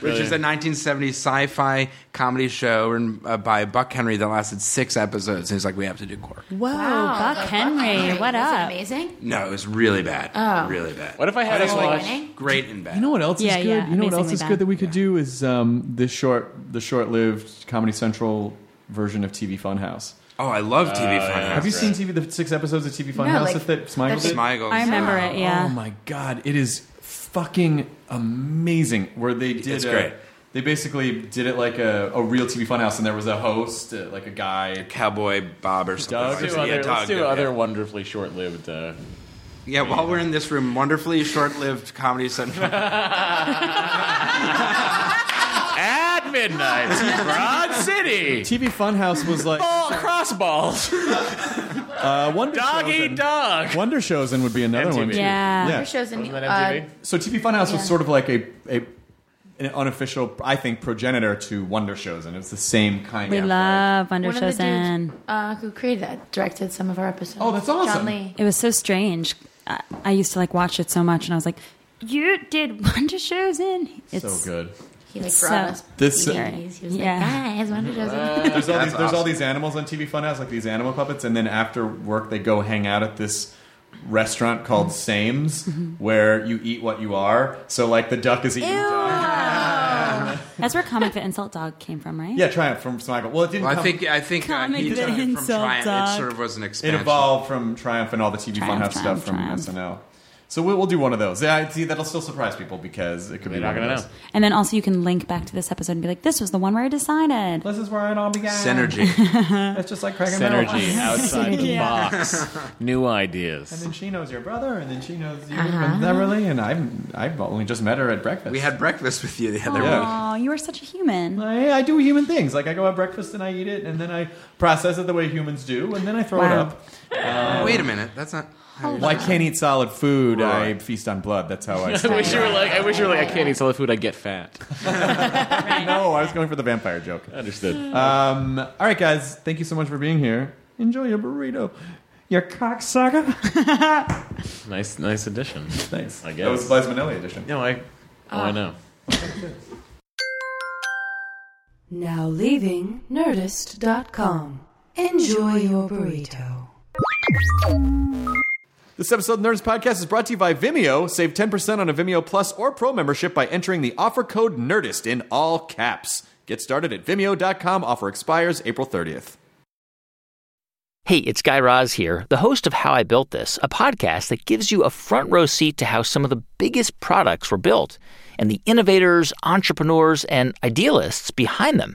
Speaker 7: which is a 1970s sci-fi comedy show and, uh, by Buck Henry that lasted six episodes. He's like, we have to do Quark.
Speaker 8: Whoa, Buck Henry. What
Speaker 2: Was it
Speaker 8: up?
Speaker 2: amazing.
Speaker 7: No, it was really bad. Really bad.
Speaker 6: What if I had us watch?
Speaker 2: Winning?
Speaker 7: Great and bad.
Speaker 4: you know what else
Speaker 8: Yeah,
Speaker 4: is good?
Speaker 8: yeah,
Speaker 4: you know what else
Speaker 8: amazingly
Speaker 4: is
Speaker 8: bad.
Speaker 4: good that we could do is um, this short, the short-lived Comedy Central version of TV Funhouse.
Speaker 7: oh, I love TV
Speaker 6: Uh,
Speaker 7: Funhouse.
Speaker 4: Have you seen TV the six episodes of TV Funhouse
Speaker 2: like,
Speaker 4: that, that Smigel
Speaker 2: that's-
Speaker 4: did?
Speaker 7: Smigel?
Speaker 8: I remember it,
Speaker 4: Oh
Speaker 8: yeah.
Speaker 4: my god, it is fucking amazing. Where they did
Speaker 7: It's
Speaker 4: a-
Speaker 7: great.
Speaker 4: They basically did it like a, a real TV Funhouse, and there was a host, uh, like a guy.
Speaker 7: Cowboy Bob or something.
Speaker 4: Doug?
Speaker 7: like that. yeah,
Speaker 6: Let's do uh, other, let's
Speaker 7: Doug,
Speaker 6: do
Speaker 7: yeah.
Speaker 6: other wonderfully short-lived. Uh,
Speaker 7: Yeah, while we're in this room, wonderfully short-lived Comedy
Speaker 6: (laughs)
Speaker 7: Central.
Speaker 6: at midnight, (laughs) Broad City.
Speaker 4: TV Funhouse was like
Speaker 6: Ball, (laughs) crossballs,
Speaker 4: (laughs) uh, Wonder
Speaker 6: dog
Speaker 4: Shows
Speaker 6: eat
Speaker 4: and-
Speaker 6: dog.
Speaker 4: Wonder shows and would be another one.
Speaker 6: MTV.
Speaker 4: too.
Speaker 8: Yeah.
Speaker 4: Yeah.
Speaker 2: Her shows in
Speaker 6: Wasn't that MTV?
Speaker 2: uh,
Speaker 4: So TV Funhouse was sort of like a, a an unofficial, I think, progenitor to Wonder shows, and it's the same kind
Speaker 8: We
Speaker 4: of.
Speaker 8: love
Speaker 2: one of the
Speaker 8: Undershows and
Speaker 2: dudes uh, who created that directed some of our episodes.
Speaker 4: Oh, that's awesome.
Speaker 2: John Lee.
Speaker 8: it was so strange. I, (laughs) I used to like watch it so much and I was like, you did Wonder Shows in. It's
Speaker 4: so good.
Speaker 2: He like
Speaker 8: It's
Speaker 2: brought
Speaker 8: so-
Speaker 2: us
Speaker 4: This- uh,
Speaker 2: Beignets. He was
Speaker 8: Yeah.
Speaker 2: like, guys, why don't you just-"
Speaker 4: There's all, these, there's all these animals on TV Funhouse, like these animal puppets, and then after work they go hang out at this restaurant called Sames, where you eat what you are. So like the duck is eating. Duck.
Speaker 8: That's where Comic Fit Insult Dog came from, right?
Speaker 4: Yeah, Triumph from Smigel. Well, it didn't.
Speaker 7: Well, I
Speaker 4: come-
Speaker 7: think I think uh,
Speaker 8: Comic
Speaker 7: he took it from
Speaker 8: insult
Speaker 7: Triumph. It
Speaker 8: dog.
Speaker 7: sort of was an
Speaker 4: it
Speaker 7: expansion.
Speaker 4: evolved from Triumph and all the TV
Speaker 8: Triumph,
Speaker 4: Funhouse stuff
Speaker 8: Triumph,
Speaker 4: from
Speaker 8: Triumph.
Speaker 4: SNL. So we'll, we'll do one of those. Yeah, I see that'll still surprise people because it could be
Speaker 6: They're not
Speaker 4: one of
Speaker 6: gonna
Speaker 4: those.
Speaker 6: know.
Speaker 8: And then also you can link back to this episode and be like, this was the one where I decided.
Speaker 4: This is where it all began.
Speaker 7: Synergy.
Speaker 4: It's just like Craig and
Speaker 6: Synergy
Speaker 4: (laughs)
Speaker 6: outside the box, new ideas. (laughs)
Speaker 4: And she knows your brother, and then she knows you, and Beverly, and I've I've only just met her at breakfast.
Speaker 7: we had breakfast with you the other week.
Speaker 8: Oh, you are such a human.
Speaker 4: I, I do human things. Like I go have breakfast and I eat it, and then I process it the way humans do, and then I throw
Speaker 8: Wow.
Speaker 4: it up.
Speaker 7: Wait a minute, that's not.
Speaker 4: Well, I can't eat solid food. I
Speaker 7: Right.
Speaker 4: feast on blood. That's how I. (laughs)
Speaker 6: I wish you were like, I wish you were like, I can't eat solid food. I get fat.
Speaker 4: no, I was going for the vampire joke.
Speaker 6: Understood.
Speaker 4: Um, all right, guys. Thank you so much for being here. Enjoy your burrito. Your cocksucker.
Speaker 6: Nice, nice addition.
Speaker 4: Thanks.
Speaker 6: I
Speaker 4: That was Liz
Speaker 6: guess.
Speaker 4: Minnelli edition.
Speaker 6: No, I. Oh, I know.
Speaker 13: Now leaving Nerdist.com. Enjoy your burrito.
Speaker 4: This episode of the Nerdist Podcast is brought to you by Vimeo. Save 10% on a Vimeo Plus or Pro membership by entering the offer code NERDIST in all caps. Get started at Vimeo.com. Offer expires April 30th.
Speaker 14: Hey, it's Guy Raz here, the host of How I Built This, a podcast that gives you a front row seat to how some of the biggest products were built and the innovators, entrepreneurs, and idealists behind them.